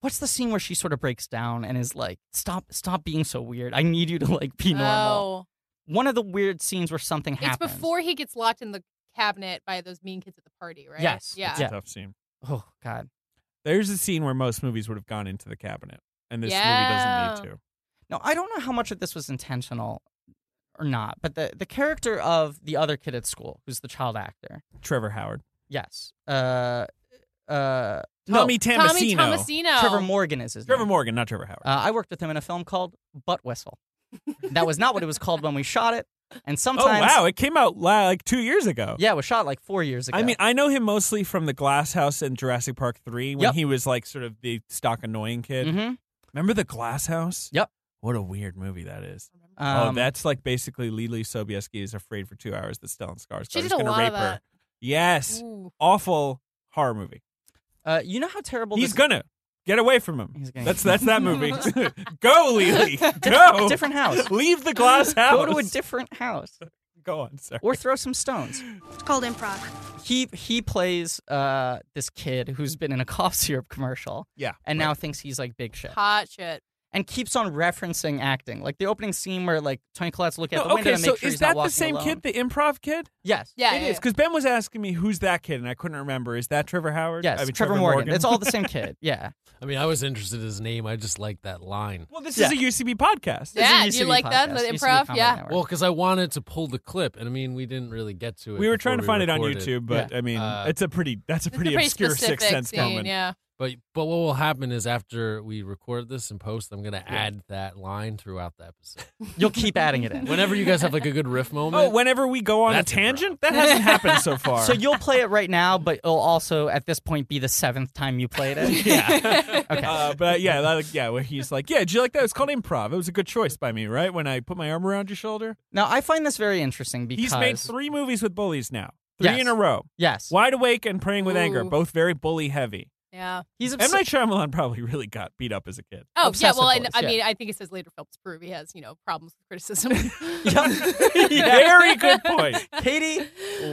B: What's the scene where she sort of breaks down and is like, "Stop, stop being so weird. I need you to like be normal."
D: Oh.
B: One of the weird scenes where something
D: It's
B: happens.
D: before he gets locked in the cabinet by those mean kids at the party, right?
B: Yes.
D: Yeah.
C: It's
B: Yeah.
C: a tough scene.
B: Oh God.
C: There's a scene where most movies would have gone into the cabinet, and this
D: Yeah.
C: movie doesn't need to.
B: Now, I don't know how much of this was intentional or not, but the, the character of the other kid at school, who's the child actor,
C: Trevor Howard,
B: yes. Uh, uh, no,
C: Tommy Tomasino,
D: Tommy Tomasino.
B: Trevor Morgan is his
C: Trevor
B: name.
C: Morgan, not Trevor Howard.
B: Uh, I worked with him in a film called Butt Whistle. that was not what it was called when we shot it. And
C: oh
B: sometimes.
C: wow, it came out la- like two years ago.
B: Yeah, it was shot like four years ago.
C: I mean, I know him mostly from the Glass House and Jurassic Park Three when
B: Yep.
C: he was like sort of the stock annoying kid.
B: Mhm.
C: Remember the Glass House?
B: Yep.
C: What a weird movie that is. oh,
B: Um,
C: that's like basically Lily Sobieski is afraid for two hours that Stellan Skarsgård
D: She
C: is
D: did a
C: going to
D: lot
C: rape
D: of
C: her.
D: that.
C: Yes,
D: Ooh.
C: awful horror movie.
B: uh, you know how terrible
C: He's
B: this-
C: gonna get away from him.
B: He's gonna-
C: that's that's that movie. go, Lily. Go.
B: different house.
C: Leave the glass house.
B: Go to a different house
C: Go on, sir.
B: or throw some stones.
F: It's called improv.
B: he he plays uh this kid who's been in a cough syrup commercial
C: Yeah.
B: and
C: right.
B: now thinks he's like big shit
D: Hot shit.
B: and keeps on referencing acting like the opening scene where like Tony Collette's looking at
C: No,
B: the window
C: okay,
B: to
C: so
B: make sure
C: is
B: he's
C: that
B: not walking
C: the same
B: alone.
C: kid, the improv kid?
B: yes
D: Yeah.
C: it
D: yeah,
C: is because Ben was asking me who's that kid, and I couldn't remember. Is that Trevor Howard?
B: yes
C: I mean,
B: Trevor,
C: Trevor
B: Morgan. it's all the same kid yeah
E: I mean, I was interested in his name. I just liked that line.
C: well, this
B: Yeah.
C: is a UCB podcast.
D: Yeah,
B: This is a
D: you
B: UCB
D: like that,
B: podcast,
D: the
B: UCB
D: improv?
B: Comedy
D: Yeah.
B: Network.
E: Well, because I wanted to pull the clip, and I mean, we didn't really get to it.
C: We were
E: before
C: trying to
E: we
C: find it on
E: recorded.
C: YouTube, but
B: Yeah.
C: I mean,
E: Uh,
C: it's a pretty that's a
D: It's
C: pretty,
D: a pretty
C: obscure
D: specific
C: sixth sense
D: scene,
C: moment.
D: Yeah.
E: But but what will happen is after we record this and post, I'm gonna add that line throughout the episode.
B: you'll keep adding it in
E: Whenever you guys have like a good riff moment,
C: Oh, whenever we go on
E: That's
C: a tangent, that hasn't happened so far.
B: so you'll play it right now but it'll also at this point be the seventh time you played it
C: yeah.
B: Okay.
C: Uh, but uh, yeah, like, yeah, where he's like, yeah, did you like that? It's called improv. It was a good choice by me, right? When I put my arm around your shoulder.
B: now I find this very interesting because
C: He's made three movies with bullies now, three
B: Yes.
C: in a row.
B: yes
C: Wide Awake and Praying with Anger,
D: Ooh.
C: both very bully heavy.
D: Yeah.
B: He's
C: M
B: obsessed.
C: Night Shyamalan probably really got beat up as a kid.
D: Oh, yeah.
B: Obsessive
D: Well, and,
B: boys,
D: I
B: yeah.
D: mean, I think it says later Phelps prove he has, you know, problems with criticism.
C: Very good point.
B: Katie,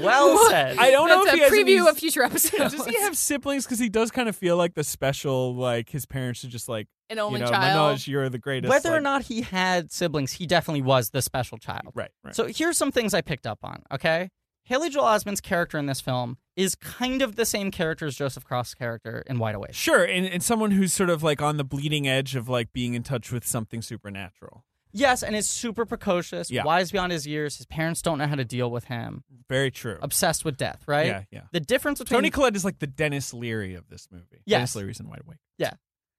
B: well said.
C: I don't know if
D: That's
C: he
D: a
C: has
D: preview
C: any-
D: of future episodes.
C: Does he have siblings? Because he does kind of feel like the special, like his parents are just like,
D: an only
C: you know,
D: child?
C: Manoj, you're the greatest.
B: Whether or
C: like-
B: not he had siblings, he definitely was the special child.
C: right, right.
B: So here's some things I picked up on, okay? Haley Joel Osment's character in this film is kind of the same character as Joseph Cross' character in Wide Awake.
C: Sure, and, and someone who's sort of like on the bleeding edge of like being in touch with something supernatural.
B: Yes, and is super precocious,
C: Yeah.
B: wise beyond his years. His parents don't know how to deal with him.
C: Very true.
B: Obsessed with death, right?
C: Yeah, yeah.
B: The difference between
C: Tony Collette is like the Dennis Leary of this movie.
B: Yes.
C: Dennis Leary's in Wide Awake.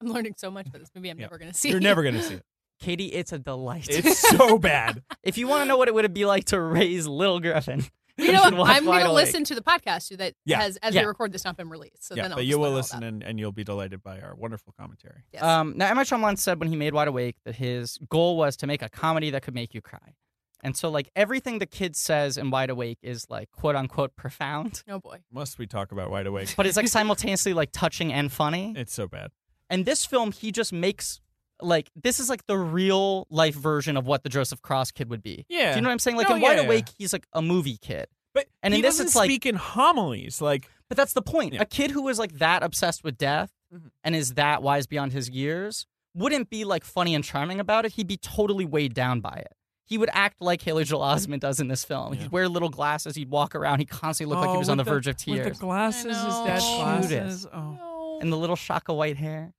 D: I'm learning so much about this movie. I'm never going to see.
C: You're never gonna see it.
B: Katie, it's a delight.
C: It's so bad.
B: if you want to know what it would be like to raise Little Griffin,
D: You know,
B: should
D: what?
B: watch
D: I'm
B: Wide
D: going to
B: Awake.
D: listen to the podcast that
C: Yeah.
D: has, as
B: Yeah.
D: we record this, not been released. So
C: yeah,
D: then I'll
C: but
D: just
C: you will
D: learn all
C: listen
D: about it.
C: and, and you'll be delighted by our wonderful commentary.
D: Yes.
B: Um, now, Emma Chamlan said when he made Wide Awake that his goal was to make a comedy that could make you cry. And so, like, everything the kid says in Wide Awake is, like, quote unquote, profound,
D: oh boy.
C: Must we talk about Wide Awake?
B: but it's, like, simultaneously, like, touching and funny.
C: It's so bad.
B: And this film, he just makes, like, this is, like, the real life version of what the Joseph Cross kid would be.
C: Yeah.
B: Do you know what I'm saying? Like,
C: No,
B: in Wide
C: yeah, yeah.
B: Awake, he's, like, a movie kid.
C: But
B: And
C: he
B: in this,
C: doesn't
B: it's like-
C: speak in homilies. Like
B: But that's the point.
C: Yeah.
B: A kid who is like that obsessed with death
C: Mhm.
B: and is that wise beyond his years wouldn't be like funny and charming about it. He'd be totally weighed down by it. He would act like Haley Joel Osment does in this film.
C: Yeah.
B: He'd wear little glasses. He'd walk around. He constantly looked like he
C: Oh,
B: was on the
C: with
B: verge of
C: With
B: tears.
C: the glasses, his dad's
D: I know.
C: glasses. Oh.
D: No.
B: and the little shock of white hair.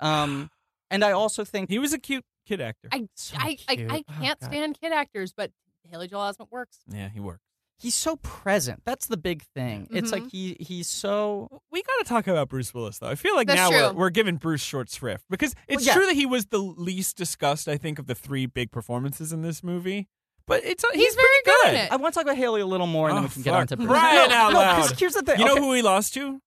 B: Um, and I also think
C: He was a cute kid actor.
D: I,
B: So
D: I, I,
B: cute.
D: I
B: Oh,
D: can't
B: God.
D: stand kid actors, but Haley Joel Osment works.
C: yeah, he worked.
B: he's so present. That's the big thing. It's like he he's so
C: We got to talk about Bruce Willis, though. I feel like
D: That's
C: now we're,
D: true.
C: we're giving Bruce short shrift because it's
B: Well, yeah.
C: true that he was the least discussed, I think, of the three big performances in this movie. But it's uh, he's,
D: very
C: pretty
D: good
C: good.
D: at it.
B: I want to talk about Haley a little more, and then
C: Oh,
B: we can get
C: fuck.
B: on to Bruce.
C: Crying
B: no,
C: out
B: no, 'cause
C: loud.
B: here's the thing.
C: You know
B: Okay.
C: who he lost to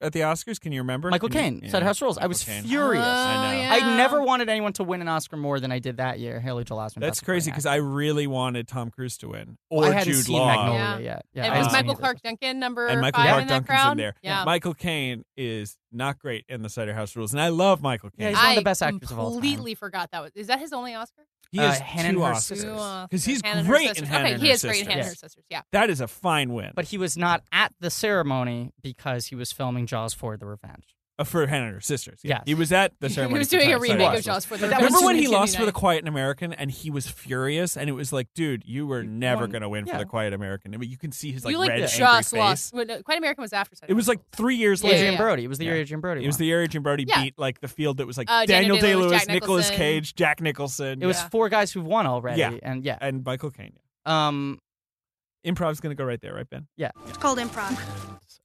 C: at the Oscars? Can you remember?
B: Michael
C: Can you-
B: Caine said House Rules. I
C: Michael
B: was
C: Caine.
B: furious.
C: I know.
D: Oh, yeah.
B: I never wanted anyone to win an Oscar more than I did that year. Haley Joel Osment.
C: That's
B: Best
C: crazy
B: Supporting
C: because I really wanted Tom Cruise to win
B: Actor.
C: or
B: I hadn't
C: Jude
B: seen
C: Law.
B: Magnolia
D: Yeah.
B: yet. Yeah, I
D: And
B: hadn't
D: was
B: seen
D: Michael
B: either.
D: Clark Duncan number
C: and Michael
D: five
C: Clark
D: in that
C: Duncan's
D: crowd?
C: in there.
D: Yeah.
C: Michael Caine is not great in the Cider House Rules, and I love Michael
B: Yeah,
C: Caine.
B: he's one of the
D: I
B: best actors of all time.
D: Completely forgot that was. Is that his only Oscar?
C: he
B: Uh,
C: has
B: Hannah
C: two
B: and her
C: Oscars.
B: sisters.
C: because he's
D: Hannah and her
C: great in
D: sisters.
C: Hannah
D: Okay,
C: and
D: he
C: her
D: is great in Hannah and her
C: sisters.
D: sisters. Yeah.
C: That is a fine win.
B: But he was not at the ceremony because he was filming Jaws for the Revenge.
C: Uh, for Hannah and her sisters. Yeah.
B: Yes.
C: He was at the ceremony.
D: he was
C: for
D: doing a
C: Tiger- Tiger
D: remake of
C: Woods.
D: Jaws for the.
B: But that was
D: Revenge
C: Remember when
D: of
C: he lost for
D: Kennedy
C: the Quiet American and he was furious and it was like, dude, you were never
B: won.
C: gonna win
B: Yeah.
C: for the Quiet American. But you can see his
D: Knight?
C: like
D: You like
C: red angry
D: just
C: face.
D: lost. Well, no, Quite American was after. Saturday
C: It was
D: Night
C: like three years
D: Yeah,
C: later.
B: Adrian
D: yeah.
B: Brody. It was the
C: Yeah.
B: year Adrian Brody.
C: It was
B: won.
C: the year Jim Brody
D: Yeah.
C: beat like the field that was like
D: Uh, Daniel
C: Daniel Day
D: Day-Lewis,
C: Lewis,
D: Jack
C: Nicolas
D: Nicholson.
C: Cage, Jack Nicholson,
B: It was
D: Yeah.
B: four guys who've won already,
C: Yeah.
B: and yeah.
C: and Michael Caine.
B: Um,
C: Improv's gonna go right there, right, Ben?
F: It's called improv.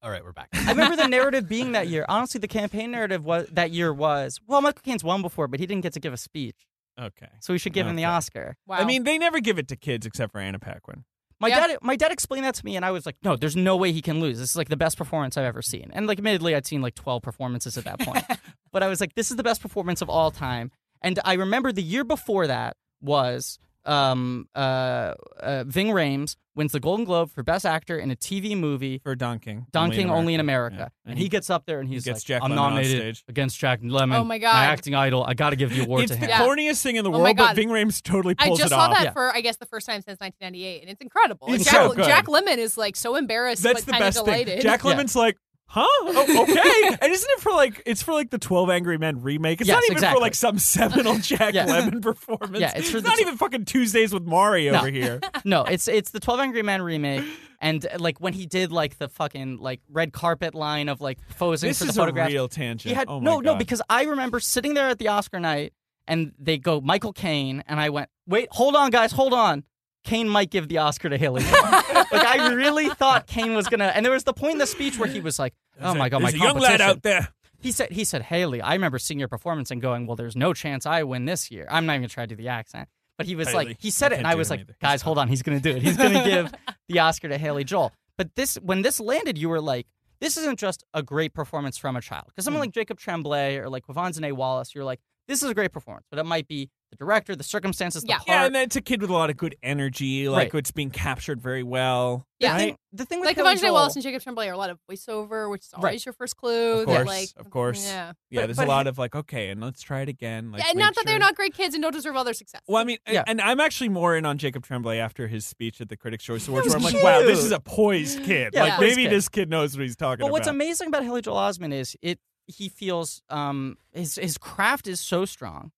E: All right, we're back.
B: I remember the narrative being that year. Honestly, the campaign narrative was that year was well, Michael Caine's won before, but he didn't get to give a speech,
C: Okay.
B: so we should give him the
C: Oh, Okay.
B: Oscar.
D: Wow.
C: I mean, they never give it to kids except for Anna Paquin.
B: My
D: Yeah.
B: dad, my dad explained that to me, and I was like, "No, there's no way he can lose. This is like the best performance I've ever seen." And like, admittedly, I'd seen like 12 performances at that point, but I was like, "This is the best performance of all time." And I remember the year before that was um, uh, uh, Ving Rhames wins the Golden Globe for Best Actor in a TV movie,
C: For Don King.
B: Don King only in America,
C: Yeah.
B: and, he, gets up there and he's
C: gets
B: like,
C: Jack
B: "I'm
C: Lemmon on
B: nominated
C: stage.
B: against Jack Lemmon,
D: Oh my God.
B: my acting idol. I got to give the award
C: it's
B: to
C: the
B: him."
D: Yeah.
C: corniest thing in the
D: Oh my
C: world,
D: God.
C: but Ving Rhames totally
D: I
C: pulls
D: just
C: it
D: saw
C: off.
D: that
B: Yeah.
D: for I guess the first time since 1998, and it's incredible.
C: It's
D: Jack,
C: so good.
D: Jack Lemmon is like so embarrassed,
C: That's
D: but
C: the
D: kind of
C: best
D: delighted.
C: thing. Jack
B: Yeah.
C: Lemon's like, huh? Oh, okay. and isn't it for like it's for like the Twelve Angry Men remake? It's
B: Yes,
C: not even
B: exactly.
C: for like some seminal Jack
B: Yeah.
C: Lemon performance.
B: Yeah, it's for the
C: not
B: tw-
C: even fucking Tuesdays with Mari
B: No.
C: over here.
B: no, it's it's the Twelve Angry Men remake, and uh, like when he did like the fucking like red carpet line of like posing
C: this
B: for the
C: is a
B: photograph.
C: real tangent.
B: he had
C: oh my
B: no no
C: God.
B: because I remember sitting there at the Oscar night and they go Michael Caine and I went wait hold on guys hold on Caine might give the Oscar to Haley like I really thought Caine was gonna and there was the point in the speech where he was like oh my god my
C: There's a young lad
B: competition."
C: out there.
B: he said he said Haley I remember seeing your performance and going well there's no chance I win this year I'm not even gonna try to do the accent but he was
C: Haley.
B: like he said
C: I
B: it and
C: can't
B: I
C: do
B: was
C: him
B: like
C: either. He's
B: guys hold on he's gonna do it he's gonna give the Oscar to Haley Joel but this when this landed you were like this isn't just a great
C: Hmm.
B: performance from a child. Because someone like Jacob Tremblay or like Quavon Zane Wallace, you're like, this is a great performance, but it might be the director, the circumstances, the
D: Yeah.
B: part.
C: Yeah, and that's a kid with a lot of good energy. Like
B: Right.
C: it's being captured very well.
D: Yeah.
B: The
C: right?
B: thing, the thing with
D: Like
B: Haley
D: Evangeline
B: Joel-
D: Wallace and Jacob Tremblay are a lot of voiceover, which is always
B: Right.
D: your first clue.
C: Of
D: that,
C: course,
D: like,
C: of course.
D: Yeah.
C: Yeah,
B: But-
C: there's
B: but-
C: a lot of like, okay, and let's try it again. Like,
D: yeah, and
C: make
D: not that they're
C: sure-
D: not great kids and don't deserve all their success.
C: Well, I mean,
B: Yeah.
C: and I'm actually more in on Jacob Tremblay after his speech at the Critics' Choice Awards,
B: was
C: where I'm like, wow, this
B: cute.
C: is a poised kid.
B: Yeah,
C: like
D: poised
C: maybe
B: kid.
C: this kid knows what he's talking
B: But
C: about.
B: what's amazing about Haley Joel Osment is it he feels um his his craft is so strong.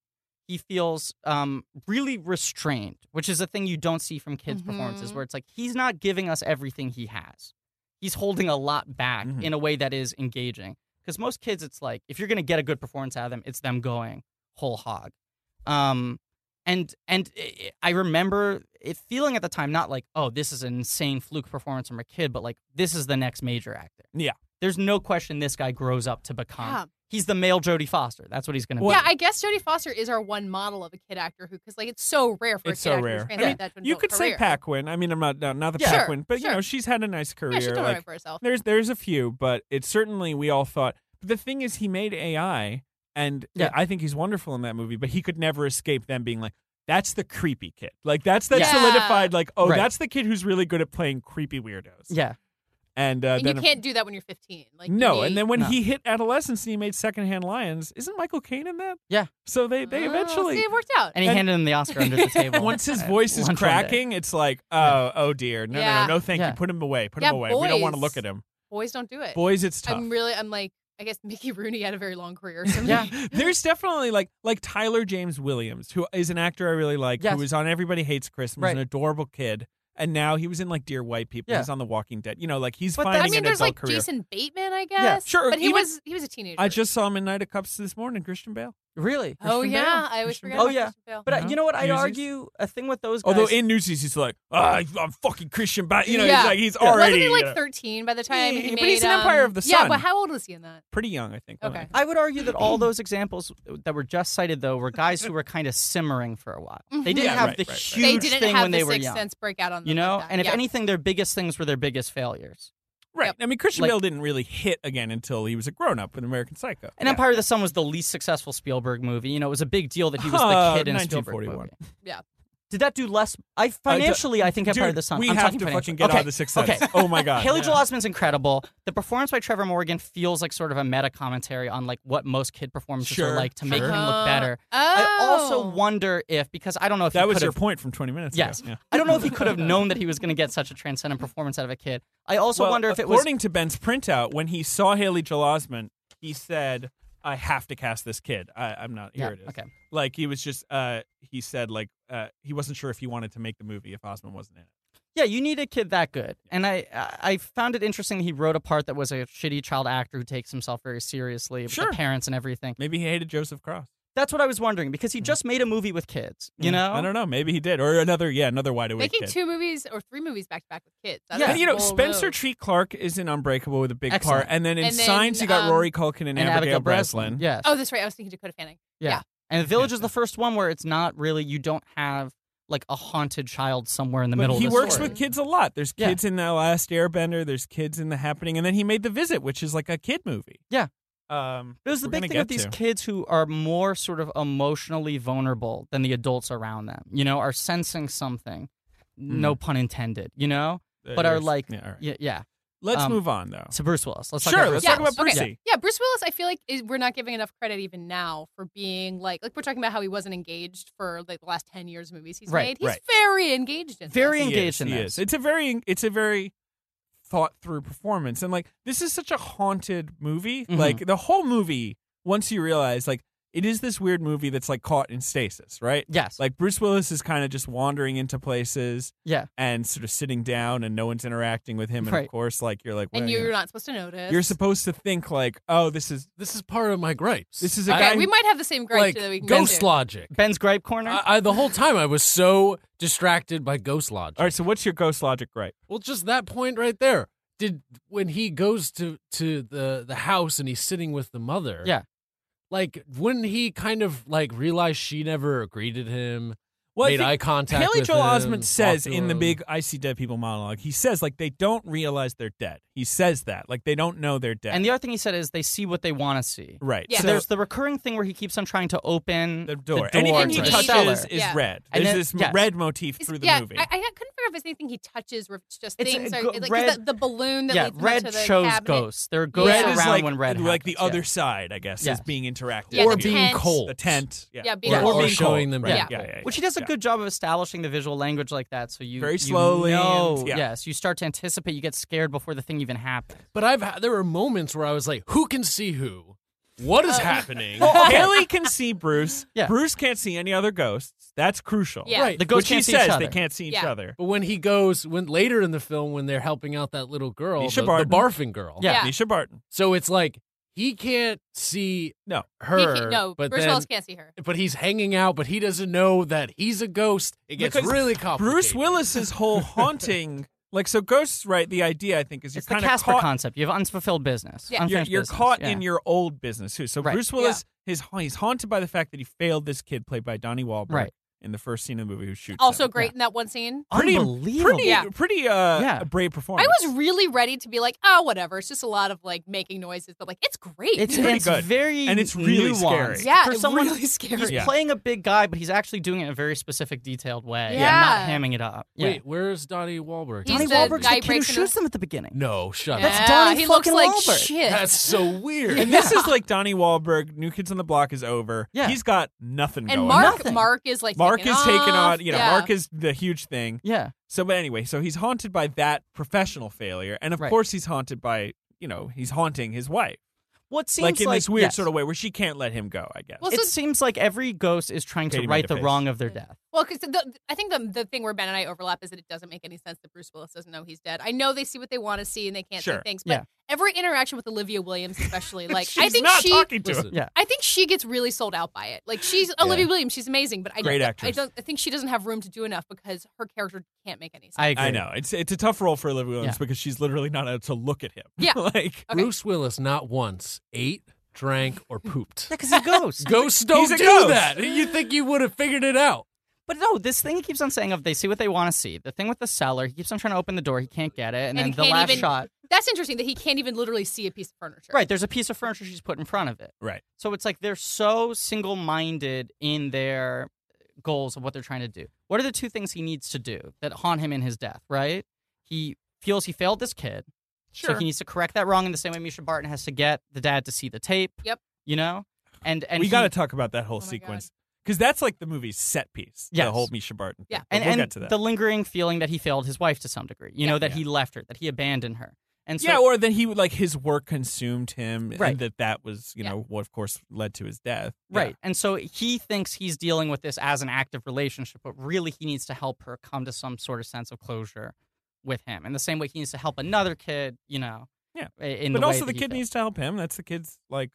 B: He feels um really restrained, which is a thing you don't see from kids' performances
D: Mhm.
B: where it's like he's not giving us everything he has. He's holding a lot back
C: Mhm.
B: in a way that is engaging. Because most kids it's like if you're gonna get a good performance out of them, it's them going whole hog. Um and and i I remember it feeling at the time not like oh this is an insane fluke performance from a kid, but like this is the next major actor.
C: Yeah.
B: there's no question this guy grows up to become.
C: Uh-huh.
D: Yeah.
B: He's the male Jodie Foster. That's what he's gonna
C: Well-
B: be.
D: yeah, I guess Jodie Foster is our one model of a kid actor who, because like it's so rare for
C: It's
D: a kid
C: so
D: actor
C: rare.
D: to
C: I
D: translate
B: mean,
D: that to an
C: You
D: adult
C: could
D: career.
C: say Paquin. I mean, I'm not not, not the
B: Yeah. Sure,
C: Paquin, but
D: sure.
C: you know, she's had a nice career.
D: Yeah, she's doing
C: like,
D: right for herself.
C: There's there's a few, but it's certainly we all thought. But the thing is, he made AI, and
B: Yeah.
C: I think he's wonderful in that movie. But he could never escape them being like, "That's the creepy kid." Like that's that
D: Yeah.
C: solidified. Like, oh,
B: Right.
C: that's the kid who's really good at playing creepy weirdos.
B: yeah,
C: and, uh,
D: And
C: then
D: you can't do that when you're 15. Like you
C: no,
D: need-
C: and then when
B: No.
C: he hit adolescence and he made Secondhand Lions, isn't Michael Caine in that?
B: Yeah.
C: So they they
D: Oh,
C: eventually
D: see, it worked out.
B: and he
C: And-
B: handed him the Oscar under the table.
C: once his
B: at
C: voice
B: lunch
C: is
B: one day.
C: cracking, it's like, oh,
B: Yeah.
C: oh dear, no, no,
D: Yeah.
C: no, no, thank
B: Yeah.
C: you, put him away, put
D: Yeah,
C: him away. We don't want to
D: boys.
C: look at him.
D: Boys don't do it.
C: Boys, it's tough.
D: I'm really, I'm like, I guess Mickey Rooney had a very long career. So
B: Yeah.
D: maybe-
C: There's definitely like like Tyler James Williams, who is an actor I really like,
B: Yes.
C: who was on Everybody Hates Christmas,
B: Right.
C: an adorable kid, and now he was in like Dear White People.
B: Yeah.
C: He's on The Walking Dead. You know, like he's
B: But that-
C: finding
D: I mean,
C: an
D: there's
C: adult
D: like
C: career.
D: Jason Bateman, I guess.
B: Yeah,
C: sure,
D: But he
C: even-
D: was he was a teenager.
C: I just saw him in Night of Cups this morning, Christian Bale.
B: really.
D: oh
C: Christian
D: yeah,
C: Bale.
D: I always
C: Christian
B: Bale.
D: forget. about
B: Oh, yeah.
D: Christian Bale.
B: But uh,
C: Uh-huh.
B: you know what? I'd
C: Newsies.
B: argue a thing with those guys.
C: Although in Newsies he's like, ah, I'm fucking Christian Bale. You know,
D: Yeah.
C: he's like he's
B: Yeah.
C: already
D: wasn't he
C: you know,
D: like 13 by the time
C: Yeah,
D: he
C: but
D: made,
C: he's in Empire
D: um,
C: of the
D: Yeah,
C: Sun.
D: but how old was he in that?
C: pretty young, I think. wasn't
D: Okay.
C: he?
B: I would argue that all those examples that were just cited though were guys who were kind of simmering for a while. They didn't
C: Yeah,
B: have
C: right,
B: the
C: right, right.
B: huge
D: Mm-hmm. They didn't
B: thing
D: have
B: when
D: the
B: they were
D: Sixth
B: young.
D: Sense breakout on them
B: you know,
D: like that.
B: and if
D: yeah.
B: anything, their biggest things were their biggest failures.
C: Right.
D: Yep.
C: I mean, Christian
B: Like-
C: Bale didn't really hit again until he was a grown up in American Psycho.
B: And Empire of the Sun was the least successful Spielberg movie. You know, it was a big deal that he was
C: Uh,
B: the kid in a Spielberg
C: 1941.
B: movie.
D: Yeah.
B: Did that do less? I financially, I think Empire of the Sun.
C: Uh, We
B: I'm
C: have
B: talking
C: to
B: financially.
C: fucking get
B: okay.
C: out of the sixth sense.
B: Okay.
C: Oh my god.
B: Haley Joel Osment's incredible. The performance by Trevor Morgan feels like sort of a meta commentary on like what most kid performances are
C: Sure,
B: like to make
C: sure.
B: him look better.
D: Oh.
B: I also wonder if because I don't know if he
C: That was
B: could've-
C: your point from 20 minutes
B: Yes.
C: ago. Yeah.
B: I don't know if he could have known that he was going to get such a transcendent performance out of a kid. I also
C: Well,
B: wonder if it was
C: according to Ben's printout, when he saw Haley Joel Osment, he said, "I have to cast this kid. I, I'm not here.
B: Yeah,
C: it is.
B: okay.
C: Like he was just. Uh, he said like uh, he wasn't sure if he wanted to make the movie if Osment wasn't in it.
B: Yeah, you need a kid that good. And I I- I found it interesting that he wrote a part that was a shitty child actor who takes himself very seriously with
C: Sure.
B: the parents and everything.
C: Maybe he hated Joseph Cross.
B: That's what I was wondering because he just made a movie with kids, you
C: Mm,
B: know?
C: I don't know. Maybe he did, or another. Yeah, another wide awake
D: making
C: kid.
D: two movies or three movies back to back with kids. That
B: Yeah.
D: is
C: And you know,
D: a bold
C: Spencer
D: move.
C: Treat Clark is in Unbreakable with a big
B: Excellent.
C: part, and then in
D: And then,
C: Signs you got
D: um,
C: Rory Culkin and,
B: And Abigail
C: Breslin.
B: Breslin. Yes.
D: Oh, that's right. I was thinking Dakota Fanning.
B: And Village is the first one where it's not really you don't have like a haunted child somewhere in the middle
C: But he
B: of the
C: works
B: story.
C: with kids a lot. There's
B: Yeah.
C: kids in The Last Airbender. There's kids in The Happening, and then he made The Visit, which is like a kid movie.
B: Yeah.
C: Um,
B: It was the
C: we're
B: big
C: gonna
B: thing with
C: get
B: these
C: to.
B: kids who are more sort of emotionally vulnerable than the adults around them, you know, are sensing something, no pun intended, you know? but are
C: There's-
B: like-
C: yeah, all Mm. right.
B: Yeah. yeah.
C: let's
B: um,
C: move on though.
B: So Bruce Willis. Let's
C: Sure,
B: talk about Bruce
C: let's talk
B: Willis.
C: about Brucey.
D: Yeah, Bruce Willis. I feel like is, we're not giving enough credit even now for being like like we're talking about how he wasn't engaged for like the last ten years of movies he's
B: Right,
D: made. He's
C: right.
D: very engaged in this.
B: Very
C: He
B: engaged
C: is,
B: in
C: he
B: this.
C: is. It's a very it's a very thought through performance. And like this is such a haunted movie.
B: Mhm.
C: Like the whole movie, once you realize like it is this weird movie that's like caught in stasis, right?
B: Yes.
C: Like Bruce Willis is kind of just wandering into places
B: yeah.
C: and sort of sitting down and no one's interacting with him. And
B: Right.
C: of course, like you're like,
D: and
C: well,
D: you're
C: you know,
D: not supposed to notice.
C: you're supposed to think like, oh, this is
E: This is part of my gripes.
C: This is a
E: I-
D: Okay,
C: guy
D: we might have the same gripe
E: like
D: that we can get
E: ghost
D: to.
E: logic.
B: Ben's gripe
C: Uh,
B: corner.
E: I, I the whole time I was so distracted by ghost logic.
C: all right. So what's your ghost logic gripe?
E: Well, just that point right there. Did when he goes to to the the house and he's sitting with the mother?
B: Yeah.
E: Like, wouldn't he kind of like realize she never agreed to him?
C: Well, I
E: made
C: think
E: eye contact.
C: Haley
E: with
C: Joel
E: him,
C: Osment
E: talked
C: says
E: to
C: in the
E: him.
C: big "I see dead people" monologue, he says like they don't realize they're dead. He says that like they don't know they're dead.
B: And the other thing he said is they see what they want to see.
C: right,
D: Yeah.
B: So
C: so
B: there's the recurring thing where he keeps on trying to open
C: the door.
B: the door
C: Anything he
D: to the
C: touches
B: cellar.
C: is
D: Yeah.
C: red.
B: And
C: There's
B: then-
C: this m-
B: yes.
C: red motif
D: It's-
C: through the
D: yeah,
C: movie.
D: I, I couldn't figure if it's anything he touches or if it's just
B: It's a
D: things.
B: go-
D: Or, like, 'cause
B: red-
D: the, the balloon that
B: yeah,
D: leads him up
B: red
D: to the
B: shows
D: cabinet.
B: ghosts. There are ghosts
C: red
D: Yeah.
B: around
C: is like,
B: when red
C: like the
B: happens, yeah.
C: other side, I guess,
B: Yes.
C: is being interactive.
D: Yeah,
E: or
D: the
E: being
D: tent.
E: cold.
C: the tent. Yeah,
D: Yeah, being
E: Or-
D: cold.
E: or showing them
C: Right.
B: Yeah.
C: Yeah, yeah, yeah,
B: Which he does a
C: yeah.
B: good job of establishing the visual language like that, so you
C: Very
B: you
C: slowly and-
B: know-
C: yeah.
B: Yes, you start to anticipate. You get scared before the thing even happens.
E: But I've ha- there were moments where I was like, who can see who? What
D: Uh,
E: is happening?
C: Haley can see Bruce.
B: Yeah.
C: Bruce can't see any other ghosts. That's crucial.
D: Yeah.
E: Right.
B: The ghost
C: Which he
B: can't see
C: says
B: each
C: they
B: other.
C: can't see each
D: Yeah.
C: other.
E: But when he goes, when later in the film, when they're helping out that little girl,
C: Misha
E: the, the
C: Barton.
E: barfing girl.
B: Yeah.
C: Misha Barton.
E: So it's like he can't see
C: No.
E: her.
D: He can't- no,
E: but
D: Bruce
E: then,
D: Willis can't see her.
E: but he's hanging out, but he doesn't know that he's a ghost. It gets
C: Because
E: really complicated.
C: Bruce Willis's whole haunting, like so, ghosts. Right, the idea I think is you're
B: It's the
C: kind of
B: Casper
C: caught.
B: concept. You have unfulfilled business.
D: Yeah. You're-
C: you're,
B: unfinished
C: you're
B: business,
C: caught
B: yeah.
C: in your old business too. So
B: Right.
C: Bruce Willis, his he's haunted by the fact that he failed this kid played by Donnie Wahlberg
B: Right.
C: in the first scene of the movie who shoots.
D: Also
C: him.
D: great in that one scene.
C: pretty-
B: unbelievable.
C: pretty,
D: Yeah.
C: pretty uh,
B: Yeah.
C: brave
D: I
C: performance.
D: was really ready to be like, oh, whatever. It's just a lot of like making noises, but like it's great.
B: It's,
C: pretty
B: it's
C: good.
B: very
C: And it's really
B: nuanced.
C: scary.
D: yeah,
B: for
D: it's
B: someone
D: really scary.
B: he's
C: Yeah.
B: playing a big guy, but he's actually doing it in a very specific, detailed way.
D: Yeah.
B: and not hamming it up. Yeah.
E: Wait, where's Donnie Wahlberg?
D: He's
B: Donnie
D: the
B: Wahlberg's the
D: guy
B: kid who
D: breaking
B: shoots
D: the-
B: them at the beginning.
E: No, shut
D: yeah,
E: up.
B: That's Donnie
D: he looks
B: fucking
D: like
B: Wahlberg.
D: shit.
E: That's so weird.
C: And this is like Donnie Wahlberg. New Kids on the Block is over.
B: Yeah.
C: he's got nothing
D: and
C: going.
D: Mark,
B: Nothing.
D: Mark is like
C: Mark
D: taking
C: is taking
D: off.
C: on, you know,
D: Yeah.
C: Mark is the huge thing.
B: Yeah,
C: So, but anyway, so he's haunted by that professional failure, and of
B: Right.
C: course he's haunted by, you know, he's haunting his wife,
B: what seems
C: like in this weird
B: yes.
C: sort of way where she can't let him go. I guess.
D: Well,
B: It
D: so-
B: seems like every ghost is trying
C: Katie
B: to
C: made
B: right
C: a
B: the
C: face.
B: wrong of their death.
D: Well, because I think the the thing where Ben and I overlap is that it doesn't make any sense that Bruce Willis doesn't know he's dead. I know they see what they want to see and they can't
C: Sure.
D: see things, but
B: Yeah.
D: every interaction with Olivia Williams, especially, like
C: she's
D: I think
C: not
D: she,
C: talking to him.
E: Listen,
B: Yeah.
D: I think she gets really sold out by it. Like she's Olivia Williams, she's amazing, but I
C: Great
D: don't- I
C: actress.
D: don't I think she doesn't have room to do enough because her character can't make any sense.
B: I agree.
C: I know it's it's a tough role for Olivia Williams
B: Yeah.
C: because she's literally not out to look at him.
D: Yeah.
C: like
D: Okay.
E: Bruce Willis not once ate, drank, or pooped.
B: Yeah, because he's a ghost.
E: Ghosts
C: He's
E: don't do
C: a ghost.
E: that. You think you would have figured it out?
B: But no, this thing he keeps on saying of they see what they want to see. The thing with the cellar, he keeps on trying to open the door, he can't get it, and,
D: And
B: then the
D: can't
B: last
D: even-
B: shot.
D: That's interesting that he can't even literally see a piece of furniture.
B: Right, there's a piece of furniture she's put in front of it.
C: right.
B: So it's like they're so single minded in their goals of what they're trying to do. What are the two things he needs to do that haunt him in his death, right? He feels he failed this kid. So he needs to correct that wrong in the same way Misha Barton has to get the dad to see the tape.
D: Yep.
B: You know? And and
C: we
B: he-
C: got to talk about that whole
D: Oh my
C: sequence because that's like the movie's set piece. Yeah, the
B: Yes.
C: whole Misha Barton.
D: Yeah.
C: thing. But
B: and,
C: we'll
B: and
C: get to that.
B: the lingering feeling that he failed his wife to some degree. You know, that he left her, that he abandoned her. And so
C: yeah, or that he would like his work consumed him,
B: Right.
C: and that that was you
D: Yeah.
C: know what of course led to his death. Yeah.
B: Right. And so he thinks he's dealing with this as an active relationship, but really he needs to help her come to some sort of sense of closure with him. In the same way he needs to help another kid, you know.
C: Yeah.
B: i- In
C: but
B: the way
C: also
B: that
C: the
B: he
C: kid
B: feels.
C: needs to help him. That's the kid's like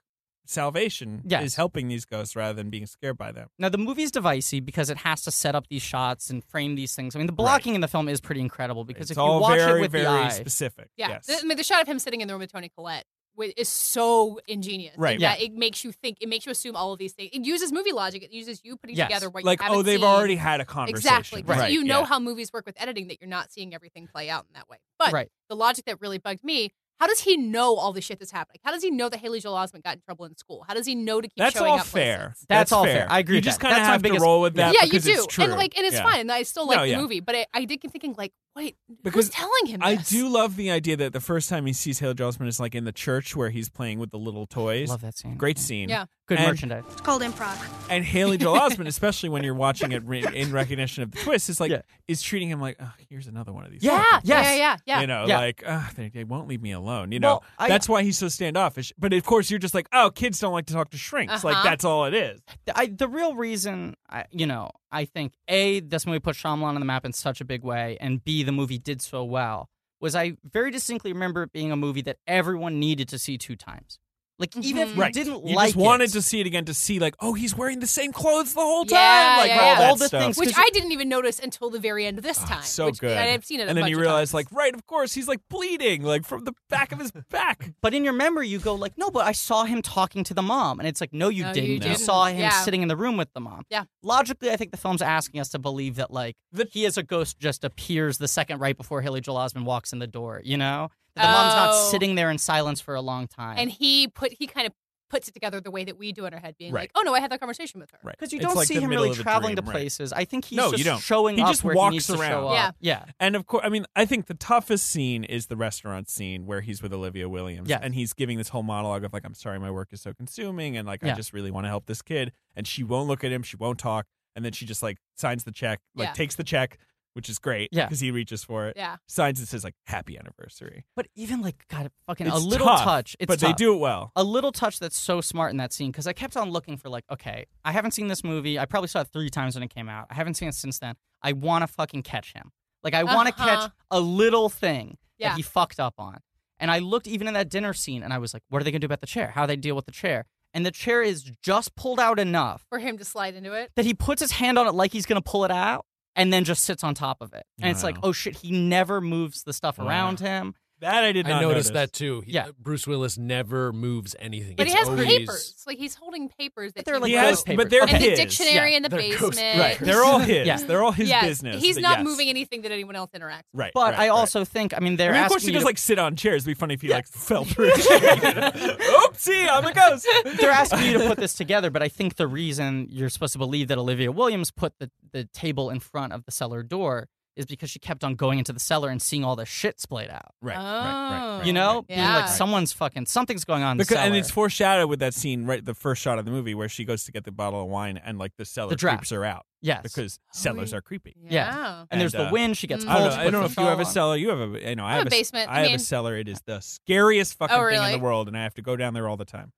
C: salvation
B: Yes.
C: is helping these ghosts rather than being scared by them.
B: Now the movie's devicey because it has to set up these shots and frame these things. I mean, the blocking in the film is pretty incredible because
C: it's
B: if you
C: all
B: watch
C: very
B: it with
C: very
B: the eye,
C: specific.
D: Yeah.
C: Yes.
D: The, I mean, the shot of him sitting in the room with Tony Collette wi- is so ingenious.
C: Right.
D: That It makes you think. It makes you assume all of these things. It uses movie logic. It uses you putting
B: Yes.
D: together what
C: like
D: you haven't
C: oh they've
D: seen.
C: already had a conversation.
D: Exactly.
B: Right.
D: So you know
C: yeah.
D: how movies work with editing that you're not seeing everything play out in that way. But
B: right.
D: the logic that really bugged me. How does he know all the shit that's happening? How does he know that Haley Joel Osment got in trouble in school? How does he know to keep
C: That's
D: showing
C: all
D: up?
C: fair.
D: places?
B: That's all fair. I agree
C: You
B: with
C: just
B: that.
C: kind of
B: That's my
C: have to
B: biggest-
C: roll with
B: Yeah.
C: that.
D: yeah, you
C: because
D: do,
C: It's true.
D: and like, and it's
C: Yeah.
D: fine. And I still like
C: No,
D: the
C: yeah.
D: movie, but I, I did keep thinking, like, wait,
C: Because
D: who's telling him?
C: I
D: this?
C: do love the idea that the first time he sees Haley Joel Osment is like in the church where he's playing with the little toys.
B: Love that scene.
C: Great scene.
D: Yeah.
B: Good
C: And-
B: merchandise.
F: It's called improv.
C: And Haley Joel Osment, especially when you're watching it re- in recognition of the twist, is like
B: Yeah.
C: is treating him like, oh, here's another one of these.
B: Yeah.
C: fucking
B: Yes.
D: Yeah, yeah, yeah.
C: You know,
B: Yeah.
C: like "Ugh, they, they won't leave me alone. You know,
B: Well, I-
C: that's why he's so standoffish. But of course, you're just like, oh, kids don't like to talk to shrinks. Like
D: Uh-huh.
C: that's all it is.
B: the- I, the real reason, I, you know, I think a this movie put Shyamalan on the map in such a big way, and b the movie did so well was I very distinctly remember it being a movie that everyone needed to see two times. Like even if
D: Mhm.
B: you
C: Mm-hmm. Right.
B: didn't
C: you
B: like
C: just wanted
B: it,
C: to see it again to see like, oh, he's wearing the same clothes the whole time.
D: Yeah,
C: like
D: yeah,
C: all,
D: yeah.
C: that
B: All the
C: stuff.
B: things-
D: which
B: Because-
D: I didn't even notice until the very end this
C: Ah,
D: time.
C: so
D: which-
C: good.
D: And I've seen it. a
C: and then
D: bunch
C: you
D: of
C: realize,
D: times.
C: like, right, of course, he's like bleeding, like from the back of his back.
B: but in your memory you go like, no, but I saw him talking to the mom, and it's like, no, you
D: No, you
B: didn't.
C: didn't.
B: saw him
D: Yeah.
B: sitting in the room with the mom.
D: Yeah.
B: Logically, I think the film's asking us to believe that like he as a ghost just appears the second right before Haley Joel Osment walks in the door. You know, That the mom's
D: Oh.
B: not sitting there in silence for a long time.
D: and he put he kind of puts it together the way that we do in our head, being
C: Right.
D: like, "Oh no, I had that conversation with her."
C: Right.
B: because you
C: It's
B: don't
C: like
B: see
C: the
B: him
C: middle
B: really
C: of a
B: traveling
C: dream,
B: to
C: right.
B: places. I think he's
C: No,
B: just
C: you don't.
B: showing
C: He
B: up
C: just
B: where
C: walks
B: he needs to
C: around.
B: show up. Yeah.
C: And of course, I mean, I think the toughest scene is the restaurant scene where he's with Olivia Williams.
B: Yeah.
C: And he's giving this whole monologue of, like, I'm sorry my work is so consuming. And, like, I
B: Yeah.
C: just really want to help this kid. And she won't look at him. She won't talk. And then she just, like, signs the check, like,
D: Yeah.
C: takes the check, which is great.
B: Yeah.
C: Because he reaches for it.
D: Yeah.
C: Signs it says, like, happy anniversary.
B: But even like God, fucking a
C: It's
B: little
C: tough,
B: touch. It's
C: but
B: tough.
C: they do it well.
B: a little touch that's so smart in that scene because I kept on looking for like, okay, I haven't seen this movie. I probably saw it three times when it came out. I haven't seen it since then. I want to fucking catch him. Like I want to
D: Uh-huh.
B: catch a little thing
D: Yeah.
B: that he fucked up on. And I looked even in that dinner scene, and I was like, what are they gonna do about the chair? How do they deal with the chair? And the chair is just pulled out enough
D: For him to slide into it.
B: that he puts his hand on it like he's gonna pull it out, and then just sits on top of it. And it's like,
C: Wow.
B: oh shit, he never moves the stuff
C: Wow.
B: around him.
C: That I did not
E: I noticed
C: notice.
E: that too. He-
B: Yeah.
E: Bruce Willis never moves anything.
D: But
E: It's
D: he has
E: always-
D: papers. Like he's holding papers
B: But
D: that
B: they're like
C: He
D: wrote.
C: has,
B: Ghost papers.
C: but they're
D: and the
C: his.
D: dictionary
E: Yeah,
D: in the
E: they're ghost-
D: basement.
C: Right. They're all his.
B: Yeah.
C: They're all his
D: Yes,
C: business.
D: He's
C: but
D: not
C: yes.
D: moving anything that anyone else interacts with.
C: Right.
B: But
C: right,
B: I
C: right.
B: also think, I mean, they're
C: I mean, of
B: asking
C: course, he
B: you
C: does
B: to
C: like sit on chairs. It'd be funny if he like fell through. a chair. Oopsie, I'm a ghost.
B: they're asking you to put this together, but I think the reason you're supposed to believe that Olivia Williams put the, the table in front of the cellar door is because she kept on going into the cellar and seeing all the shit splayed out.
C: Right,
D: Oh.
B: You know?
D: Right,
B: Being like
D: yeah.
B: someone's fucking something's going on in the
C: Because,
B: cellar.
C: and it's foreshadowed with that scene, right? The first shot of the movie where she goes to get the bottle of wine and like the cellar
B: The draft.
C: creeps her out
B: yes. Oh,
C: because cellars
D: yeah.
C: are creepy.
D: Yeah.
B: Yeah. and, there's
C: and,
B: the
C: uh,
B: wind, she gets
D: mm.
B: cold.
C: I don't know.
B: she
C: I
B: puts
C: don't know
B: the
C: if you have a
B: shawl on.
C: cellar. You have a, you know, I
D: I
C: have
D: have
C: a s-
D: a basement.
C: I
D: I
C: have a
D: mean-
C: cellar. It is the scariest fucking thing in
D: really?
C: the world, and I have to go down there all the time.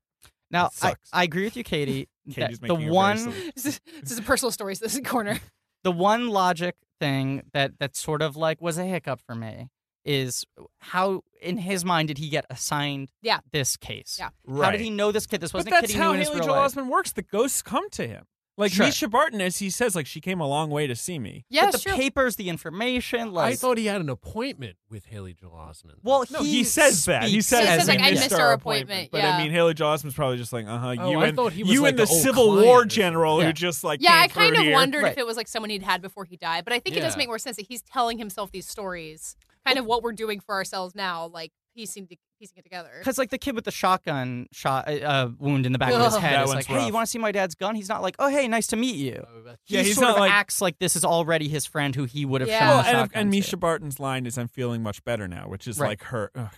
B: Now,
C: It
B: I,
C: sucks.
B: I agree with you, Katie. that
C: Katie's
B: the
C: making a very
B: one
C: silly-
D: This is, this is a personal story. So this is a corner.
B: the one logic thing that that sort of like was a hiccup for me is how in his mind did he get assigned
D: Yeah.
B: this case?
D: Yeah.
B: How did he know this kid? This
C: But
B: wasn't a
C: that's
B: kid he
C: how
B: knew in his
C: Haley
B: real
C: Joel
B: life.
C: Osment works. The ghosts come to him. Like
B: Sure.
C: Misha Barton, as he says, like she came a long way to see me.
D: Yeah,
B: but the
D: sure.
B: papers, the information, like
E: I thought he had an appointment with Haley Joel Osment.
B: well,
C: No, he, says that. He
B: speaks-
C: says,
D: He says,
C: as
D: like,
C: we
D: I
C: missed
D: missed
C: our
D: our appointment,
C: But
D: yeah.
C: I mean, Haley Joel Osment's probably just like, uh huh.
E: Oh,
C: you
E: I
C: and
E: thought he was
C: you and
E: like
C: the
E: an old
C: Civil
E: client or
C: War
E: something.
C: general
B: Yeah.
C: who just like
D: yeah,
C: came
D: I kind
C: through
D: of
C: here.
D: wondered
B: Right.
D: if it was like someone he'd had before he died, but I think it does
E: Yeah.
D: make more sense that he's telling himself these stories, kind of what we're doing for ourselves now, like piecing to, piecing it together.
B: because like the kid with the shotgun shot uh, uh, wound in the back of his
D: Ugh.
B: head
C: That
B: is
C: one's
B: like, hey,
C: rough. Oh,
B: you want to see my dad's gun? He's not like, oh, hey, nice to meet you.
C: Yeah,
B: he
C: he's
B: sort
C: not
B: of
C: like-
B: acts like this is already his friend who he would have
D: Yeah.
B: shown
C: Well,
B: the
C: and,
B: shotgun
C: and
B: to.
C: Misha Barton's line is, "I'm feeling much better now," which is
B: Right.
C: like her. Ugh.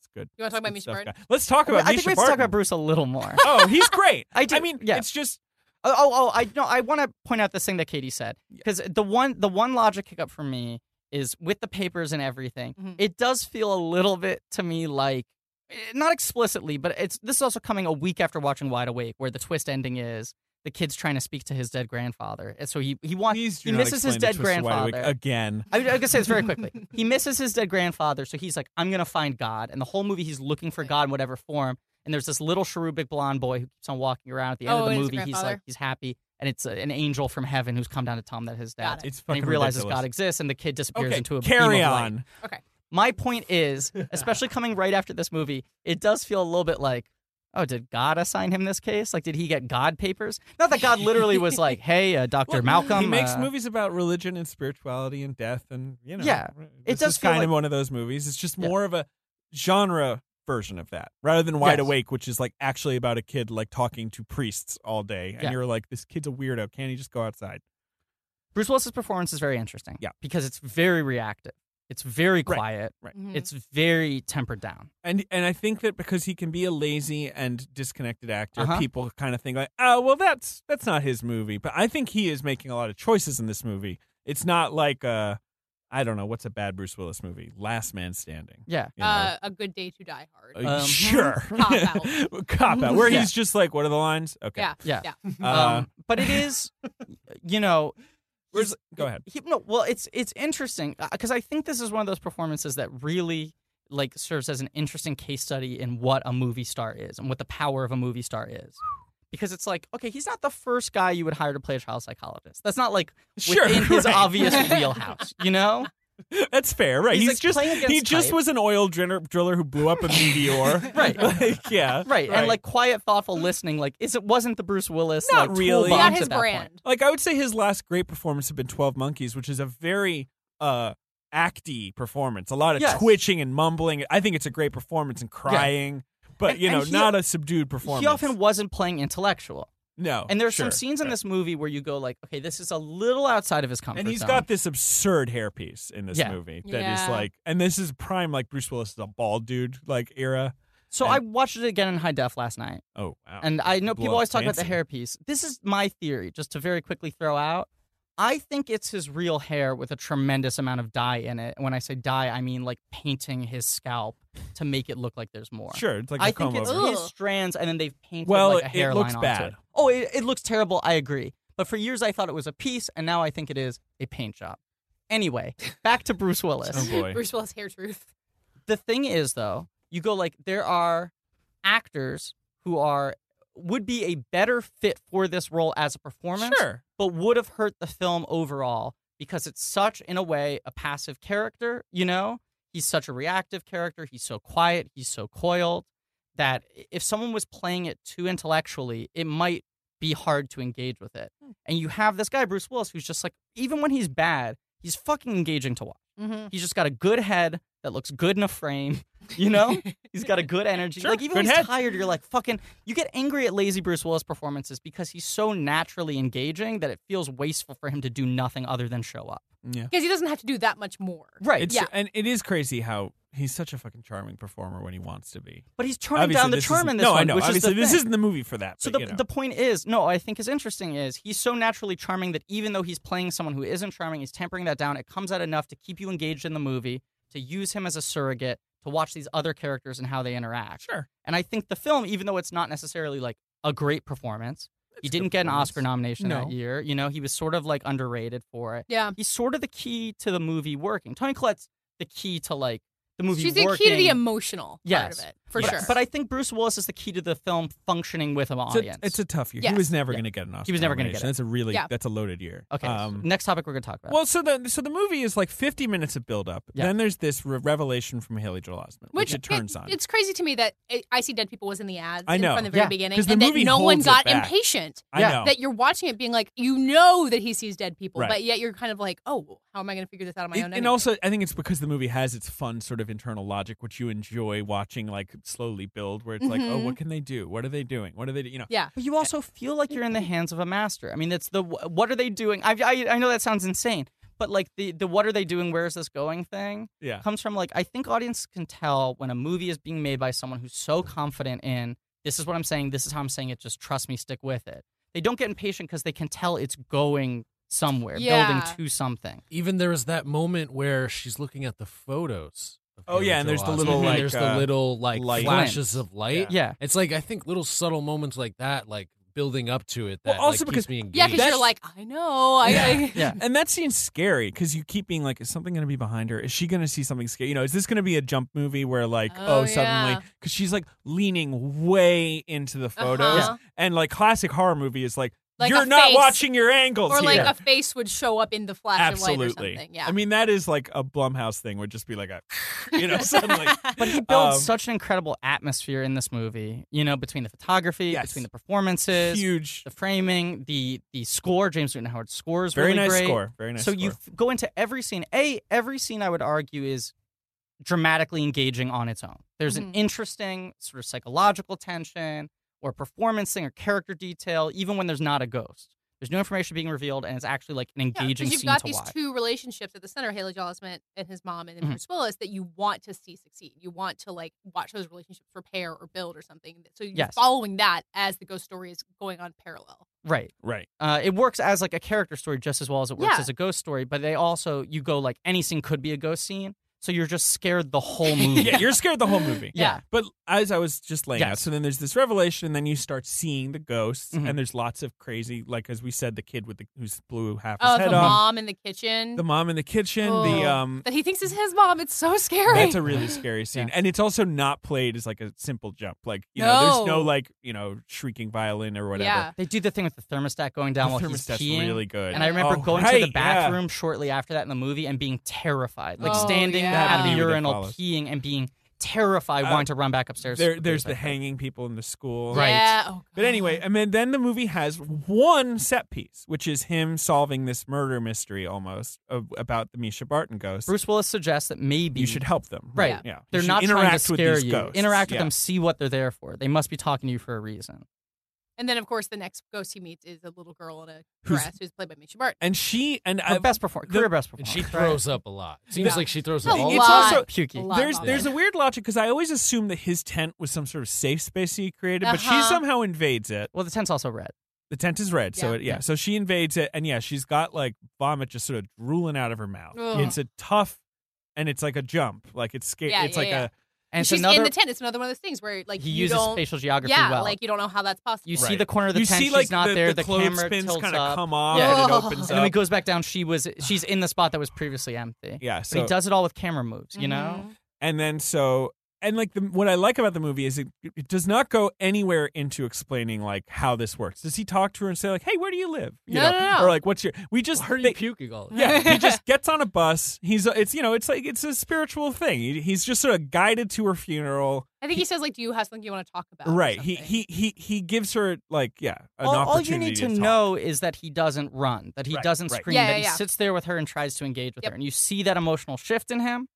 C: It's good.
D: You wanna talk
C: It's
D: about
C: good
D: Misha
C: stuff,
D: Barton?
C: guy. Let's talk about
B: I think
C: Misha
B: we have to
C: Barton.
B: talk about Bruce a little more.
C: Oh, he's great.
B: I do,
C: I mean,
B: yeah.
C: it's just
B: Oh, oh, oh, I no, I want to point out this thing that Katie said because the one the one logic hiccup for me is with the papers and everything.
C: Mm-hmm.
D: Mhm.
B: It does feel a little bit to me like eh, not explicitly, but it's this is also coming a week after watching Wide Awake, where the twist ending is the kid's trying to speak to his dead grandfather, and so he he wants.
C: please do
B: he
C: not
B: misses his
C: explain the
B: dead
C: Twisted Wide Awake
B: grandfather.
C: again.
B: I, I'm gonna say this very quickly. he misses his dead grandfather, so he's like, "I'm gonna find God," and the whole movie he's looking for God in whatever form. And there's this little cherubic blonde boy who keeps on walking around. At the end
D: Oh,
B: of the
D: and his
B: movie, he's like,
D: grandfather.
B: he's happy, and it's uh an angel from heaven who's come down to tell him that his
D: Got
B: dad.
C: It's
B: And he
C: fucking
B: realizes
C: ridiculous.
B: God exists, and the kid disappears
C: Okay,
B: into a
C: carry
B: beam of light.
C: on.
B: My point is, especially coming right after this movie, it does feel a little bit like, oh, did God assign him this case? Like, did he get God papers? Not that God literally was like, hey, uh, Doctor
C: Well,
B: Malcolm.
C: He makes
B: uh,
C: movies about religion and spirituality and death, and you know,
B: Yeah. It
C: this
B: does
C: is
B: feel
C: kind of
B: like-
C: one of those movies. It's just
B: Yeah.
C: more of a genre version of that, rather than
B: Yes.
C: Wide Awake, which is like actually about a kid like talking to priests all day, and
B: Yeah.
C: you're like, this kid's a weirdo. Can't he just go outside?
B: Bruce Willis's performance is very interesting.
C: Yeah.
B: Because it's very reactive. It's very quiet.
D: Mhm.
B: It's very tempered down.
C: And and I think that because he can be a lazy and disconnected actor,
B: Uh-huh.
C: people kind of think like, oh, well, that's that's not his movie. But I think he is making a lot of choices in this movie. It's not like uh, I don't know what's a bad Bruce Willis movie, Last Man Standing.
B: Yeah.
C: you know?
D: uh, a good day to die hard.
C: Uh,
B: Um,
C: sure.
D: Cop out.
C: Cop out. Where
B: Yeah.
C: he's just like, what are the lines? Okay.
D: Yeah.
B: Yeah.
C: Uh,
B: um, but it is, you know,
C: where's, go ahead.
B: uh, he, no, well, it's it's interesting because I think this is one of those performances that really like serves as an interesting case study in what a movie star is and what the power of a movie star is. Because it's like, okay, he's not the first guy you would hire to play a child psychologist. That's not like
C: Sure,
B: within his
C: right.
B: obvious wheelhouse, you know?
C: That's fair, right?
B: He's,
C: He's,
B: like,
C: just
B: playing
C: he
B: against
C: just
B: type.
C: was an oil driller, driller who blew up a meteor,
B: Right.
C: Like, yeah,
B: Right. And like quiet, thoughtful listening, like is it wasn't the Bruce Willis
C: Mm. Not
B: like,
C: really.
B: toolbox
D: Not
B: at
D: his
B: that
D: brand.
B: Point.
C: like I would say his last great performance had been Twelve Monkeys, which is a very uh acty performance. A lot of
B: Yes.
C: twitching and mumbling. I think it's a great performance and crying, but
B: And-
C: you know,
B: and he-
C: not a subdued performance.
B: He often wasn't playing intellectual.
C: no,
B: And there's
C: Oh, sure.
B: some scenes in
C: Right.
B: this movie where you go like, okay, this is a little outside of his comfort
C: And
B: he's
C: he's got this absurd hairpiece in this
B: Yeah.
C: movie that is
D: Yeah.
C: like, and this is prime like Bruce Willis is a bald dude like era.
B: so I watched it again in high def last night.
C: Oh wow!
B: And I know people
C: Blow
B: always talk about
C: fancy.
B: the hairpiece. This is my theory, just to very quickly throw out. I think it's his real hair with a tremendous amount of dye in it. And when I say dye, I mean like painting his scalp to make it look like there's more.
C: Sure, it's like a
B: I
C: comb
B: think it's
C: over.
D: Ugh.
B: his strands, and then they've painted
C: Well,
B: like a
C: it- it
B: hairline
C: looks
B: onto
C: bad.
B: it. Oh, it, it looks terrible. I agree. But for years, I thought it was a piece, and now I think it is a paint job. Anyway, back to Bruce Willis
C: Oh boy!
D: Bruce Willis hair truth.
B: the thing is though you go like there are actors who are would be a better fit for this role as a performance
C: Sure.
B: but would have hurt the film overall because it's such in a way a passive character you know he's such a reactive character he's so quiet he's so coiled that if someone was playing it too intellectually it might be hard to engage with it and you have this guy bruce willis who's just like even when he's bad he's fucking engaging to watch
D: Mm-hmm.
B: He's just got a good head that looks good in a frame. You know, he's got a good energy.
C: Sure,
B: like even
C: good
B: when he's
C: head.
B: tired, you're like fucking. You get angry at lazy Bruce Willis performances because he's so naturally engaging that it feels wasteful for him to do nothing other than show up.
C: Yeah,
D: Because he doesn't have to do that much more.
B: Right.
C: it's
D: Yeah.
C: and it is crazy how he's such a fucking charming performer when he wants to be.
B: but he's turning
C: Obviously,
B: down the
C: this
B: charm
C: isn't-
B: in this
C: no,
B: one,
C: I know.
B: which
C: Obviously,
B: is the
C: this
B: thing.
C: isn't the movie for that.
B: So
C: but,
B: the,
C: you know.
B: the point is, no, I think is interesting is he's so naturally charming that even though he's playing someone who isn't charming, he's tempering that down. It comes out enough to keep you engaged in the movie, to use him as a surrogate, to watch these other characters and how they interact.
C: sure,
B: And I think the film, even though it's not necessarily like a great performance, he
C: It's
B: didn't
C: good
B: get an
C: performance.
B: Oscar nomination
C: No.
B: that year. You know, he was sort of like underrated for it.
D: Yeah.
B: He's sort of the key to the movie working. Tony Collette's the key to like the movie
D: She's
B: working.
D: the key to the emotional
B: Yes.
D: part of it, for
B: but,
D: sure.
B: But I think Bruce Willis is the key to the film functioning with an
C: It's a-
B: audience.
C: It's a, tough year.
D: Yes.
C: He was never
B: Yeah.
C: going to get an Oscar.
B: was never gonna get
C: nomination.
B: it.
C: That's a really
D: Yeah.
C: that's a loaded year.
B: okay.
C: Um,
B: next topic we're gonna talk about.
C: Well, so the so the movie is like 50 minutes of build up.
B: Yeah.
C: Then there's this re- revelation from Haley Joel Osment, which, it turns on.
D: It's crazy to me that I- I see dead people was in the ads
C: I know.
D: in from the very
B: Yeah.
D: beginning,
C: 'Cause the
D: and that
C: movie
D: no one
C: holds it
D: got
C: back.
D: impatient.
C: I
B: yeah,
C: know.
D: That you're watching it, being like, you know that he sees dead people,
C: Right.
D: but yet you're kind of like, oh, how am I going to figure this out on my
C: It-
D: own?
C: and
D: anyway?
C: also, I think it's because the movie has its fun sort of internal logic, which you enjoy watching, like slowly build, where it's like, oh,
B: Mm-hmm.
D: Mhm.
C: what can they do? What are they doing? What are they, do-? you know?
D: yeah,
B: But you
C: eh,
B: also feel like you're in the hands of a master. I mean, that's the what are they doing? I I, I know that sounds insane, but like the the what are they doing? Where is this going thing?
C: Yeah,
B: comes from like I think audience can tell when a movie is being made by someone who's so confident in this is what I'm saying, this is how I'm saying it, just trust me, stick with it. They don't get impatient because they can tell it's going somewhere,
D: Yeah.
B: building to something.
E: Even there was that moment where she's looking at the photos. Of
C: Oh,
E: Haley
C: yeah, and
E: Joel
C: there's the
E: Osment,
C: little,
E: and
C: like,
E: there's the
C: uh,
E: little like
C: light.
E: flashes of
B: Yeah.
E: light. It's like I think little subtle moments like that, like building up to it,
C: Well,
E: that
C: also
E: like,
C: because-
E: keeps me engaged.
D: yeah, because you're like, I know, I, I
B: Yeah.
C: And that seems scary because you keep being like, is something going to be behind her? Is she going to see something scary? You know, is this going to be a jump movie where like, oh,
D: Oh, yeah.
C: suddenly, because she's like leaning way into the photos,
D: Uh-huh.
C: and like classic horror movie is like,
D: Like
C: you're
D: a
C: not
D: face.
C: watching your angles,
D: or like
C: here."
D: a face would show up in the flash of light or
C: absolutely.
D: something. Yeah,
C: I mean, that is like a Blumhouse thing. Would just be like a, you know, suddenly.
B: But he builds
C: Um,
B: such an incredible atmosphere in this movie, you know, between the photography,
C: Yes.
B: between the performances,
C: huge,
B: the framing, the the score, James Newton Howard scores
C: very
B: really
C: nice
B: great.
C: score. Very nice.
B: so you
C: score.
B: f- go into every scene. A every scene I would argue is dramatically engaging on its own. There's an
D: Mhm.
B: interesting sort of psychological tension or performance thing or character detail, even when there's not a ghost. There's new information being revealed, and it's actually like an
D: Yeah, 'cause
B: engaging
D: you've
B: scene
D: got
B: to
D: these
B: watch.
D: two relationships at the center, Haley Joel Osment and his mom, and then
C: Mm-hmm.
B: Mhm.
D: Bruce Willis, that you want to see succeed. You want to like watch those relationships repair or build or something. So you're
B: Yes.
D: following that as the ghost story is going on parallel.
B: right.
C: right.
B: Uh, it works as like a character story just as well as it works
D: Yeah.
B: as a ghost story, but they also you go like any scene could be a ghost scene. So you're just scared the whole movie.
C: yeah, you're scared the whole movie.
B: Yeah.
C: But as I was just laying out,
B: Yes.
C: so then there's this revelation, and then you start seeing the ghosts,
B: Mhm.
C: and there's lots of crazy, like as we said, the kid with the who's blew half his
D: Oh,
C: head
D: the
C: off,
D: mom in the kitchen.
C: the mom in the kitchen, the
D: Oh.
C: um,
D: that he thinks is his mom. It's so scary.
C: That's a really scary scene. And it's also not played as like a simple jump. Like, you know, there's no
D: No.
C: like, you know, shrieking violin or whatever.
D: Yeah.
B: They do the thing with the thermostat going down
C: the
B: while he's
C: thermostat's
B: peeing.
C: really good.
B: And I remember
C: Oh,
B: going to
C: right,
B: the
C: yeah.
B: bathroom shortly after that in the movie and being terrified, like
D: Oh,
B: standing
D: yeah.
B: at
D: That'd
B: the
D: be
C: where they
B: urinal
C: follow us.
B: peeing and being terrified,
C: Uh,
B: wanting to run back upstairs.
C: There,
B: to
C: there's
B: do
C: the
B: that thing.
C: hanging people in the school.
B: Right.
D: Yeah. Oh,
C: But anyway, I mean, then the movie has one set piece, which is him solving this murder mystery almost of, about the Misha Barton ghost.
B: Bruce Willis suggests that maybe
C: you should help them.
B: Right.
C: Yeah. You
B: They're
C: should
B: not trying to
C: interact
B: scare
C: with these
B: you.
C: Ghosts.
B: Interact with
C: Yeah.
B: them, see what they're there for. They must be talking to you for a reason.
D: And then, of course, the next ghost he meets is a little girl in a
C: Who's-
D: dress who's played by Misha Barton.
C: And she, and
B: Her
C: I,
B: best performance,
C: the-
B: career best
E: And
B: performance.
E: she
B: right?
E: throws up a lot. Seems
D: Yeah.
E: like she throws
D: A
E: up.
C: it's
E: all
D: lot.
C: also,
B: Pukey.
D: A lot.
C: there's
D: Bob.
C: there's a weird logic because I always assumed that his tent was some sort of safe space he created, but she
D: Uh-huh.
C: somehow invades it.
B: Well, the tent's also red.
C: The tent is red, so
D: Yeah.
C: it, yeah. So she invades it, and yeah, she's got like vomit just sort of drooling out of her mouth.
D: Ugh.
C: It's a tough, and it's like a jump, like it's scary.
D: Yeah,
C: it's
D: yeah,
C: like
D: yeah.
C: a
B: And it's
D: she's
B: another.
D: in the tent. It's another one of those things where like
B: he
D: you
B: uses
D: don't,
B: spatial geography
D: yeah,
B: well.
D: like you don't know how that's possible.
B: you see
E: Right.
B: the corner of the
C: you
B: tent.
C: see
B: she's
C: like
B: not
C: the,
B: there.
C: The,
B: camera
C: clothespins
B: tilts
C: kinda
B: up.
C: come off,
B: Yeah.
C: and it
D: Oh.
C: opens
B: and then
C: up.
B: it goes back down. She was she's in the spot that was previously empty.
C: yeah,
B: But
C: so
B: he does it all with camera moves, you know.
D: Mhm.
C: and then so and like the, what I like about the movie is it, it does not go anywhere into explaining like how this works. Does he talk to her and say like, "Hey, where do you live?" You
D: No,
C: know,
D: no, no.
C: or like, "What's your?" We just
E: Why are
C: they-
E: you puking all the time?
C: Yeah, he just gets on a bus. He's it's you know it's like it's a spiritual thing. He, he's just sort of guided to her funeral.
D: I think he says like, "Do you have something you want to talk about?" or
C: right. He
D: something.
C: he he he gives her like yeah an
B: All, all
C: opportunity.
B: you need to
C: talk.
B: know is that he doesn't run, that he
C: Right,
B: doesn't
C: right.
B: scream,
D: Yeah,
B: that
D: yeah,
B: he
D: yeah.
B: sits there with her and tries to engage with
D: Yep.
B: her, and you see that emotional shift in him.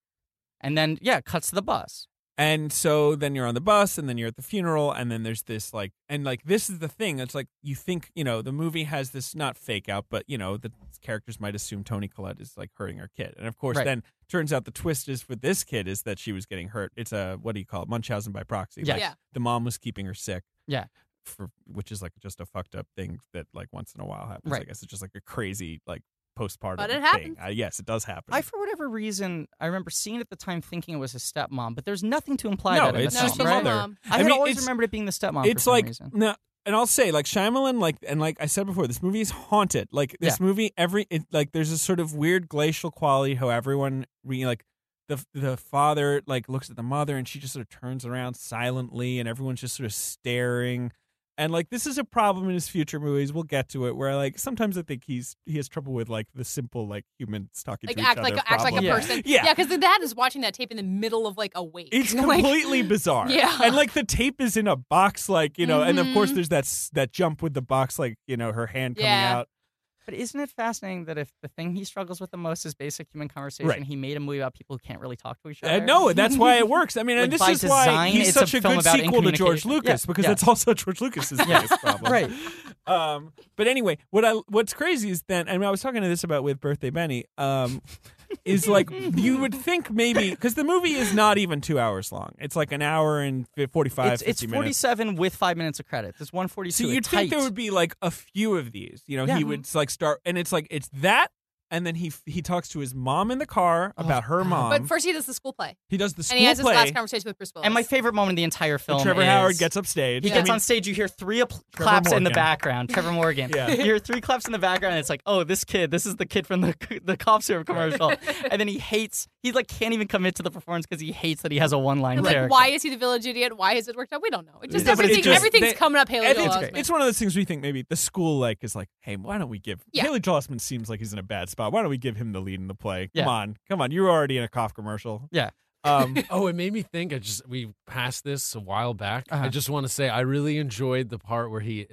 B: And then yeah, it cuts to the bus.
C: And so then you're on the bus, and then you're at the funeral, and then there's this like and like this is the thing. It's like you think you know the movie has this not fake out, but you know the characters might assume Tony Collette is like hurting her kid, and of course
B: Right.
C: then turns out the twist is for this kid is that she was getting hurt. It's a what do you call it Munchausen by proxy.
B: Yeah.
C: Like,
D: Yeah.
C: the mom was keeping her sick.
B: Yeah.
C: For which is like just a fucked up thing that like once in a while happens. I
B: Right.
C: guess it's just like a crazy like postpartum
D: But it
C: thing.
D: happens.
C: Uh, yes, it does happen.
B: I, for whatever reason, I remember seeing it at the time, thinking it was his stepmom, but there's nothing to imply
C: No,
B: that in
C: it's
B: the
D: no,
B: film,
D: she's the
B: right?
C: mother.
D: mom.
B: I,
C: I
B: had
C: mean,
B: always
C: it's-
B: remembered it being the stepmom.
C: it's
B: for some
C: like
B: reason.
C: no and I'll say like Shyamalan like and like I said before this movie is haunted like this movie every it, like there's a sort of weird glacial quality how everyone re, like the the father like looks at the mother and she just sort of turns around silently and everyone's just sort of staring and like this is a problem in his future movies we'll get to it where like sometimes I think he's he has trouble with like the simple like humans talking
D: Like
C: to
D: act
C: each
D: like
C: other
D: act like a
C: problem.
B: Yeah.
D: person.
C: Yeah.
D: because the dad is watching that tape in the middle of like a wake.
C: It's
D: Like,
C: completely bizarre.
D: Yeah.
C: And like the tape is in a box, like, you know, and of course
D: Mhm.
C: there's that s- that jump with the box, like, you know, her hand coming
D: Yeah.
C: out.
B: But isn't it fascinating that if the thing he struggles with the most is basic human conversation,
C: Right.
B: he made a movie about people who can't really talk to each
C: Uh,
B: other?
C: no, that's why it works. I mean,
B: Like,
C: and this
B: by
C: is why
B: design,
C: he's
B: it's a
C: such a,
B: film
C: good
B: about
C: sequel to George
B: incommunication.
C: Lucas
B: Yeah,
C: because
B: yeah.
C: that's also George Lucas's biggest problem.
B: Right.
C: Um, but anyway, what I what's crazy is then, and I was talking to this about with Birthday Benny, um, is like you would think maybe because the movie is not even two hours long; it's like an hour and forty five.
B: It's, it's
C: minutes.
B: 47 with five minutes of credits. It's 142.
C: So you'd
B: it's
C: think there
B: tight.
C: would be like a few of these. You know,
B: Yeah.
C: he would like start, and it's like it's that, and then he he talks to his mom in the car
B: Oh,
C: about her mom.
D: But first, he does the school play,
C: he does the school
D: and he has his
C: play.
D: last conversation with Bruce Willis.
B: And my favorite moment in the entire
C: and
B: film
C: Trevor
B: is
C: Howard gets upstage.
B: He
D: Yeah.
B: gets
C: I mean,
B: on stage. You hear three apl-
C: Trevor
B: claps in the
C: Morgan.
B: background. Trevor Morgan.
C: Yeah.
B: You hear three claps in the background. And it's like, oh, this kid. This is the kid from the the cop syrup commercial. and then he hates. He like can't even commit to the performance because he hates that he has a one line
D: And, like,
B: character.
D: why is he the village idiot? Why has it worked out? We don't know. It just
C: Yeah, but it's
D: everything,
C: just-
D: everything's
C: they-
D: coming up Haley
C: I
D: Joel
C: think
D: Osment.
C: it's, it's one of those things we think maybe the school like is like, hey, why don't we give
D: Yeah.
C: Haley Joel Osment seems like he's in a bad spot. Why don't we give him the lead in the play? Come
B: Yeah.
C: on, come on, you're already in a cough commercial.
B: Yeah.
C: Um,
E: Oh, it made me think. I just we passed this a while back.
B: Uh-huh.
E: I just want to say I really enjoyed the part where he,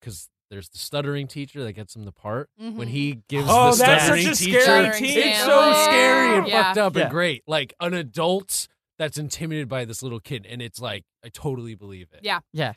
E: because there's the stuttering teacher that gets him the part when
D: Mhm.
E: he gives
C: oh,
E: the
C: that's
E: stuttering
C: such a
E: teacher.
C: scary
D: Stuttering
C: team.
D: teacher.
E: It's so
D: Yeah.
E: scary and
D: Yeah.
E: fucked up
B: Yeah.
E: and great. Like an adult that's intimidated by this little kid, and it's like I totally believe it.
D: Yeah.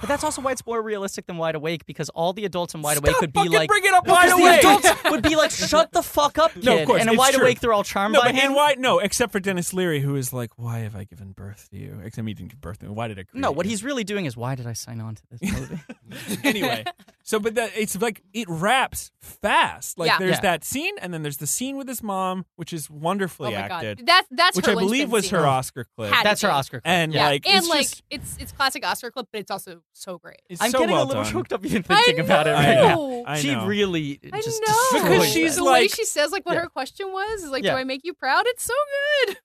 B: But that's also why it's more realistic than Wide Awake because all the adults in Wide
C: Stop
B: Awake could be
C: fucking
B: like,
C: bringing up
B: No, 'cause
C: Wide Awake.
B: The adults would be like, "Shut the fuck up, kid!"
C: No, of course,
B: and in
C: it's
B: Wide
C: true.
B: Awake, they're all charmed
C: No,
B: by
C: but
B: him.
C: and why? No, except for Dennis Leary, who is like, "Why have I given birth to you?" Except he didn't give birth to me. Why did I? create
B: no, what
C: you?
B: he's really doing is, "Why did I sign on to this movie?"
C: anyway. So, but that it's like it wraps fast. Like
D: Yeah.
C: there's
B: Yeah.
C: that scene, and then there's the scene with his mom, which is wonderfully
D: oh my
C: acted,
D: god, that's that's
C: which
D: her
C: I believe
D: Lynchpin
C: was her
D: scene.
C: Oscar clip.
D: Had-
B: that's her
D: Yeah.
B: Oscar. clip.
C: and
D: Yeah.
C: like,
D: and
C: it's
D: like
C: just,
D: it's it's classic Oscar clip, but it's also so great.
C: it's
B: I'm
C: so
B: getting
C: well
B: a little
C: done.
B: choked up even
D: I
B: thinking about it
D: know.
B: right
C: I
B: now.
C: I
B: she
C: know.
B: really
D: I
B: just
D: know
C: Because
B: destroyed
C: she's
B: that.
D: the way
C: like-
D: she says like what
B: Yeah.
D: her question was is like,
B: Yeah.
D: "Do I make you proud?" It's so good.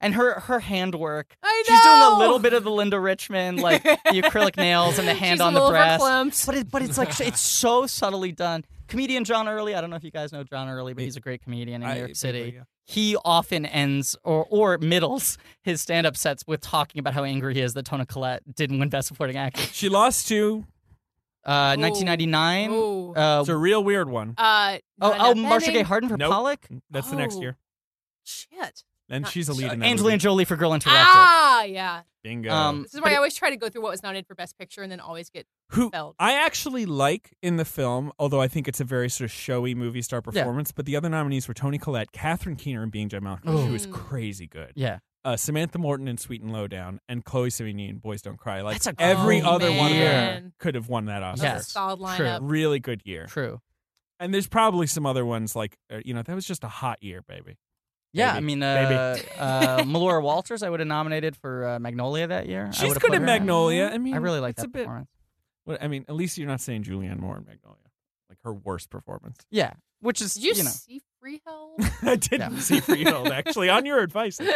B: and her her handwork.
D: I know
B: She's doing a little bit of the Linda Richmond, like the acrylic nails and the hand
D: She's
B: on
D: a
B: the
D: little
B: breast.
D: overclumped.
B: But it, but it's like it's so subtly done. Comedian John Early, I don't know if you guys know John Early, but he's a great comedian in
C: I-
B: New York City.
C: people, yeah.
B: He often ends or or middles his stand up sets with talking about how angry he is that Tona Collette didn't win Best Supporting Actor.
C: She lost to
B: Uh, 1999.
D: Ooh.
B: Uh,
C: it's a real weird one.
D: Uh,
B: oh,
D: Nina
B: oh, Marcia Gay
D: Benning.
B: Harden for
C: Nope.
B: Pollock.
C: That's the next
D: Oh.
C: year,
D: Shit.
C: and
D: Not-
C: she's a lead in that
B: Angelina
C: movie.
B: Jolie for Girl Interrupted.
D: Ah, yeah.
C: Bingo.
B: Um,
D: This is
B: but
D: why I
B: it-
D: always try to go through what was nominated for Best Picture and then always get
C: Who
D: felled.
C: I actually like in the film, although I think it's a very sort of showy movie star performance. But the other nominees were Tony Collette, Catherine Keener, and Being John Malkovich,
B: Oh.
C: who was
D: Ooh.
C: crazy good.
B: Yeah.
C: uh, Samantha Morton in Sweet and Low Down and Chloe Sevigny in Boys Don't Cry. Like
B: That's a
C: every
B: great
C: other one of them
D: year.
C: could have won that
D: That's
C: Oscar.
D: a
B: Yes.
D: solid
B: True.
D: lineup.
C: Really good year.
B: True.
C: And there's probably some other ones like uh, you know that was just a hot year, baby.
B: Yeah,
C: Maybe.
B: I mean, uh, uh, Melora Walters, I would have nominated for uh, Magnolia that year. I
C: She's
B: would've
C: good
B: put
C: at
B: her in.
C: Magnolia. I mean,
B: I really like
C: it's
B: that
C: a bit.
B: performance.
C: Well, I mean, at least you're not saying Julianne Moore in Magnolia, like her worst performance.
B: Yeah, which is
D: Did you,
B: you know.
D: see Freehold?
C: I didn't
B: Yeah.
C: see Freehold actually on your advice.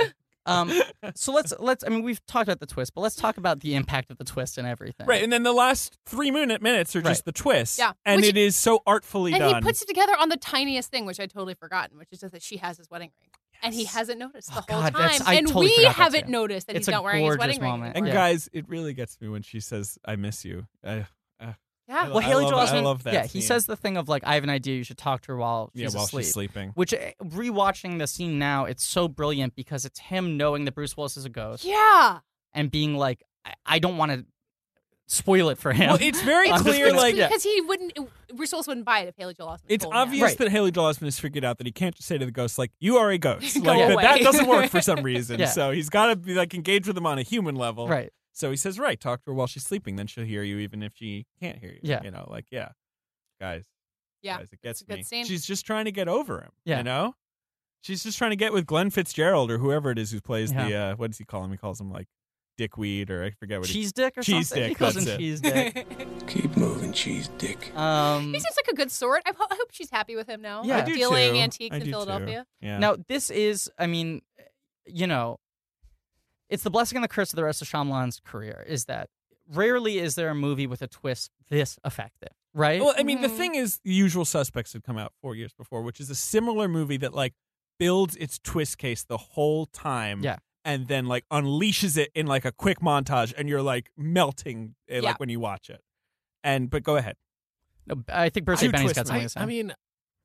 B: Um, so let's let's. I mean, we've talked about the twist, but let's talk about the impact of the twist and everything.
C: Right, and then the last three minute minutes are just
B: Right.
C: the twist.
D: Yeah.
C: and
D: Which-
C: it is so artfully
D: and
C: done.
D: he puts it together on the tiniest thing, which I'd totally forgotten, which is just that she has his wedding ring. And he
C: Yes.
D: hasn't noticed the
B: Oh,
D: whole
B: God,
D: time.
B: that's- I
D: and
B: totally
D: we
B: forgot that
D: haven't
B: too.
D: noticed that
B: It's
D: he's
B: a
D: not wearing his
B: gorgeous
D: wedding
B: moment.
D: ring
C: and
B: Yeah.
D: anymore.
C: guys, it really gets me when she says, "I miss you." Uh, I,
D: yeah.
B: Well,
C: I
B: Haley
C: love-
B: Joel
C: I
B: Osment-
C: love that
B: Yeah, he
C: scene.
B: says the thing of like, "I have an idea. You should talk to her while she's
C: yeah, while
B: asleep."
C: she's sleeping.
B: Which eh, rewatching the scene now, it's so brilliant because it's him knowing that Bruce Willis is a ghost
D: yeah.
B: and being like, "I, I don't want to spoil it for him."
C: Well, it's very
B: I'm just
C: clear,
B: gonna-
C: like
B: Yeah.
D: because he wouldn't, Bruce Willis wouldn't buy it if Haley Joel Osment.
C: it's
D: told him that.
C: obvious
B: Right.
C: that Haley Joel Osment has figured out that he can't just say to the ghost, like, "You are a ghost."
D: Go
C: like that-
D: away.
C: That, doesn't work for some reason.
B: Yeah.
C: So he's got to be like engage with him on a human level.
B: right.
C: So he says, "Right, talk to her while she's sleeping. Then she'll hear you, even if she can't hear you."
B: Yeah.
C: you know, like yeah, guys.
D: Yeah.
C: guys, it gets
D: It's a good
C: me.
D: scene.
C: She's just trying to get over him.
B: Yeah.
C: you know. She's just trying to get with Glenn Fitzgerald or whoever it is who plays the uh, what does he call him? He calls him like dickweed or I forget what he
B: cheese dick or
C: Cheese
B: something.
C: dick,
B: he calls
C: that's
B: him
C: it.
B: cheese dick.
F: Keep moving, cheese dick.
B: Um,
D: He seems like a good sort. I, ho- I hope she's happy with him now.
B: Yeah. I
D: Like,
B: do
D: dealing
C: too.
D: antiques
C: I
D: in
C: do too.
D: Philadelphia.
C: Yeah.
B: now this is, I mean, you know, it's the blessing and the curse of the rest of Shyamalan's career is that rarely is there a movie with a twist this effective, right?
C: Well, I mean, the
D: Mhm.
C: thing is, The Usual Suspects had come out four years before, which is a similar movie that like builds its twist case the whole time,
B: Yeah.
C: and then like unleashes it in like a quick montage, and you're like melting eh,
D: Yeah.
C: like when you watch it. And but go ahead.
B: No, I think Birthday
C: Two
B: Benny's
C: twists,
B: got something
E: I,
B: to say.
E: I mean,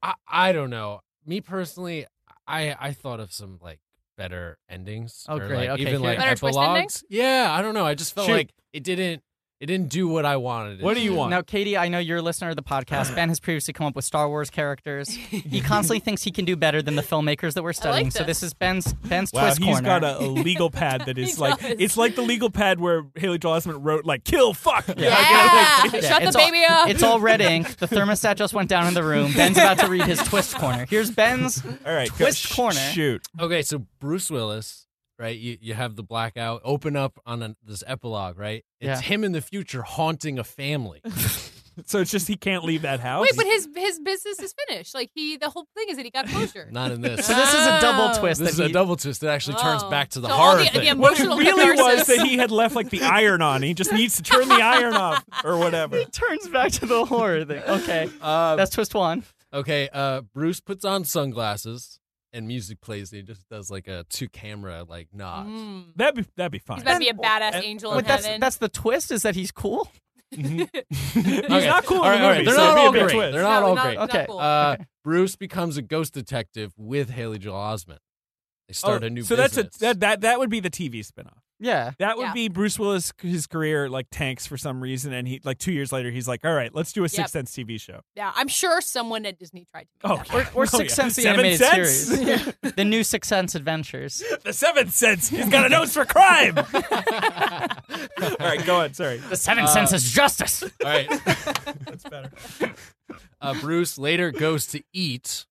E: I, I don't know. Me personally, I I thought of some like better endings.
B: Oh,
E: or,
B: great.
E: Like,
B: Okay,
E: even
B: here-
E: like
D: Better twist
E: epilogues. Yeah, I don't know. I just felt
C: Shoot.
E: like it didn't it didn't do what I wanted. It
C: What do
E: to
C: you want?
B: now, Katie, I know you're a listener of the podcast. Ben has previously come up with Star Wars characters. He constantly thinks he can do better than the filmmakers that we're studying. So
D: this.
B: this is Ben's Ben's
C: Wow,
B: twist
C: he's
B: corner.
C: got a, a legal pad that is
D: He
C: like
D: does.
C: it's like the legal pad where Haley Joel Osment wrote like "kill, fuck."
D: Yeah. Shut
B: it's
D: the
B: all-
D: baby up.
B: It's all red ink. The thermostat just went down in the room. Ben's about to read his twist corner. Here's Ben's
C: All right, go-
B: Twist
C: sh-
B: corner.
C: Shoot,
E: Okay, so Bruce Willis, right? You you have the blackout open up on an this epilogue, right?
B: Yeah.
E: It's him in the future haunting a family.
C: so it's just he can't leave that house.
D: Wait, but his his business is finished. Like he, the whole thing is that he got closure.
E: Not in this.
B: So this is a double
D: Oh.
B: twist.
E: this is
B: that
E: a
B: he-
E: double twist that actually turns
D: Oh.
E: back to the
D: So all
E: horror
D: the- the
E: thing.
D: emo-
C: what it
D: Emotional
C: really was
D: catharsis.
C: that he had left like the iron on. He just needs to turn the iron off or whatever.
B: He turns back to the horror thing. Okay,
E: Uh,
B: that's twist one.
E: Okay, uh, Bruce puts on sunglasses and music plays. And he just does like a two camera like nod.
D: Mm.
C: That'd be that'd be fine.
D: He's about to be a badass
C: and-
D: angel
B: Wait,
D: in
B: that's
D: heaven.
B: that's the twist. Is that he's cool?
C: He's
E: Okay.
C: not cool
E: All
C: in
E: right,
C: the movie.
E: all right. They're
C: so
E: not
C: it'd
E: all
C: be a big
E: great.
C: twist.
E: They're not
D: No,
E: all
D: not-
E: great.
D: not
B: Okay.
D: cool.
E: Uh, Bruce becomes a ghost detective with Haley Joel Osment. They start
C: Oh,
E: a new
C: so
E: business.
C: that's a that, that that would be the TV spinoff.
B: Yeah.
C: That would
D: Yeah.
C: be Bruce Willis. His career like tanks for some reason, and he like two years later he's like, "All right, let's do a Sixth Sense TV show."
D: Yeah, I'm sure someone at Disney tried to
C: Oh,
D: make that.
C: yeah.
D: work.
B: Or, or
C: Oh,
B: Sixth
C: yeah.
B: Sense, the
C: Seventh
B: animated
C: Sense?
B: series. the new Sixth Sense Adventures.
C: The Seventh Sense. He's got a nose for crime. All right, go on. Sorry,
B: The Seventh Sense is justice.
E: All right.
C: that's better.
E: Uh, Bruce later goes to eat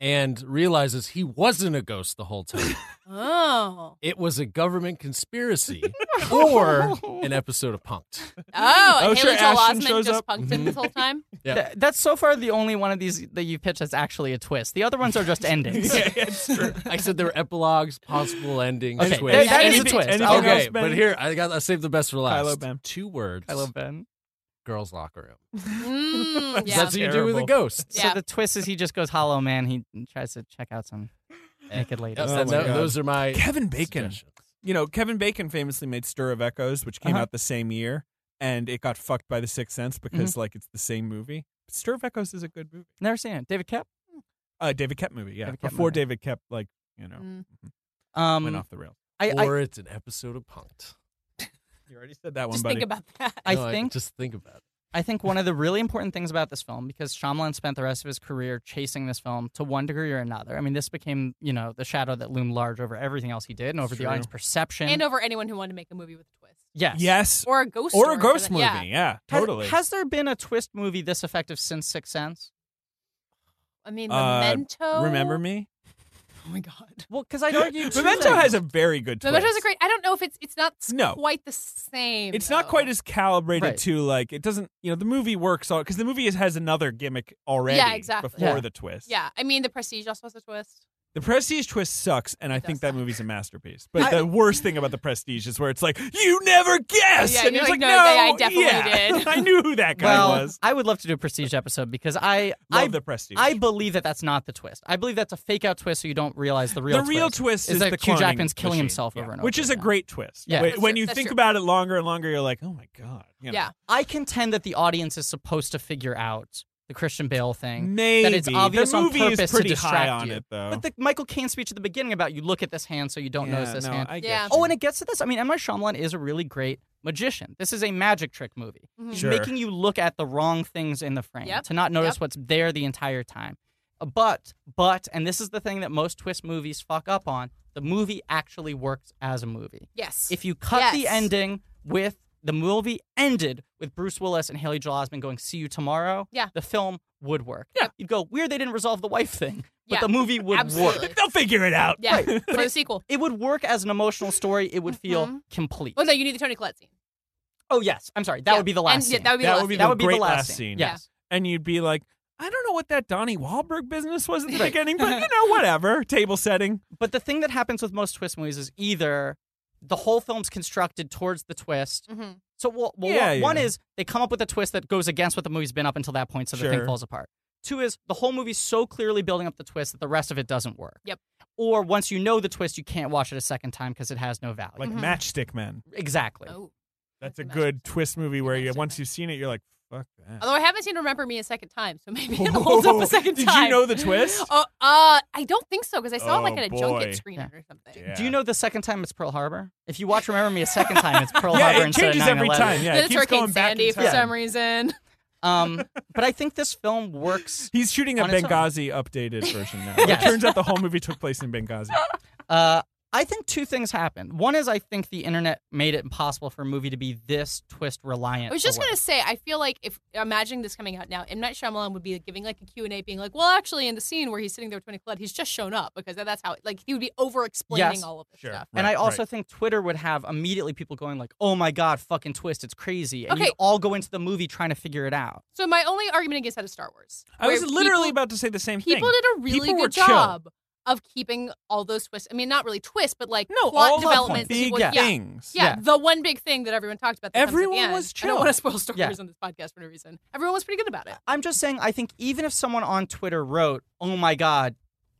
E: and realizes he wasn't a ghost the whole time.
D: Oh,
E: It was a government conspiracy or an episode of Punked.
D: oh,
C: Oh,
D: and
C: sure,
D: Haley Joel
C: Ashton
D: Osment
C: shows
D: just
C: up.
D: punked him this whole time.
E: Yeah.
B: Th- That's so far the only one of these that you've pitched that's actually a twist. The other ones are just endings.
C: Yeah, it's true.
E: I said there were epilogues, possible endings,
B: Okay,
E: twists.
B: there- that is a
C: Anything-
B: twist.
C: anything
B: I'll-
C: else?
E: okay, but
C: Benny?
E: here I got I saved the best for last.
C: Kylo Ben.
E: Two words.
B: I love Ben.
E: Girls' locker room.
D: Mm, yeah.
E: That's what you do with a
C: Terrible.
E: ghost.
B: So
D: Yeah.
B: the twist is he just goes hollow man. He tries to check out some naked ladies.
E: Yes,
C: Oh
E: and
C: my
E: tho-
C: God.
E: those are my
C: Kevin Bacon.
E: suggestions.
C: You know, Kevin Bacon famously made Stir of Echoes, which came
B: Uh-huh.
C: out the same year, and it got fucked by The Sixth Sense because like it's the same movie. But Stir of Echoes is a good movie.
B: Never seen it. David Kep.
C: Uh, David Kep movie. Yeah,
B: David Koepp
C: before
B: movie.
C: David Kep like you know
D: Mm.
C: went
B: Um,
C: off the rails.
B: I, I,
E: or it's an episode of Punked.
C: You already said that one,
D: Just
C: buddy.
D: think about that.
B: I
E: No,
B: think
E: just think about it.
B: I think one of the really important things about this film, because Shyamalan spent the rest of his career chasing this film to one degree or another. I mean, this became you know the shadow that loomed large over everything else he did and over the
C: True.
B: audience perception.
D: And over anyone who wanted to make a movie with a twist
B: yes,
C: yes,
D: or a ghost
C: or a
D: story,
C: ghost
D: but-
C: movie.
D: Yeah.
C: Yeah,
B: Has-
C: totally.
B: Has, there been a twist movie this effective since Sixth Sense?
D: I mean,
C: Uh,
D: Memento.
C: Remember me?
D: Oh my God.
B: Well, because I'd argue two
C: Memento
B: things.
C: has a very good. Twist.
D: Memento's a great. I don't know if it's it's not s-
C: No.
D: quite the same.
C: It's not
D: though.
C: quite as calibrated
B: Right.
C: to like it doesn't. You know, the movie works all because the movie is, has another gimmick already.
D: Yeah, exactly.
C: Before
B: Yeah.
C: the twist.
D: Yeah, I mean, The Prestige also has a twist.
C: The Prestige twist sucks, and I
D: It
C: think
D: does
C: that
D: suck.
C: movie's a masterpiece. But the worst thing about the Prestige is where it's like you never guess,
D: Yeah,
C: and
D: you're
C: it's like,
D: like, "No, they- I
C: "No,
D: definitely
C: yeah.
D: did."
C: I knew who that guy
B: Well,
C: was.
B: I would love to do a prestige episode because I
C: Love
B: I,
C: the Prestige.
B: I believe that that's not the twist. I believe that's a fake out twist so you don't realize the real
C: the real twist, is,
B: that
C: the
B: Hugh
C: cloning
B: Jackman's killing
C: machine.
B: himself
C: Yeah.
B: over and over.
C: which is a
B: again.
C: great twist.
B: Yeah.
C: When-
D: That's
C: when
D: true.
C: you
D: That's
C: think
D: true.
C: about it longer and longer, you're like, oh my god. You know.
D: Yeah.
B: I contend that the audience is supposed to figure out the Christian Bale thing.
C: Maybe
B: That it's obvious
C: the
B: on
C: movie
B: purpose
C: is
B: to
C: pretty high
B: distract
C: on
B: you.
C: it though.
B: But the Michael Caine speech at the beginning about you look at this hand so you don't
C: yeah,
B: notice this
C: no,
B: hand.
C: I get
D: Yeah.
C: you.
B: Oh, and it gets to this. I mean, M. Night Shyamalan is a really great magician. This is a magic trick movie.
D: Mhm.
B: He's
C: Sure.
B: making you look at the wrong things in the frame
D: Yep.
B: to not notice
D: Yep.
B: what's there the entire time. Uh, But, but, and this is the thing that most twist movies fuck up on the movie actually works as a movie.
D: Yes.
B: If you cut the
D: Yes.
B: ending with the movie ended with Bruce Willis and Haley Joel Osment going, see you tomorrow,
D: Yeah.
B: the film would work. Yeah. You'd go, weird they didn't resolve the wife thing, but
D: Yeah.
B: the movie would work.
D: Absolutely.
C: They'll figure it out.
D: yeah, for the sequel.
B: It would work as an emotional story. It would feel
D: Mhm.
B: complete.
D: Oh no, you need the Tony Collette scene.
B: Oh yes, I'm sorry. That
D: Yeah.
B: would be the
D: And,
B: last.
D: yeah,
B: scene.
D: that would be the
C: That
D: last
C: would be
D: scene.
C: the
B: That would be
C: great
B: the last,
C: last
B: scene.
C: scene.
B: Yes.
C: And you'd be like, I don't know what that Donnie Wahlberg business was at the
B: Right.
C: beginning, but you know, whatever. Table setting.
B: But the thing that happens with most twist movies is either the whole film's constructed towards the twist.
D: Mhm.
B: So well, well,
C: Yeah,
B: one- one
C: yeah.
B: is they come up with a twist that goes against what the movie's been up until that point, so the thing
C: Sure.
B: falls apart. Two is the whole movie's so clearly building up the twist that the rest of it doesn't work.
D: Yep.
B: Or once you know the twist, you can't watch it a second time because it has no value.
C: Like
D: Mhm.
C: Matchstick Men.
B: exactly.
D: Oh.
C: That's
D: That's
C: a
D: a
C: good twist movie where you
D: Matchstick
C: once
D: Men.
C: you've seen it, you're like, fuck that.
D: Although I haven't seen Remember Me a second time, so maybe it holds up
C: Whoa.
D: a second
C: Did you
D: time.
C: know the twist?
D: Oh, uh, I don't think so because I saw it like
C: Oh,
D: at a
C: boy.
D: junket screening
B: Yeah.
D: or something.
C: Yeah.
B: Do you know the second time it's Pearl Harbor? If you watch Remember Me a second time, it's Pearl Harbor
C: yeah, it
B: instead of
C: changes every
B: 9/11.
C: time. Yeah,
D: Then
C: it
D: it's
C: keeps
D: Hurricane
C: going back
D: Sandy
C: in
D: for
C: time.
D: some reason.
B: Um, but I think this film works
C: He's shooting a
B: On its own.
C: Benghazi updated version now.
B: Yes.
C: It turns out the whole movie took place in Benghazi.
B: Uh, I think two things happened. One is I think the internet made it impossible for a movie to be this twist reliant.
D: I was just
B: to work.
D: gonna say, I feel like if imagining this coming out now, M Night Shyamalan would be giving like a Q and A, being like, "Well, actually, in the scene where he's sitting there with Tony Collette, he's just shown up because that's how." Like he would be over explaining
B: Yes.
D: all of this
C: Sure.
D: stuff.
B: and
C: Right,
B: I also
C: right.
B: think Twitter would have immediately people going like, "Oh my god, fucking twist! It's crazy!" And
D: Okay.
B: you'd all go into the movie trying to figure it out.
D: So my only argument against that is Star Wars.
C: I was
D: where
C: literally
D: people-
C: about to say the same
D: people
C: thing.
D: did a really
C: People were
D: good
C: chill.
D: job of keeping all those twists. I mean, not really twists, but like
C: no,
D: plot
C: all of
D: development.
C: them. big
D: people- yeah.
C: things.
D: Yeah,
B: Yeah.
D: the one big thing that everyone talked about. That comes at the
C: Everyone
D: end.
C: was
D: I
C: chill.
D: don't want to spoil stories
B: Yeah.
D: on this podcast for no reason. Everyone was pretty good about it.
B: I'm just saying, I think even if someone on Twitter wrote, "Oh my god,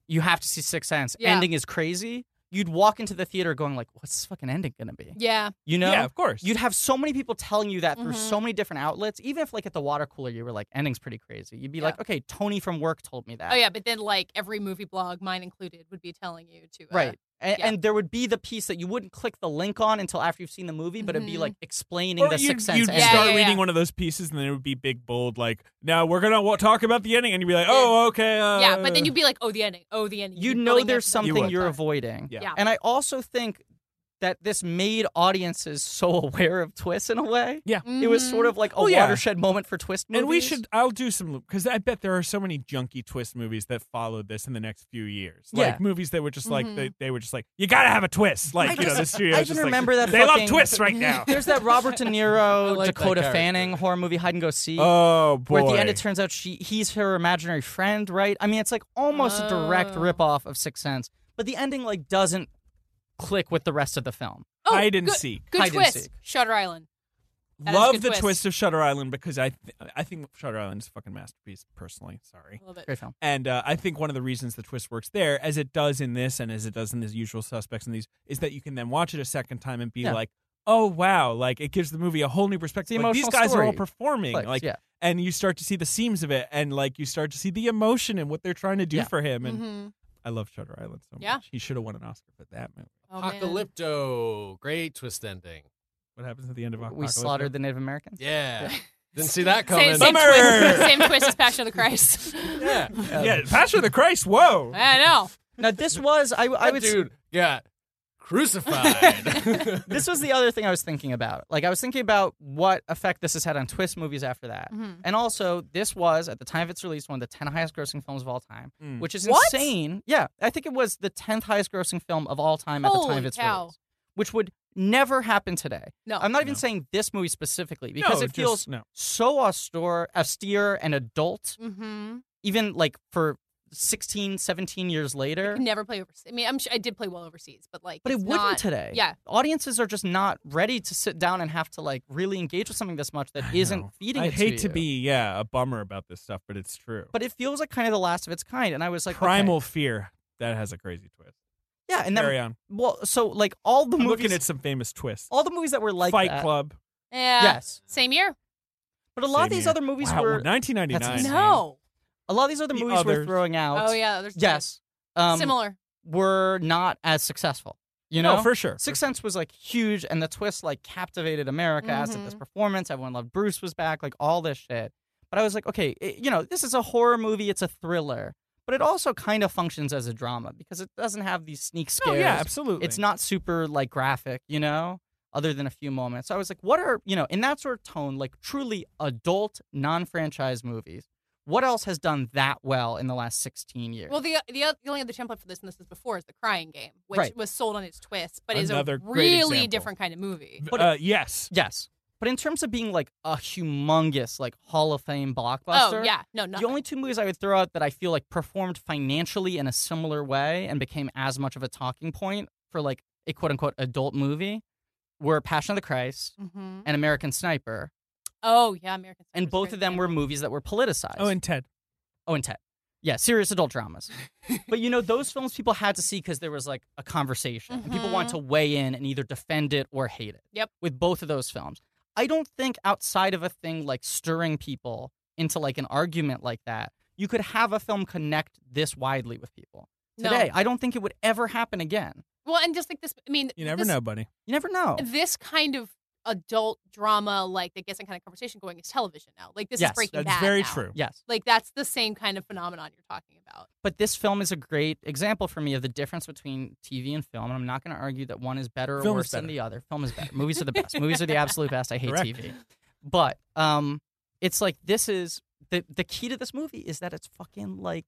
B: you have to see Sixth Sense.
D: Yeah.
B: Ending is crazy," you'd walk into the theater going like, "What's this fucking ending gonna be?"
D: Yeah,
B: You know?
C: Yeah, of course.
B: You'd have so many people telling you that through
D: Mhm.
B: so many different outlets. Even if, like, at the water cooler, you were like, ending's pretty crazy. You'd be
D: Yeah.
B: like, okay, Tony from work told me that.
D: Oh yeah, but then like every movie blog, mine included, would be telling you to uh,
B: Right. And,
D: Yeah.
B: and there would be the piece that you wouldn't click the link on until after you've seen the movie, but it'd be
D: Mhm.
B: like explaining the
C: you'd,
B: Sixth Sense.
C: you'd
B: ending.
D: Yeah,
C: start
D: yeah, yeah.
C: reading one of those pieces, and then it would be big bold, like, "Now we're gonna wa- talk about the ending," and you'd be like, "Oh, okay." Uh,
D: yeah, but then you'd be like, oh, the ending. Oh, the ending.
B: You
D: You're
B: know
D: building
B: there's
D: up to the
B: something
C: would.
B: you're
D: plot.
B: avoiding.
C: Yeah.
D: Yeah.
B: And I also think that this made audiences so aware of twists in a way.
D: Mm-hmm.
B: It was sort of like a
C: Oh, yeah.
B: watershed moment for twist Mm, movies.
C: And we should. I'll do some because I bet there are so many junky twist movies that followed this in the next few years.
B: Yeah. Mm-hmm.
C: Like movies that were just like
D: Mhm.
C: they, they were just like you gotta have a twist. Like
B: I
C: you know
B: just-
C: the studio.
B: I even remember that
C: they
B: fucking-
C: love twists right now.
B: There's that Robert De
E: I
B: Niro,
E: like that
B: Dakota
E: character.
B: Fanning horror movie Hide and Go Seek.
C: oh boy!
B: Where at the end it turns out she he's her imaginary friend, right? I mean, it's like almost a direct
D: Oh.
B: ripoff of Sixth Sense, but the ending like doesn't click with the rest of the film.
D: Oh,
C: hide and
D: good-
C: seek.
D: Good
B: Hide and
D: twist.
B: seek.
D: Shutter Island. That is a
C: Love
D: good
C: the
D: twist.
C: twist of Shutter Island because I th- I think Shutter Island is a fucking masterpiece. Personally, sorry.
D: I love it.
B: Great film.
C: And uh, I think one of the reasons the twist works there, as it does in this, and as it does in these usual suspects and these, is that you can then watch it a second time and be
B: Yeah.
C: like, "Oh wow!" Like it gives the movie a whole new perspective.
B: It's the
C: Like, these
B: emotional
C: guys are all
B: story.
C: performing,
B: Clicks,
C: like,
B: yeah.
C: and you start to see the seams of it, and like you start to see the emotion and what they're trying to do
B: Yeah. Mm-hmm.
C: for him. And
D: hmm
C: I love Shutter Island so
D: Yeah.
C: much. He should have won an Oscar for that movie.
D: Oh, man.
E: Apocalypto, great twist ending.
C: What happens at the end of
B: We
C: Apocalypse?
B: slaughtered the Native Americans.
E: Yeah, didn't see that coming.
D: Same, same,
C: Bummer.
D: twist, same twist as Passion of the Christ.
E: Yeah,
C: yeah, Passion of the Christ. Whoa.
D: I know.
B: Now this was I, I
E: that
B: would s-
E: dude got crucified.
B: this was the other thing I was thinking about. Like I was thinking about what effect this has had on twist movies after that.
D: Mhm.
B: And also, this was at the time of its release one of the 10 highest grossing films of all time,
C: Mm.
B: which is
D: What?
B: insane. Yeah, I think it was the 10th highest grossing film of all time at the time of
D: Holy
B: its
D: cow. Oh,
B: release, which would never happen today.
D: No.
B: I'm not even
C: No.
B: saying this movie specifically because
C: No,
B: it
C: just-
B: feels
C: no.
B: so austere, austere and adult
D: Mm-hmm.
B: even like for 16, 17 years later.
D: Can never play overseas. I mean, I'm sure I did play well overseas, but like,
B: But it
D: it's
B: wouldn't
D: not-
B: today.
D: Yeah.
B: Audiences are just not ready to sit down and have to like really engage with something this much that
C: I
B: isn't
C: know.
B: feeding
C: I
B: it
C: hate
B: to,
C: to,
B: you.
C: be yeah a bummer about this stuff, but it's true.
B: But it feels like kind of the last of its kind. And I was like, okay.
C: Primal Fear that has a crazy twist.
B: Yeah. And
C: Carry
B: then,
C: on.
B: well, so like all the
C: I'm
B: movies,
C: looking at some famous twists.
B: all the movies that were like
C: Fight
B: that-
C: Club.
D: Yeah.
B: Yes.
D: Same year.
B: But a lot of
C: Same
B: these
C: year.
B: other movies
C: Wow,
B: were,
C: 1999.
B: That's insane.
D: No.
B: a lot of these other
C: The
B: movies were
C: others.
B: throwing out.
D: Oh yeah. There's
B: Yes. Um,
D: Similar.
B: Were not as successful. You know,
C: no, for sure.
B: Sixth Sense was like huge, and the twist like captivated America as did this
D: Mhm.
B: performance. Everyone loved Bruce was back, like all this shit. But I was like, okay, it- you know, this is a horror movie. It's a thriller, but it also kind of functions as a drama because it doesn't have these sneak
C: Oh
B: scares.
C: yeah, absolutely.
B: it's not super like graphic, you know, other than a few moments. So I was like, what are you know, in that sort of tone, like truly adult non-franchise movies. What else has done that well in the last sixteen years?
D: Well, the, uh, the oth- the only other template for this, and this is before, is the Crying Game, which
B: Right.
D: was sold on its twist, but is
C: Another
D: a
C: great
D: really
C: example.
D: different kind of movie. Oh,
B: but-
C: uh, yes.
B: yes, but in terms of being like a humongous like Hall of Fame blockbuster,
D: Oh yeah. No. Nothing.
B: The only two movies I would throw out that I feel like performed financially in a similar way and became as much of a talking point for like a quote unquote adult movie were Passion of the Christ
D: hmm
B: and American Sniper.
D: Oh yeah. American. Sniper's
B: And
D: a
B: both
D: great
B: of them were
D: example.
B: movies that were politicized.
C: Oh, and Ted.
B: oh, and Ted. Yeah, serious adult dramas. but you know, those films people had to see because there was like a conversation. And people wanted
D: Mhm.
B: to weigh in and either defend it or hate it.
D: Yep.
B: With both of those films. I don't think outside of a thing like stirring people into like an argument like that, you could have a film connect this widely with people.
D: No.
B: Today, I don't think it would ever happen again.
D: Well, and just like this, I mean,
C: You never
D: this-
C: know, buddy.
B: You never know.
D: This kind of adult drama, like that gets that kind of conversation going, is television now. Like this
B: Yes,
D: is Breaking
C: That's
D: Bad
C: very
D: now.
C: true.
B: Yes.
D: Like that's the same kind of phenomenon you're talking about.
B: But this film is a great example for me of the difference between TV and film. And I'm not going to argue that one is better or
C: Film is
B: worse than
C: better.
B: the other. Film is better. Movies are the best. Movies are the absolute best. I hate
C: Correct.
B: TV. But um, it's like this is the the key to this movie is that it's fucking like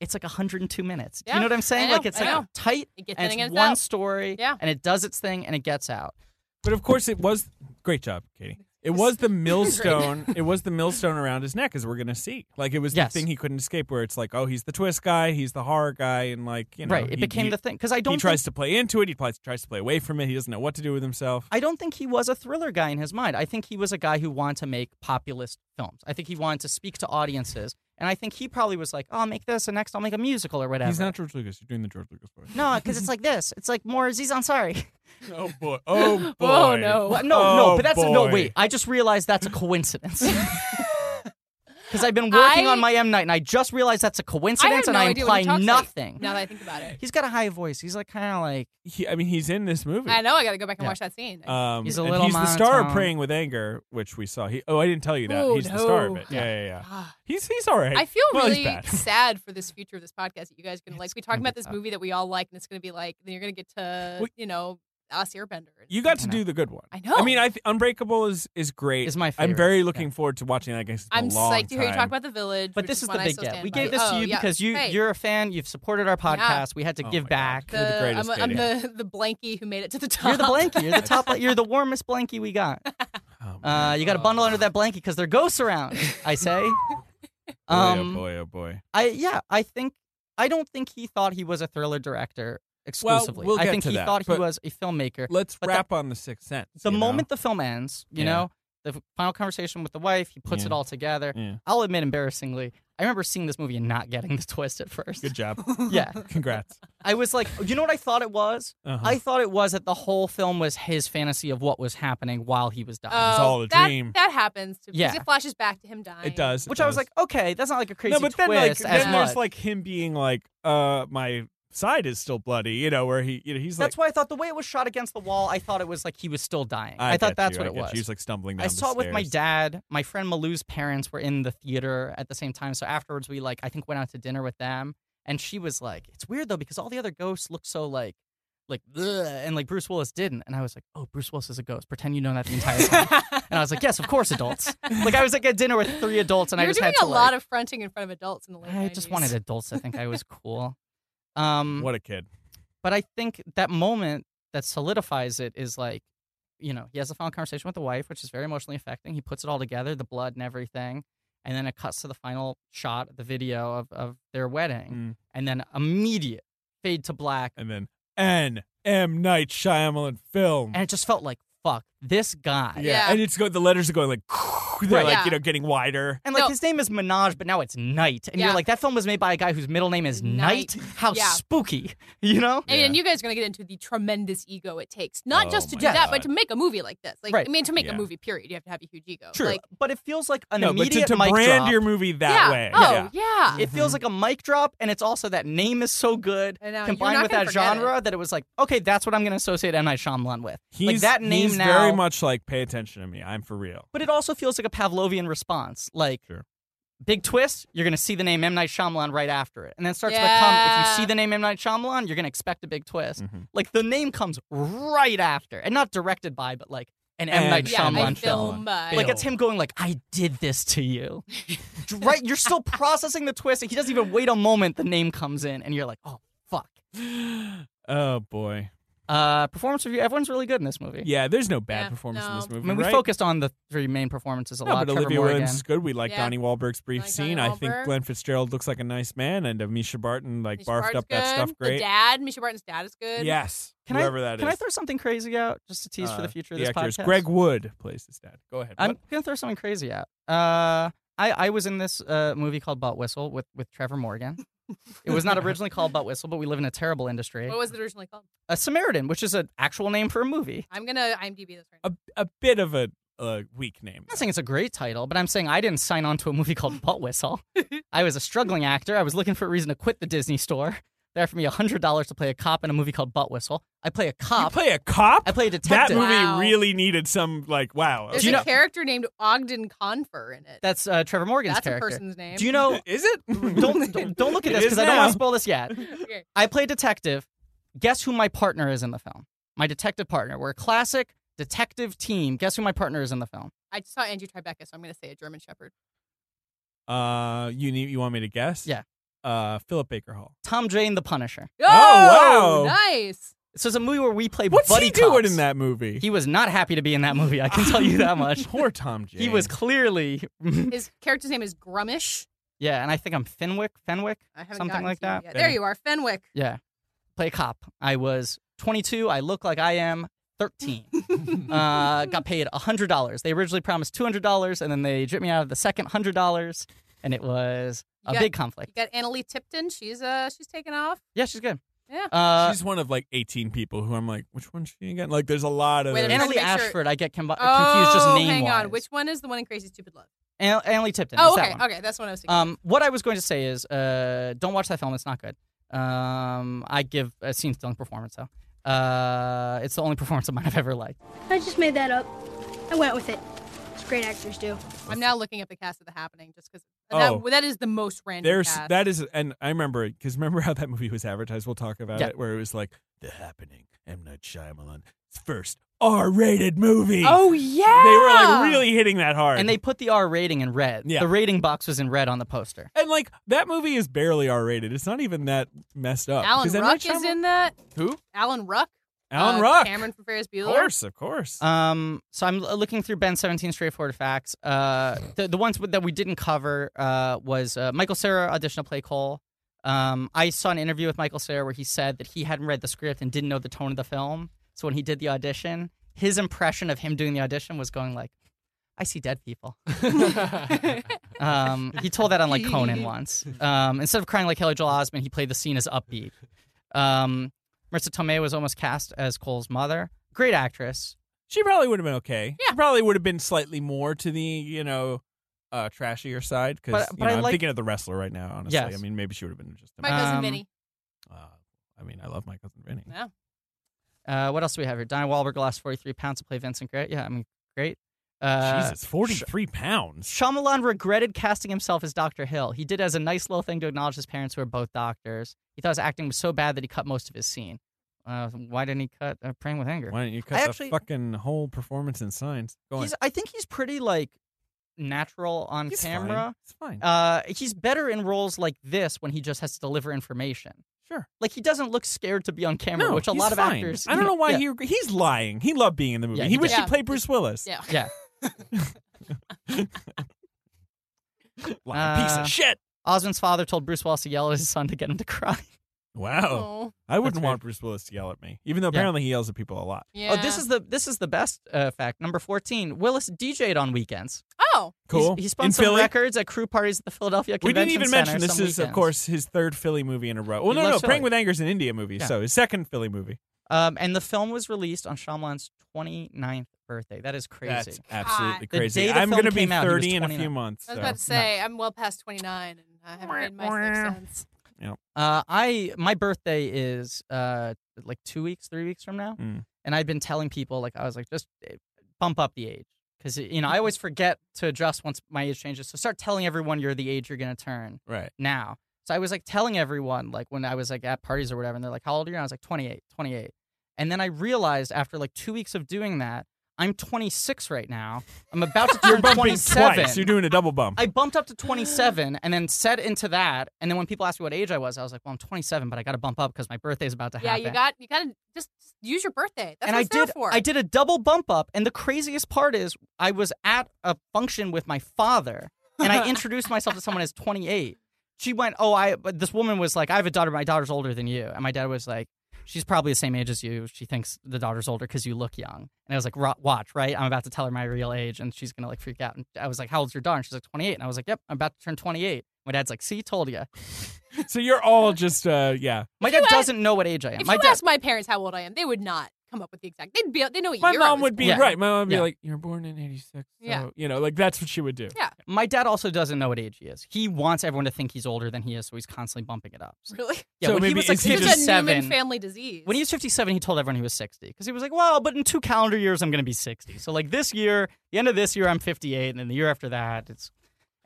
B: it's like 102 minutes. Do
D: Yeah,
B: you know what I'm saying?
D: I know,
B: like it's
D: I
B: like
D: know.
B: tight
D: It gets in
B: and
D: and
B: it's
D: gets
B: one
D: out.
B: story.
D: Yeah.
B: And it does its thing and it gets out.
C: But of course, it was great job, Katie. It was the millstone. it was the millstone around his neck, as we're gonna see. Like it was
B: Yes.
C: the thing he couldn't escape. Where it's like, oh, he's the twist guy, he's the horror guy, and like you know,
B: right. It
C: he-
B: became
C: he-
B: the thing because I don't
C: He
B: think-
C: tries to play into it. He tries, tries to play away from it. He doesn't know what to do with himself.
B: I don't think he was a thriller guy in his mind. I think he was a guy who wanted to make populist films. I think he wanted to speak to audiences. And I think he probably was like, oh, I'll make this, and next I'll make a musical or whatever.
C: He's not George Lucas. You're doing the George Lucas voice.
B: No, because it's like this. It's like more Aziz Ansari.
C: Oh boy. Oh boy.
D: Oh, no.
B: What? No, no,
C: Oh,
B: but that's no.
C: boy.
B: Wait, I just realized that's a coincidence. because I've been working
D: I-
B: on my M Night, and I just realized that's a coincidence, and
D: no
B: I
D: idea
B: imply
D: what he talks like,
B: nothing.
D: Now that I think about it,
B: He's got a high voice. He's like kind of like
C: He, I mean, he's in this movie.
D: I know I got to go back and
B: Yeah.
D: watch that scene.
C: Um,
B: He's a
C: and
B: little
C: He's the star of
B: monotone.
C: Praying with Anger, which we saw. He, oh, I didn't tell you that.
D: Oh,
C: he's the star of
D: no.
C: it. Yeah, yeah, yeah.
D: Ah.
C: He's he's all right.
D: I feel
C: well, he's
D: really
C: bad.
D: sad for this future of this podcast that you guys are gonna like. We talked
C: gonna be
D: about this
C: tough.
D: movie that we all like, and it's gonna be like then you're gonna get to
C: Well,
D: you know Oz Airbender.
C: You got to
B: I know.
C: do the good one.
D: I know.
C: I mean, I th- Unbreakable is is great.
B: is my favorite.
C: I'm very looking forward to watching that. I guess it's been
D: I'm
C: a long
D: psyched to hear you
C: time.
D: talk about the village.
B: But
D: which
B: this is the
D: one I
B: big
D: still
B: get.
D: stand
B: We
D: by.
B: gave this to
D: Oh,
B: you
D: yeah.
B: because you
D: Hey,
B: you're a fan. You've supported our podcast. We had to
C: Oh
B: give
C: my God.
B: back.
C: You're the greatest
D: I'm, I'm
C: baby.
D: the the blankie who made it to the top.
B: You're the blankie. You're the top. You're the warmest blankie we got.
C: Oh,
B: Uh, you got to bundle under that blanket because there are ghosts around. I say. Um,
C: Oh, boy, oh boy.
B: I yeah. I think I don't think he thought he was a thriller director exclusively.
C: we'll
B: I
C: get
B: think
C: to
B: he
C: that,
B: thought he
C: but-
B: was a filmmaker.
C: Let's
B: But
C: wrap on the sixth sense.
B: The
C: you know?
B: moment the film ends, you
C: Yeah.
B: know, the f- final conversation with the wife, he puts
C: Yeah.
B: it all together.
C: Yeah.
B: I'll admit embarrassingly, I remember seeing this movie and not getting the twist at first.
C: Good job.
B: Yeah.
C: Congrats.
B: I was like, "Oh, you know what I thought it was?
C: Uh-huh.
B: I thought it was that the whole film was his fantasy of what was happening while he was dying.
D: Oh,
C: all a
D: that,
C: dream.
D: That happens. To,
B: Yeah.
D: It flashes back to him dying.
C: it does. it
B: which I was
C: does.
B: like, okay, that's not like a crazy
C: no, but then like
B: twist as
C: then
B: much.
C: there's like him being like, uh, my side is still bloody. You know where he, you know, he's
B: that's
C: like,
B: why I thought the way it was shot against the wall, I thought it was like he was still dying. I,
C: get
B: thought that's
C: you,
B: what
C: I
B: it
C: get you."
B: was.
C: He's like stumbling down.
B: I
C: the
B: saw it with my
C: stairs.
B: dad. My friend Malou's parents were in the theater at the same time, so afterwards we like I think went out to dinner with them, and she was like, "It's weird though because all the other ghosts look so like." Like "Ugh," and like Bruce Willis didn't, and I was like, "Oh, Bruce Willis is a ghost. Pretend you know that the entire time." and I was like, "Yes, of course, adults." Like I was like at dinner with three adults, and
D: you
B: I
D: were
B: just
D: doing
B: had to
D: a lot
B: like,
D: of fronting in front of adults in the late
B: I just
D: 90s.
B: wanted adults. I think I was cool. Um,
C: What a kid.
B: but I think that moment that solidifies it is like, you know, he has the final conversation with the wife, which is very emotionally affecting. He puts it all together, the blood and everything, and then it cuts to the final shot, the video of, of their wedding,
C: Mm.
B: and then immediate fade to black,
C: And then N M Night Shyamalan film.
B: and it just felt like fuck this guy.
C: yeah.
D: Yeah.
C: and it's go. The letters are going like, they're
B: Right.
C: like
D: Yeah.
C: you know getting wider.
B: And like
D: No.
B: his name is Minaj, but now it's Knight, and
D: Yeah.
B: you're like that film was made by a guy whose middle name is Knight.
D: Knight.
B: How
D: Yeah.
B: spooky, you know?
D: And,
C: Yeah.
D: and you guys are going to get into the tremendous ego it takes, not
C: Oh
D: just to
C: my
D: do that,
C: God.
D: but to make a movie like this. Like,
B: Right.
D: I mean, to make
C: Yeah.
D: a movie, period, you have to have a huge ego.
B: True,
D: Like,
B: but it feels like an
C: no, but
B: immediate
C: to, to
B: mic
C: brand
B: drop.
C: your movie that
D: yeah.
C: way.
D: Oh,
C: yeah.
D: yeah.
B: It feels like a mic drop, and it's also that name is so good,
D: I know, um, you're
B: combined
D: not
B: with
D: gonna
B: that
D: forget it.
B: genre, that it was like, okay, that's what I'm going to associate M Night Shyamalan with.
C: He's
B: like that name
C: he's
B: now,
C: very much like pay attention to me. I'm for real.
B: but it also feels like a Pavlovian response. Like
C: Sure.
B: big twist, you're going to see the name M Night Shyamalan right after it, and then it starts to come. If
D: Yeah.
B: you see the name M Night Shyamalan, you're going to expect a big twist.
C: Mhm.
B: Like the name comes right after, and not directed by, but like an M
C: And-
B: Night
D: yeah,
B: Shyamalan
D: I
C: Shyamalan
B: film.
D: film. uh,
B: Like it's him going like, "I did this to you," right? You're still processing the twist. He doesn't even wait a moment. The name comes in, and you're like, "Oh fuck!"
C: Oh boy.
B: Uh, performance review. Everyone's really good in this movie.
C: Yeah, there's no bad
D: Yeah,
C: performance in
D: no.
C: this movie.
B: I mean, we
C: right?
B: focused on the three main performances a
C: No,
B: lot.
C: but
B: Trevor
C: Olivia
B: Morgan.
C: Williams is good. We like
D: Yeah.
C: Donnie Wahlberg's brief
D: Like Donnie
C: scene. I think
D: Wahlberg.
C: Glenn Fitzgerald looks like a nice man, and uh, Misha Barton like
D: Misha
C: barfed
D: Barton's
C: up that
D: good.
C: stuff
D: The
C: great.
D: dad, Misha Barton's dad is good.
C: Yes,
B: Can I-
C: whoever that is.
B: Can I throw something crazy out just to tease for
C: Uh,
B: the future of
C: the
B: this
C: actor is
B: podcast?
C: Greg Wood plays his dad. Go ahead.
B: I'm
C: What?
B: gonna throw something crazy out. Uh, I I was in this uh movie called Butt Whistle with with Trevor Morgan. it was not originally called Butt Whistle, but we live in a terrible industry.
D: What
C: Oh.
D: was it originally called?
B: A Samaritan, which is an actual name for a movie.
D: I'm going to IMDb this right now.
C: a a bit of a, a weak name.
B: I'm not saying it's a great title, but I'm saying I didn't sign on to a movie called Butt Whistle. I was a struggling actor. I was looking for a reason to quit the Disney store. They offered me $100 to play a cop in a movie called Butt Whistle. I play a
C: you
B: cop.
C: play a cop.
B: I play a
C: that
B: detective.
C: movie
D: Wow.
C: really needed some like wow.
B: Oh,
D: There's
B: Do you
D: a
B: know-
D: character named Ogden Confer in it.
B: That's uh, Trevor Morgan's
D: That's
B: character.
D: a person's name.
B: Do you know?
C: Is it?
B: Don't, don't, don't look at
C: It
B: this
C: is
B: because I don't
C: now.
B: want to spoil this yet.
D: Okay.
B: I play detective. Guess who my partner is in the film? My detective partner. We're a classic detective team. Guess who my partner is in the film?
D: I just saw Andrew Tribeca, so I'm going to say a German Shepherd.
C: Uh, you need you want me to guess?
B: Yeah.
C: Uh, Philip Baker Hall.
B: Tom Jane the Punisher.
C: Oh, wow.
D: Nice.
B: So it's a movie where we play
C: What's
B: buddy
C: he doing
B: cops.
C: in that movie?
B: He was not happy to be in that movie. I can tell you that much.
C: Poor Tom Jane.
B: he was clearly,
D: His character's name is Grummish.
B: yeah, and I think I'm Fenwick, Fenwick,
D: I haven't
B: something
D: gotten
B: like
D: to you
B: that.
D: yet. There you are, Fenwick.
B: Yeah, play cop. I was 22. I look like I am 13. uh, got paid hundred dollars. They originally promised two hundred dollars, and then they dripped me out of the second hundred dollars, and it was
D: You
B: a
D: got-
B: big
D: You
B: conflict.
D: got Annalie Tipton. She's uh she's taking off.
B: Yeah, she's good.
D: Yeah.
B: Uh,
C: She's one of like 18 people who I'm like, which one's she again? Like, there's a lot of.
D: Wait,
C: those.
D: I'm trying to
B: Annalie
D: make sure-
B: Ashford, I get com-
D: oh,
B: confused just name
D: hang
B: wise.
D: on. Which one is the one in Crazy Stupid Love?
B: An- Annalee Tipton.
D: Oh,
B: it's that
D: okay,
B: one.
D: okay, that's what I was thinking.
B: Um, what I was going to say is, uh, don't watch that film. It's not good. Um, I give a scene stealing performance though. Uh, it's the only performance of mine I've ever liked.
G: I just made that up. I went with it. It's great actors do.
D: I'm now looking at the cast of The Happening just because
C: Oh.
D: that is the most random.
C: There's
D: cast.
C: that is, and I remember because remember how that movie was advertised. We'll talk about
B: Yeah.
C: it, where it was like The Happening, M Night Shyamalan's first R-rated movie.
D: Oh yeah,
C: they were like really hitting that hard,
B: And they put the R rating in red.
C: Yeah.
B: The rating box was in red on the poster.
C: and like that movie is barely R-rated. It's not even that messed up.
D: Alan
C: 'Cause M.
D: Ruck
C: Night
D: is
C: Shyamalan-
D: in that.
C: Who?
D: Alan Ruck.
C: Alan
D: uh,
C: Ruck.
D: Cameron from Ferris Bueller.
C: Of course, of course.
B: Um, so I'm l- looking through Ben 17 straightforward facts. Uh, the, the ones that we didn't cover uh, was uh, Michael Sarah auditioned to play Cole. Um, I saw an interview with Michael Sarah where he said that he hadn't read the script and didn't know the tone of the film. So when he did the audition, his impression of him doing the audition was going like, "I see dead people." Um, he told that on like Conan once. Um, instead of crying like Haley Joel Osment, he played the scene as upbeat. Um, Marissa Tomei was almost cast as Cole's mother. Great actress.
C: she probably would have been okay.
D: Yeah.
C: She probably would have been slightly more to the you know. Uh, trashier side because
B: But-
C: you
B: but
C: know,
B: I
C: I'm
B: like-
C: thinking of the wrestler right now. Honestly,
B: Yes.
C: I mean, maybe she would have been just.
D: My cousin
B: Um,
D: Vinny.
C: Uh, I mean, I love my cousin Vinny.
D: Yeah.
B: Uh, what else do we have here? Diane Wahlberg lost 43 pounds to play Vincent Gray. Yeah, I mean, great. Uh,
C: Jesus, 43 pounds.
B: Shyamalan regretted casting himself as Dr. Hill. He did it as a nice little thing to acknowledge his parents, who are both doctors. He thought his acting was so bad that he cut most of his scene. Uh, why didn't he cut uh, Praying with Anger?
C: Why don't you cut
B: I
C: the
B: actually-
C: fucking whole performance in signs? Go on.
B: He's, I think he's pretty like natural on
C: He's fine.
B: camera.
C: It's fine.
B: Uh, he's better in roles like this when he just has to deliver information.
C: sure.
B: Like he doesn't look scared to be on camera,
C: No,
B: which a
C: he's
B: lot of
C: fine.
B: actors.
C: I don't know why
B: Yeah.
C: he he. He's lying. He loved being in the movie.
B: Yeah,
C: he
B: he
C: wished
D: did.
C: he played Bruce Willis.
D: Yeah.
B: Yeah.
C: Lying piece
B: Uh,
C: of shit.
B: Osmond's father told Bruce Willis to yell at his son to get him to cry.
C: Wow.
D: Oh.
C: I wouldn't
B: That's
C: want Bruce Willis to yell at me, even though apparently he yells at people a lot.
D: Yeah.
B: Oh, this is the this is the best uh, fact. Number fourteen, Willis DJ'd on weekends.
D: Oh,
C: Cool.
B: He's, he spun
C: in
B: some
C: Philly?
B: records at crew parties at the Philadelphia
C: We
B: Convention
C: didn't even
B: Center
C: mention this
B: some
C: is, of
B: weekends.
C: course, his third Philly movie in a row. Well,
B: He
C: no, no,
B: loves
C: Praying
B: Philly.
C: with Anger is an India movie,
B: Yeah.
C: so his second Philly movie.
B: Um, and the film was released on Shyamalan's 29th birthday. That is crazy.
C: That's absolutely
B: Ah, The
C: crazy.
B: day the
C: I'm
B: film
C: gonna be
B: came out, he was
C: 30 in a
B: 29.
C: few months.
D: I was
C: so.
D: about to say I'm well past 29 and I haven't made my sixth sense.
B: Uh, I my birthday is uh like two weeks, three weeks from now,
C: Mm.
B: and I've been telling people like I was like just eh, bump up the age because you know
C: Mm-hmm.
B: I always forget to adjust once my age changes. So start telling everyone you're the age you're gonna turn
C: Right.
B: now. So I was like telling everyone like when I was like at parties or whatever, and they're like, "How old are you?" And I was like, "28, 28." And then I realized after like two weeks of doing that, I'm 26 right now. I'm about to turn
C: bumping
B: 27.
C: twice. You're doing a double bump.
B: I bumped up to 27 and then set into that. And then when people asked me what age I was, I was like, well, I'm 27, but I got to bump up because my birthday's about to
D: Yeah,
B: happen.
D: you got you got to just use your birthday.
B: and
D: That's what
B: I
D: it's there
B: did.
D: for.
B: I did a double bump up, and the craziest part is, I was at a function with my father, and I introduced myself to someone as 28. She went, "Oh, I." But this woman was like, "I have a daughter. My daughter's older than you," and my dad was like, "She's probably the same age as you. She thinks the daughter's older because you look young." And I was like, "Ro- "Watch, right? I'm about to tell her my real age, and she's gonna like freak out." And I was like, "How old's your daughter?" And she's like, "28." And I was like, "Yep, I'm about to turn 28." My dad's like, "See, told you."
C: So you're all just uh yeah.
B: My
D: you
B: dad
D: ask-
B: doesn't know what age I am.
D: If
B: My
D: you
B: dad.
D: asked my parents how old I am, they would not come up with the exact. They'd be they know what
C: My
D: year I
C: mom
D: was
C: would be
B: born.
C: right. My mom would be
B: Yeah.
C: like, "You're born in '86."
D: Yeah.
C: So, you know, like that's what she would do.
D: Yeah.
B: My dad also doesn't know what age he is. He wants everyone to think he's older than he is, so he's constantly bumping it up. So-
D: born. really.
B: Yeah,
C: So
B: when he
C: maybe
B: was like
C: is he
D: It's
C: just-
D: just a Newman
B: 57.
D: family disease.
B: When he was 57, he told everyone he was 60 because he was like, well, but in two calendar years, I'm going to be 60. So, like, this year, the end of this year, I'm 58. And then the year after that, it's.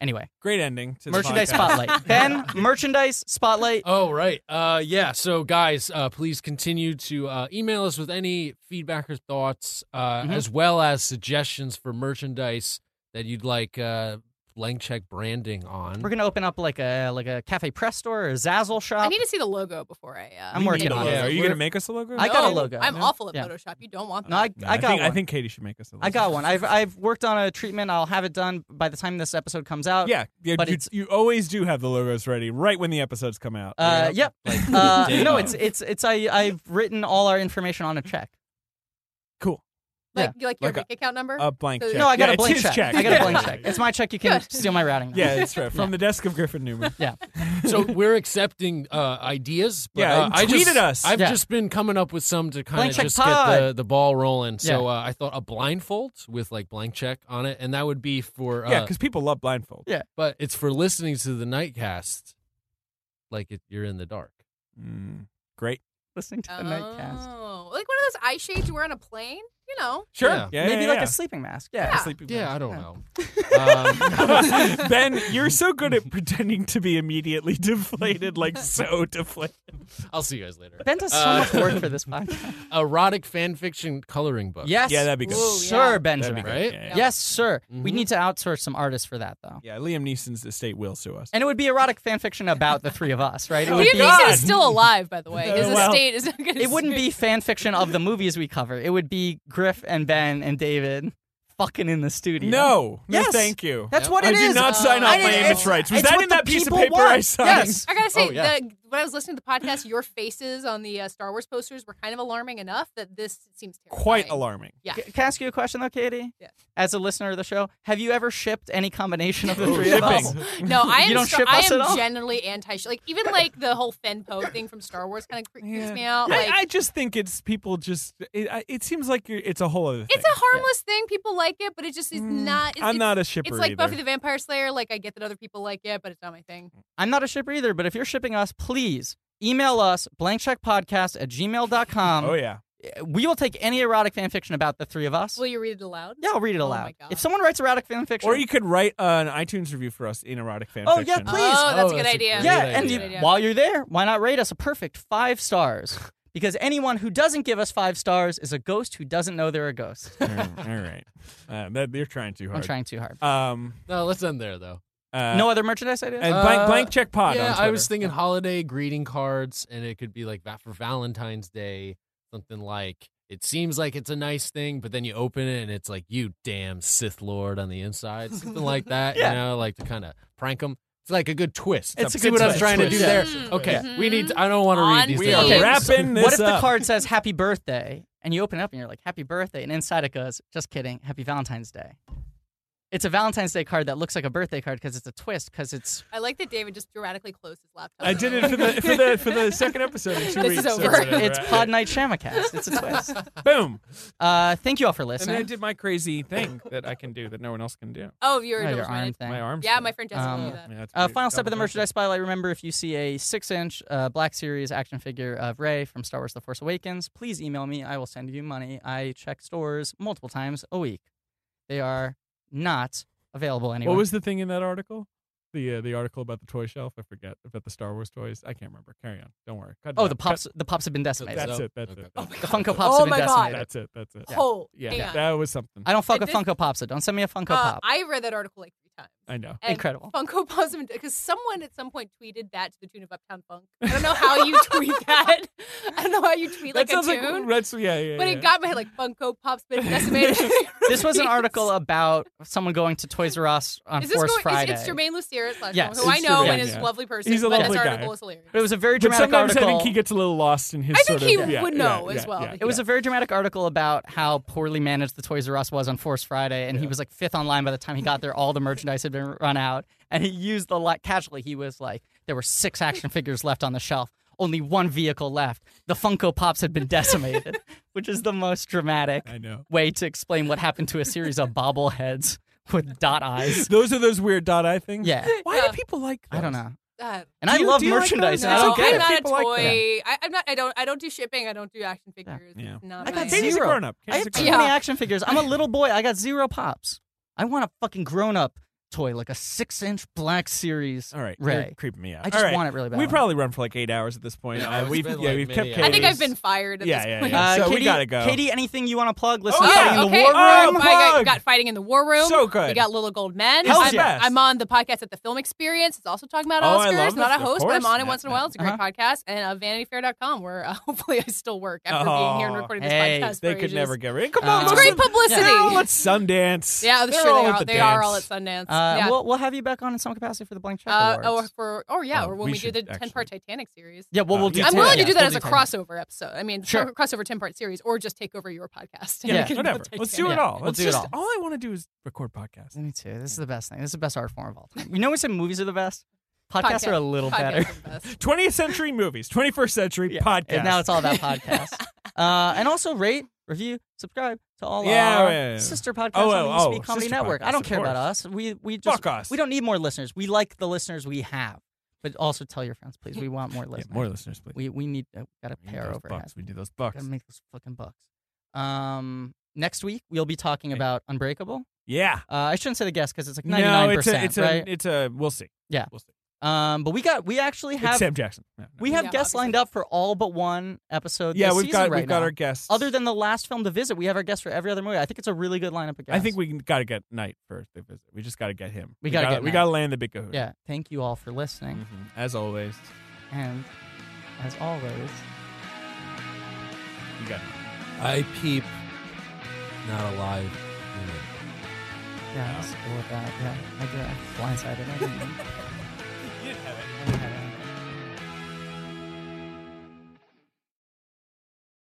B: Anyway,
C: Great ending to the
B: merchandise
C: podcast.
B: spotlight. Ben, merchandise spotlight.
E: Oh right, uh, yeah. So guys, uh, please continue to uh, email us with any feedback or thoughts, uh,
B: Mhm.
E: as well as suggestions for merchandise that you'd like uh, blank check branding on.
B: We're going to open up like a like a cafe press store or a Zazzle shop.
D: I need to see the logo before I. Uh,
B: I'm
C: We
B: working
C: need a
B: on
C: logo.
E: it.
C: Are you
E: We're-
C: gonna make us a logo?
B: I got a
D: No,
B: logo.
D: I'm
B: Yeah.
D: awful at
B: Yeah.
D: Photoshop. You don't want that.
B: no, I,
C: No,
B: I got
C: think,
B: one.
C: I think Katie should make us a logo.
B: I got one. I've, I've worked on a treatment. I'll have it done by the time this episode comes out.
C: Yeah, yeah
B: But
C: you,
B: it's-
C: you always do have the logos ready right when the episodes come out. oh,
B: Uh,
C: Yeah.
B: yep. Uh,
E: day
B: no,
E: of.
B: it's it's it's I I've written all our information on a check.
C: Cool.
D: Like, like your
C: Like a-
D: bank account number?
C: A blank
D: So-
C: check.
B: No, I got
C: Yeah,
B: a blank
C: it's his
B: check. I got a
C: Yeah.
B: blank check. It's my check. You can
D: Good.
B: steal my routing number.
C: Yeah, that's right. From the desk of Griffin Newman.
E: so we're accepting uh, ideas. But,
C: Yeah,
E: uh, I
C: tweet at
E: just,
C: us.
E: I've
B: Yeah.
E: just been coming up with some to kind
B: Blank
E: of
B: check
E: just
B: pod.
E: get the, the ball rolling. So uh, I thought a blindfold with like blank check on it, and that would be for. Uh,
C: yeah, because people love blindfold.
E: but it's for listening to the nightcast, like it, you're in the dark.
C: Mm, great.
B: Listening to the nightcast.
D: Oh, like one of those eye shades you wear on a plane? You know,
E: Sure.
C: Yeah, yeah,
B: Maybe
C: yeah,
B: like
C: yeah.
B: a sleeping mask. Yeah.
D: Yeah.
C: sleeping
E: Yeah,
C: bag.
E: I don't know. Um,
C: ben, you're so good at pretending to be immediately deflated, like so deflated.
E: I'll see you guys later.
B: Ben does so
E: Uh,
B: much work for this podcast.
E: Erotic fan fiction coloring book.
B: Yes.
C: Yeah, that'd be good.
D: Ooh,
B: Sir
D: yeah.
B: Benjamin.
E: That'd be Right?
C: Yeah,
D: good.
B: Yes, sir. We
E: Mhm.
B: need to outsource some artists for that, though.
C: Mm-hmm. yeah. Yeah, Liam Neeson's estate will sue us.
B: And it would be erotic fan fiction about the three of us, right? It,
D: Liam
B: would be,
D: Neeson is still alive, by the way. His
C: Uh, well,
D: estate is not going to.
B: it wouldn't be fan fiction of the movies we cover. It would be Griff and Ben and David fucking in the studio.
C: no, no,
B: Yes.
C: thank you.
B: That's what
C: I
B: it is.
C: did not sign
D: Uh,
C: off my
D: I didn't-
C: image
D: it's-
C: rights. Was
B: it's
C: that
B: what
C: in
B: the
C: that piece of
B: people
C: paper I
B: want.
C: signed?
B: Yes.
D: I gotta say,
E: Oh, yeah.
D: the, when I was listening to the podcast, your faces on the uh, Star Wars posters were kind of alarming enough that this seems terrifying.
C: Quite alarming.
D: Yeah.
B: C- Can I ask you a question though, Katie?
D: Yes.
B: As a listener of the show, have you ever shipped any combination of the
C: Oh,
B: three of us?
C: shipping.
D: No, I am.
B: You don't
D: str-
B: ship
D: I
B: us
D: am
B: at all?
D: generally anti. Like even like the whole Fenpo thing from Star Wars kind of creeps me out.
C: I-
D: Like
C: I, just think it's people just. It, I- it seems like you're, it's a whole other thing.
D: it's a harmless thing. People like it, but it just is not. It's,
C: I'm
D: it's-
C: not a shipper
D: It's like
C: either.
D: Buffy the Vampire Slayer. Like I get that other people like it, but it's not my thing.
B: I'm not a shipper either, but if you're shipping us, please email us blankcheckpodcast at gmail.com.
C: oh yeah,
B: We will take any erotic fan fiction about the three of us.
D: Will you read it aloud?
B: yeah, I'll read it
D: Oh my
B: aloud.
D: God.
B: If someone writes erotic fan fiction,
C: or you could write uh, an iTunes review for us in erotic fan
B: Oh, yeah,
C: fiction.
B: please.
D: Oh, that's a
E: Oh,
D: good
E: that's a
D: idea.
E: great
B: yeah,
E: idea.
B: and
E: Good
B: you-
D: idea.
B: while you're there, why not rate us a perfect five stars? Because anyone who doesn't give us five stars is a ghost who doesn't know they're a ghost.
C: all right, uh, that, you're trying too hard.
B: I'm trying too hard.
C: Um,
E: No, let's end there though.
C: uh,
B: no other merchandise ideas?
C: and blank
E: Uh,
C: blank check pod. on
E: yeah, I
C: Twitter.
E: was thinking holiday greeting cards, and it could be like that for Valentine's Day, something like it seems like it's a nice thing, but then you open it and it's like you damn Sith Lord on the inside, something like that.
B: Yeah.
E: You know, like to kind of prank them. It's like a good twist.
B: It's a
E: See
B: good
E: what I was
B: twist.
E: trying to do
B: Twist,
E: there.
D: yeah.
E: Okay,
D: Mhm.
E: we need. I don't want to read
D: On
E: these.
C: we
E: things.
C: are
B: Okay.
C: wrapping this uh,
B: what if the
C: up.
B: card says happy birthday and you open it up and you're like happy birthday and inside it goes just kidding happy valentine's day it's a valentine's day card that looks like a birthday card because it's a twist because it's
D: I like that David just dramatically closed his laptop.
C: I did it for the for the for the second episode. In two
D: This
C: weeks,
D: is
C: so
D: over.
C: whatever.
B: it's pod night shamacast it's a twist
C: Boom.
B: uh, thank you all for
C: And then I
B: listening
C: did my crazy thing that I can do that no one else can do.
D: Oh, you're
B: Oh,
D: double
B: your arm
D: minded.
B: thing
C: My arms.
D: Yeah, my friend Jessica
B: Um,
D: did that.
C: Yeah, that's
B: uh,
C: pretty-
B: final step of the
C: double
B: merchandise spotlight. Remember, if you see a six-inch uh, Black Series action figure of Rey from Star Wars: The Force Awakens, please email me. I will send you money. I check stores multiple times a week. They are not available anywhere.
C: What was the thing in that article? The uh, the article about the toy shelf. I forget about the Star Wars toys. I can't remember. Carry on. Don't worry. Cut
B: Oh,
C: that.
B: the
C: Cut-
B: pops. The pops have been decimated.
C: That's it, that's it.
E: Oh my
B: The
E: God.
B: Funko Pops
D: Oh
B: have been
D: my God.
B: decimated.
C: That's it. That's it.
D: Oh,
C: Yeah,
D: hang on.
C: that was something.
B: I don't fuck
D: And
B: a
D: this-
B: Funko Pops. So don't send me a Funko
D: Uh,
B: Pop.
D: I read that article like three times.
C: I know.
D: And
B: Incredible.
D: Funko Pops because someone at some point tweeted that to the tune of Uptown Funk. I don't know how you tweet that. I don't know how you tweet like
C: that sounds
D: a tune,
C: like that's, yeah, yeah.
D: but
C: yeah.
D: it got my head like Funko Pops been decimated.
B: This was an article about someone going to Toys R Us on
D: Is this
B: Force
D: going,
B: Friday.
D: It's, it's Jermaine Lucera, slash
B: Yes.
D: who I
C: It's
D: know
C: Jermaine,
D: and is
C: yeah.
D: a lovely person.
C: He's a
D: but
C: lovely
D: this
C: guy.
D: article was hilarious.
B: but it was a very
C: But
B: dramatic
C: sometimes
B: article.
C: I think he gets a little lost in his.
D: I think
C: sort of-
D: he
C: yeah,
D: would
C: yeah,
D: know
C: yeah,
D: as well.
C: yeah,
B: it was
C: yeah.
B: a very dramatic article about how poorly managed the Toys R Us was on Force Friday, and he was like fifth online by the time he got there. All the merchandise had been run out, and he used the li casually. He was like, "There were six action figures left on the shelf, only one vehicle left. The Funko Pops had been decimated," which is the most dramatic
C: I know.
B: way to explain what happened to a series of bobbleheads with dot eyes.
C: Those are those weird dot eye things.
B: Yeah.
C: Why
D: Yeah.
C: do people like? Those?
B: I don't know.
D: Uh,
B: And
C: Do
B: I
C: you-
B: love
C: do you like
B: merchandise.
C: those?
B: and I
C: It's
B: don't
D: no,
C: okay
B: get
D: I'm
B: it.
D: not
C: People
D: a
C: like
D: toy.
C: that.
D: I, I'm not. I don't. I don't do shipping. I don't do action figures.
C: Yeah.
D: Not
B: I got
D: my-
B: zero.
C: Katie's a grown up.
B: I have too
D: Yeah.
B: many action figures. I'm a little boy. I got zero pops. I want a fucking grown up toy, like a six inch black series.
C: All right,
B: Ray.
C: you're creeping me out.
B: I just
C: All right.
B: want it really bad.
C: We probably run for like eight hours at this point.
E: Yeah,
C: uh,
E: it's
C: we've
E: been,
C: yeah,
E: like,
C: we've kept.
E: many
C: Katie-
D: I think
E: Yes.
D: I've been fired at
C: Yeah,
D: this
C: yeah,
D: point.
C: yeah.
B: Uh,
C: So we
B: Katie,
C: gotta go.
B: Katie, anything you want to plug? Listen
C: Oh,
B: to
C: yeah,
B: Fighting in the
D: okay.
B: War
D: Oh,
B: Room.
C: Plug!
D: my God, we got fighting in the war room.
C: So good.
D: We got Little Gold Men.
C: It's the
D: I'm,
C: best.
D: I'm on the podcast at the Film Experience. It's also talking about
C: Oh, I
D: Oscars.
C: love
D: Not
C: this. Of
D: a host, but I'm
C: course. Uh-huh.
D: on it once in a while. It's a great podcast. And uh, VanityFair.com, where uh, hopefully I still work after being here and
C: Oh,
D: recording this
B: hey,
D: podcast.
C: They
D: for
C: could
D: ages.
C: never get rid. Come
B: Uh,
C: on,
B: It's
C: most
D: great
C: of-
D: publicity.
C: They're all at Sundance.
D: Yeah,
C: They're
D: sure
C: all
D: they
C: at
D: are.
C: the
D: They are all at
C: dance. Uh,
D: Sundance. Yeah.
B: Uh, we'll, we'll have you back on in some capacity for the blank check
D: Uh, or
B: awards.
D: for or yeah,
C: Oh,
D: or when
C: we
D: we, do
C: should
D: the ten part
C: actually-
D: Titanic series.
B: yeah, well,
C: Uh,
B: we'll do.
C: yeah.
D: I'm
B: ten-
D: willing
B: yeah,
D: to do that
B: we'll
D: as a
B: ten.
D: crossover episode. I mean,
B: Sure.
D: crossover ten part series, or just take over your podcast.
B: Yeah.
D: Make it
C: whatever.
D: about
C: Let's do it
D: Titanic.
C: all.
B: We'll
C: Let's
B: do it
C: just,
B: all.
C: I want to do is record podcasts.
B: Me too. This is the best thing. This is the best art form of all time. You know, we said movies are the best. Podcasts are a little
D: Podcasts
B: better.
D: are the best.
C: 20th century movies, 21st century
B: Yeah.
C: podcasts.
B: And now it's all about podcasts. uh, and also rate, review, subscribe to all
C: Yeah,
B: our
C: yeah, yeah, yeah.
B: sister podcasts
C: Oh,
B: on the
C: oh,
B: Used to
C: oh,
B: Be Comedy
C: sister
B: Network.
C: podcasts,
B: I don't
C: of
B: care about
C: course.
B: us. We we just
C: Fuck us.
B: we don't need more listeners. We like the listeners we have, but also tell your friends, please. We want more
C: Yeah,
B: listeners.
C: more listeners, please.
B: We we need uh, we gotta
C: We need
B: pair
C: those
B: over.
C: bucks. We need those
B: Gotta
C: bucks.
B: make those fucking bucks. Um, next week we'll be talking
C: Hey.
B: about Unbreakable.
C: Yeah.
B: Uh, I shouldn't say the guess because it's like ninety
C: No,
B: nine
C: it's a,
B: percent,
C: it's a,
B: right?
C: it's a. We'll see.
B: Yeah.
C: we'll see.
B: um, but we got we actually
C: It's
B: have
C: Sam Jackson. No, no.
B: we have
D: Yeah,
B: guests
D: obviously.
B: lined up for all but one episode.
C: yeah,
B: this
C: we've
B: season
C: got
B: right
C: we've got
B: now.
C: our guests.
B: Other than the last film to visit, we have our guests for every other movie. I think it's a really good lineup of guests.
C: I think we got to get Knight first. They visit. We just got to get him.
B: We gotta
C: gotta-
B: get
C: we
B: Knight.
C: got to land the big kahuna.
B: Yeah. Thank you all for listening.
C: Mhm. As always, Mm.
B: And as always,
C: you got. Knight.
E: I peep, not alive. human.
B: yeah, I was cool with that. Yeah, I did. I blindsided. I didn't. I didn't have it.